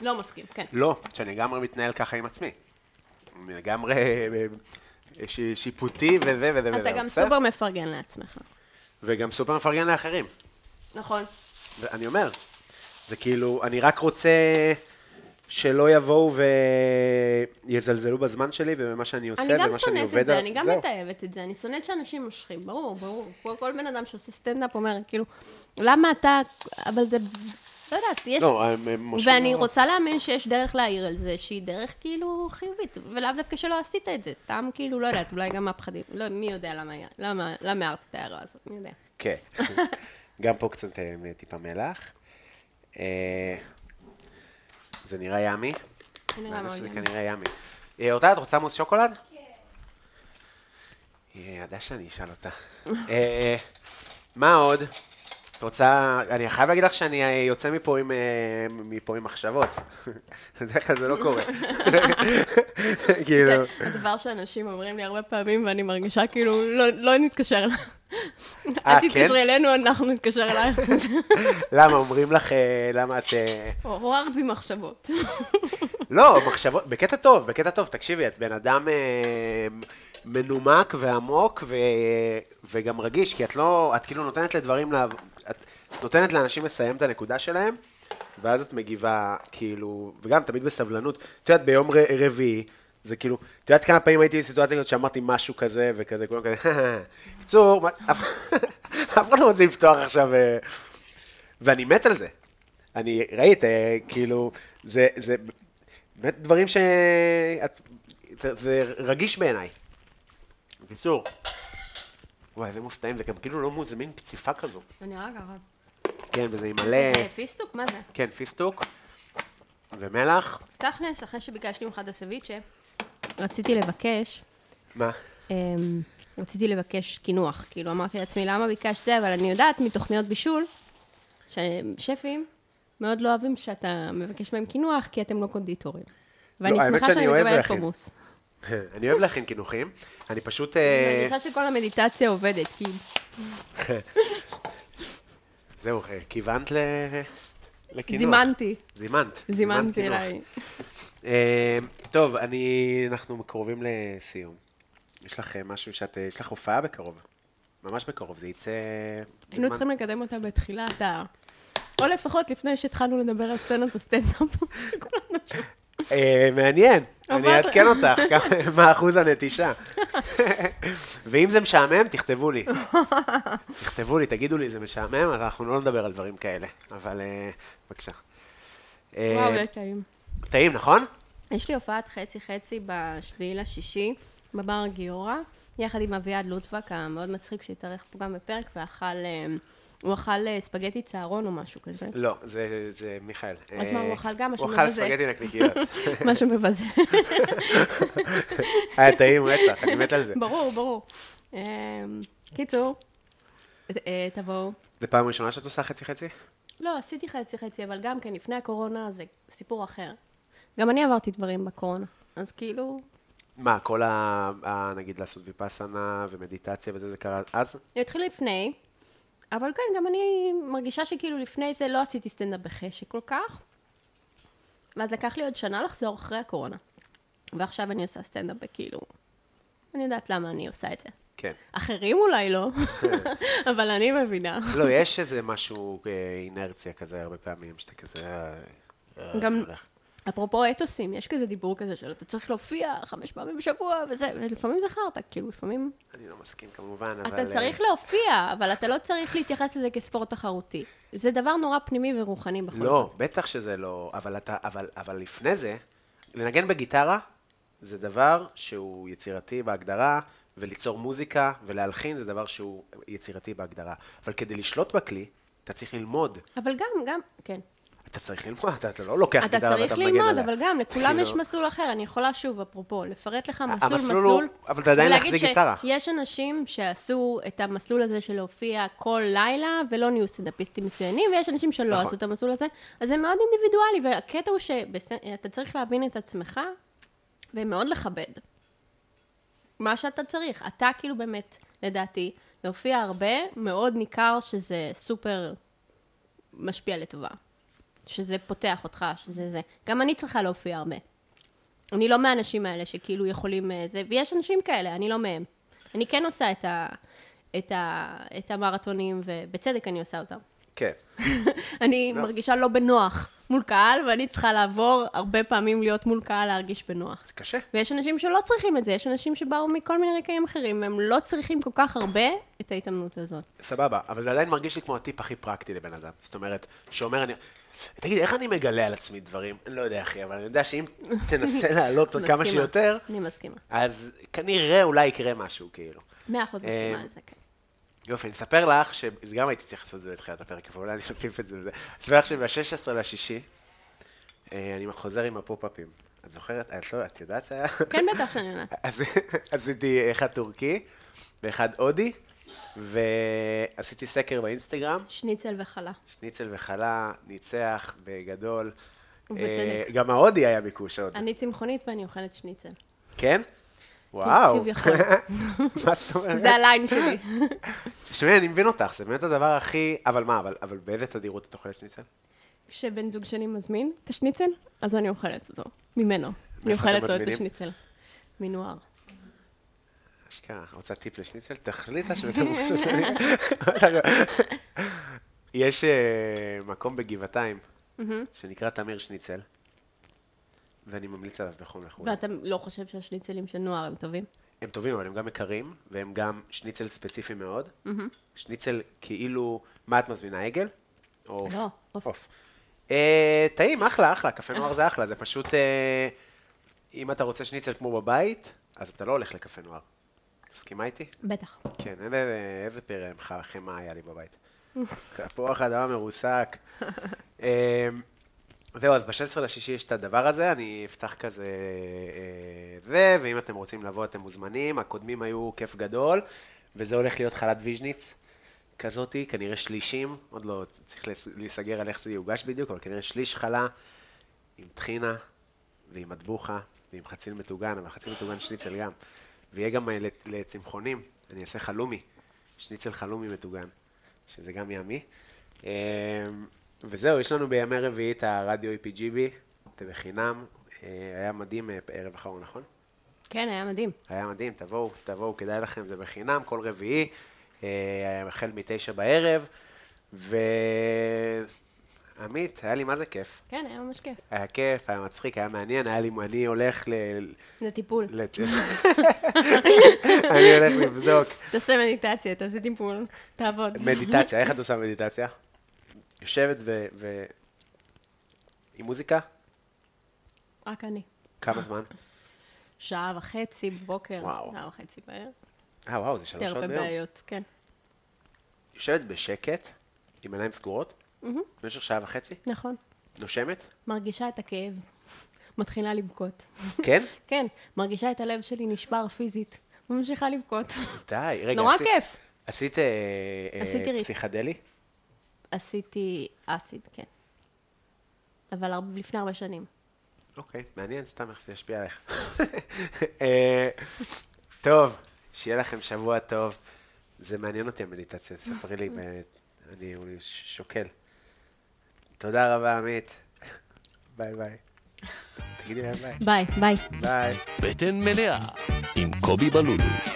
Speaker 2: לא מסכים, כן.
Speaker 3: לא, שאני לגמרי מתנהל ככה עם עצמי. אני לגמרי אה, אה, ש- שיפוטי וזה וזה וזה.
Speaker 2: אתה גם
Speaker 3: בסדר?
Speaker 2: סופר מפרגן לעצמך.
Speaker 3: וגם סופר מפרגן לאחרים.
Speaker 2: נכון.
Speaker 3: אני אומר, זה כאילו, אני רק רוצה שלא יבואו ויזלזלו בזמן שלי ובמה שאני עושה
Speaker 2: אני גם
Speaker 3: ובמה שאני
Speaker 2: שונאת
Speaker 3: עובד
Speaker 2: את זה,
Speaker 3: עליו.
Speaker 2: אני גם
Speaker 3: זהו.
Speaker 2: מתעבת את זה, אני שונאת שאנשים מושכים, ברור, ברור. כל- כל בן אדם שעושה סטנדאפ אומר, כאילו, למה אתה, אבל זה, לא יודעת, יש...
Speaker 3: לא, הם- הם מושכים
Speaker 2: ואני
Speaker 3: נורא.
Speaker 2: רוצה להאמין שיש דרך להעיר על זה, שהיא דרך כאילו חיובית, ולאו דווקא שלא עשית את זה, סתם כאילו, לא יודעת, אולי גם מהפחדים, לא, מי יודע למה היה- למה למה הערת את ההערה הזאת, מי יודע.
Speaker 3: כן. גם פה קצת אה, טיפה מלח. אה, זה נראה ימי.
Speaker 2: זה נראה לא מאוד
Speaker 3: זה
Speaker 2: ימי.
Speaker 3: כנראה ימי. אה, אותה, את רוצה מוס שוקולד? כן. היא ידעה שאני אשאל אותה. אה, מה עוד? את רוצה... אני חייב להגיד לך שאני אה, יוצא מפה עם, אה, מפה עם מחשבות. בדרך כלל זה לא קורה.
Speaker 2: זה
Speaker 3: כאילו...
Speaker 2: הדבר שאנשים אומרים לי הרבה פעמים, ואני מרגישה כאילו, לא- לא נתקשר אליך.
Speaker 3: אה,
Speaker 2: אל
Speaker 3: כן?
Speaker 2: תתקשרי אלינו, אנחנו נתקשר אלייך.
Speaker 3: למה אומרים לך, אה, למה את... אה,
Speaker 2: עוררת בי מחשבות.
Speaker 3: לא, מחשבות, בקטע טוב, בקטע טוב, תקשיבי, את בן אדם אה, מנומק ועמוק ו, וגם רגיש, כי את לא, את כאילו נותנת לדברים, לה, את, את נותנת לאנשים לסיים את הנקודה שלהם, ואז את מגיבה, כאילו, וגם תמיד בסבלנות. את יודעת, ביום ר, רביעי, זה כאילו, את יודעת כמה פעמים הייתי בסיטואציה כזאת שאמרתי משהו כזה וכזה, כולם כזה, בקיצור, מה- אף אף אחד לא רוצה לפתוח עכשיו, אה, ואני מת על זה. אני, ראית, אה, כאילו, זה, זה באמת דברים ש... את, זה רגיש בעיניי. בקיצור. וואי, איזה מופתעים, זה גם כאילו לא מוז, זה מין קציפה כזו.
Speaker 2: זה נראה ככה.
Speaker 3: כן, וזה עם
Speaker 2: זה
Speaker 3: מלא,
Speaker 2: אה, פיסטוק? מה זה?
Speaker 3: כן, פיסטוק ומלח.
Speaker 2: תכלס, אחרי שביקשתי ממך את הסביצ'ה, רציתי לבקש,
Speaker 3: מה?
Speaker 2: אמ, רציתי לבקש קינוח. כאילו, אמרתי לעצמי, למה ביקשת זה? אבל אני יודעת מתוכניות בישול, ששפים מאוד לא אוהבים שאתה מבקש מהם קינוח, כי אתם לא קונדיטורים. ואני
Speaker 3: לא, האמת
Speaker 2: שמחה
Speaker 3: שאני
Speaker 2: שאני
Speaker 3: אוהב
Speaker 2: מקבלת
Speaker 3: להכין.
Speaker 2: חומוס.
Speaker 3: אני אוהב להכין קינוחים, אני פשוט...
Speaker 2: אני
Speaker 3: אה,
Speaker 2: מרגישה שכל המדיטציה עובדת, כי...
Speaker 3: זהו, אה, כיוונת ל- לקינוח.
Speaker 2: זימנתי.
Speaker 3: זימנת. זימנת
Speaker 2: זימנתי
Speaker 3: קינוח.
Speaker 2: אליי.
Speaker 3: אה, טוב, אני, אנחנו קרובים לסיום. יש לך אה, משהו שאת, אה, יש לך הופעה בקרוב. ממש בקרוב, זה יצא...
Speaker 2: היינו
Speaker 3: בזמן.
Speaker 2: צריכים לקדם אותה בתחילת ה... או לפחות לפני שהתחלנו לדבר על סצנת הסטנדאפ. כולנו שם.
Speaker 3: אה, מעניין, אני
Speaker 2: עברת.
Speaker 3: אעדכן אותך, כמה- מה אחוז הנטישה. ואם זה משעמם, תכתבו לי. תכתבו לי, תגידו לי, זה משעמם, אז אנחנו לא נדבר על דברים כאלה. אבל אה, בבקשה. אה,
Speaker 2: וואו, זה טעים.
Speaker 3: טעים, נכון?
Speaker 2: יש לי הופעת חצי-חצי בשביעי לשישי בבר גיורא, יחד עם אביעד לוטבק המאוד מצחיק שהתארח פה גם בפרק, ואכל, אה, הוא אכל אה, ספגטי צהרון או משהו כזה.
Speaker 3: לא, זה זה מיכאל.
Speaker 2: אז מה, הוא
Speaker 3: אה,
Speaker 2: אכל גם משהו
Speaker 3: הוא אכל
Speaker 2: מבזה.
Speaker 3: ספגטי נקניקיות.
Speaker 2: משהו מבזה.
Speaker 3: היה אה, טעים רצח, אני מת על זה.
Speaker 2: ברור, ברור. אה, קיצור, אה, תבואו.
Speaker 3: זה פעם ראשונה שאת עושה חצי-חצי?
Speaker 2: לא, עשיתי חצי-חצי, אבל גם כן, לפני הקורונה זה סיפור אחר. גם אני עברתי דברים בקורונה, אז כאילו,
Speaker 3: מה, כל ה... ה- נגיד לעשות ויפאסנה ומדיטציה וזה, זה קרה אז?
Speaker 2: זה התחיל לפני, אבל כן, גם אני מרגישה שכאילו לפני זה לא עשיתי סטנדאפ בחשק כל כך, ואז לקח לי עוד שנה לחזור אחרי הקורונה. ועכשיו אני עושה סטנדאפ בכאילו, אני יודעת למה אני עושה את זה.
Speaker 3: כן.
Speaker 2: אחרים אולי לא, אבל אני מבינה.
Speaker 3: לא, יש איזה משהו, אה, אינרציה כזה הרבה פעמים, שאתה כזה... אה, אה,
Speaker 2: גם
Speaker 3: הולך.
Speaker 2: אפרופו אתוסים, יש כזה דיבור כזה של אתה צריך להופיע חמש פעמים בשבוע וזה, ולפעמים זה חרטא, כאילו לפעמים
Speaker 3: אני לא מסכים כמובן, אבל...
Speaker 2: אתה צריך להופיע, אבל אתה לא צריך להתייחס לזה כספורט תחרותי. זה דבר נורא פנימי ורוחני בכל
Speaker 3: לא,
Speaker 2: זאת.
Speaker 3: בטח שזה לא, אבל, אתה, אבל, אבל לפני זה, לנגן בגיטרה זה דבר שהוא יצירתי בהגדרה, וליצור מוזיקה ולהלחין זה דבר שהוא יצירתי בהגדרה. אבל כדי לשלוט בכלי, אתה צריך ללמוד.
Speaker 2: אבל גם, גם, כן.
Speaker 3: אתה צריך ללמוד, אתה, אתה לא לוקח
Speaker 2: אתה
Speaker 3: גיטרה ואתה מנגן עליה.
Speaker 2: צריך ללמוד, אבל גם, לכולם
Speaker 3: כאילו,
Speaker 2: יש מסלול אחר. אני יכולה שוב, אפרופו, לפרט לך מסלול,
Speaker 3: המסלול
Speaker 2: מסלול.
Speaker 3: הוא- אבל אתה עדיין
Speaker 2: ולהגיד
Speaker 3: להחזיק גיטרה.
Speaker 2: שיש אנשים שעשו את המסלול הזה של להופיע כל לילה, ולא נהיו סטנדאפיסטים מצוינים, ויש אנשים שלא
Speaker 3: נכון.
Speaker 2: עשו את המסלול הזה. אז זה מאוד אינדיבידואלי, והקטע הוא שאתה צריך להבין את עצמך, ומאוד לכבד. מה שאתה צריך. אתה כאילו באמת, לדעתי, להופיע הרבה, מאוד ניכר שזה סופר משפיע לטובה. שזה פותח אותך, שזה זה. גם אני צריכה להופיע הרבה. אני לא מהאנשים האלה שכאילו יכולים אה, זה, ויש אנשים כאלה, אני לא מהם. אני כן עושה את, ה, את, ה, את המרתונים, ובצדק אני עושה אותם.
Speaker 3: כן.
Speaker 2: אני לא. מרגישה לא בנוח מול קהל, ואני צריכה לעבור הרבה פעמים להיות מול קהל להרגיש בנוח.
Speaker 3: זה קשה.
Speaker 2: ויש אנשים שלא צריכים את זה, יש אנשים שבאו מכל מיני רקעים אחרים, והם לא צריכים כל כך הרבה את ההתאמנות הזאת.
Speaker 3: סבבה, אבל זה עדיין מרגיש לי כמו הטיפ הכי פרקטי לבן אדם. זאת אומרת, שאומר אני... תגיד, איך אני מגלה על עצמי דברים? אני לא יודע, אחי, אבל אני יודע שאם תנסה לעלות עוד כמה
Speaker 2: מסכימה.
Speaker 3: שיותר,
Speaker 2: אני מסכימה.
Speaker 3: אז כנראה אולי יקרה משהו, כאילו.
Speaker 2: מאה אחוז
Speaker 3: אה,
Speaker 2: מסכימה על זה, כן.
Speaker 3: יופי, אני אספר לך, ש... גם הייתי צריך לעשות את זה בתחילת הפרק, אבל אולי אני אוסיף את זה לזה. אני אספר לך שב-16 לשישי, אה, אני חוזר עם הפופ-אפים. את זוכרת? את לא, את יודעת שהיה?
Speaker 2: כן, בטח שאני עונה.
Speaker 3: אז עשיתי אחד טורקי ואחד הודי, ועשיתי סקר באינסטגרם,
Speaker 2: שניצל וחלה.
Speaker 3: שניצל וחלה, ניצח בגדול.
Speaker 2: ובצדק.
Speaker 3: אה, גם ההודי היה ביקוש עוד.
Speaker 2: אני צמחונית ואני אוכלת שניצל.
Speaker 3: כן? וואו.
Speaker 2: כביכול.
Speaker 3: מה זאת אומרת?
Speaker 2: זה הליין שלי.
Speaker 3: תשמעי, אני מבין אותך, זה באמת הדבר הכי... אבל מה, אבל- אבל באיזה תדירות את אוכלת שניצל?
Speaker 2: כשבן זוג שלי מזמין את השניצל, אז אני אוכלת אותו. ממנו. אני
Speaker 3: מאיפה אתם
Speaker 2: אוכלת לו את
Speaker 3: מזמינים?
Speaker 2: השניצל. מנוער.
Speaker 3: אשכרה, כן, רוצה טיפ לשניצל? תחליטה שזה מוססני. יש אה, מקום בגבעתיים שנקרא תמיר שניצל, ואני ממליץ עליו בחום לחו"ל.
Speaker 2: ואתה לא חושב שהשניצלים של נוער הם טובים?
Speaker 3: הם טובים, אבל הם גם יקרים, והם גם שניצל ספציפי מאוד. שניצל כאילו, מה את מזמינה, עגל? או עוף?
Speaker 2: לא, עוף.
Speaker 3: עוף. אה, טעים, אחלה, אחלה, קפה נוער זה אחלה, זה פשוט, אה, אם אתה רוצה שניצל כמו בבית, אז אתה לא הולך לקפה נוער. מסכימה איתי?
Speaker 2: בטח.
Speaker 3: כן, אלה, איזה פרא ממך, אחי, מה היה לי בבית? תפוח אדמה מרוסק. אמ, זהו, אז ב-16 לשישי יש את הדבר הזה, אני אפתח כזה אה, זה, ואם אתם רוצים לבוא אתם מוזמנים, הקודמים היו כיף גדול, וזה הולך להיות חלת ויז'ניץ כזאתי, כנראה שלישים, עוד לא צריך לס- להיסגר על איך זה יוגש בדיוק, אבל כנראה שליש חלה עם טחינה ועם מטבוחה ועם חציל מטוגן, אבל חציל מטוגן שניצל גם. ויהיה גם אה, לת- לצמחונים, אני אעשה חלומי, שניצל חלומי מטוגן, שזה גם ימי. אמ, וזהו, יש לנו בימי רביעי את הרדיו EPGB, אתם בחינם, אה, היה מדהים אה, ערב אחרון, נכון?
Speaker 2: כן, היה מדהים.
Speaker 3: היה מדהים, תבואו, תבואו, כדאי לכם, זה בחינם, כל רביעי, אה, החל מתשע בערב, ועמית, היה לי מה זה כיף.
Speaker 2: כן, היה ממש כיף.
Speaker 3: היה כיף, היה מצחיק, היה מעניין, היה לי, אני הולך ל...
Speaker 2: זה טיפול.
Speaker 3: ל... אני הולך לבדוק.
Speaker 2: תעשה מדיטציה, תעשה טיפול, תעבוד.
Speaker 3: מדיטציה, איך את עושה מדיטציה? יושבת ו... ו... עם מוזיקה?
Speaker 2: רק אני.
Speaker 3: כמה זמן?
Speaker 2: שעה וחצי בבוקר,
Speaker 3: וואו.
Speaker 2: שעה וחצי בערב.
Speaker 3: אה, וואו, זה
Speaker 2: יש לי
Speaker 3: שלוש שעות
Speaker 2: הרבה
Speaker 3: ביום.
Speaker 2: בעיות, כן.
Speaker 3: יושבת בשקט, עם עיניים סגורות, במשך שעה וחצי,
Speaker 2: נכון.
Speaker 3: נושמת,
Speaker 2: מרגישה את הכאב. מתחילה לבכות.
Speaker 3: כן?
Speaker 2: כן, מרגישה את הלב שלי נשבר פיזית. ממשיכה לבכות.
Speaker 3: די, רגע.
Speaker 2: נורא
Speaker 3: עשית-
Speaker 2: כיף.
Speaker 3: עשית אה, אה,
Speaker 2: עשיתי ריט.
Speaker 3: פסיכדלי?
Speaker 2: עשיתי אסיד, כן. אבל הרבה- לפני הרבה שנים.
Speaker 3: אוקיי, מעניין סתם איך זה ישפיע עליך. אה, טוב, שיהיה לכם שבוע טוב. זה מעניין אותי המדיטציה, ספרי לי, באמת, אני אני ש- שוקל. תודה רבה, עמית. ביי ביי. תגידי להם ביי.
Speaker 2: ביי, ביי.
Speaker 3: ביי.
Speaker 1: בטן מלאה עם קובי בלולו.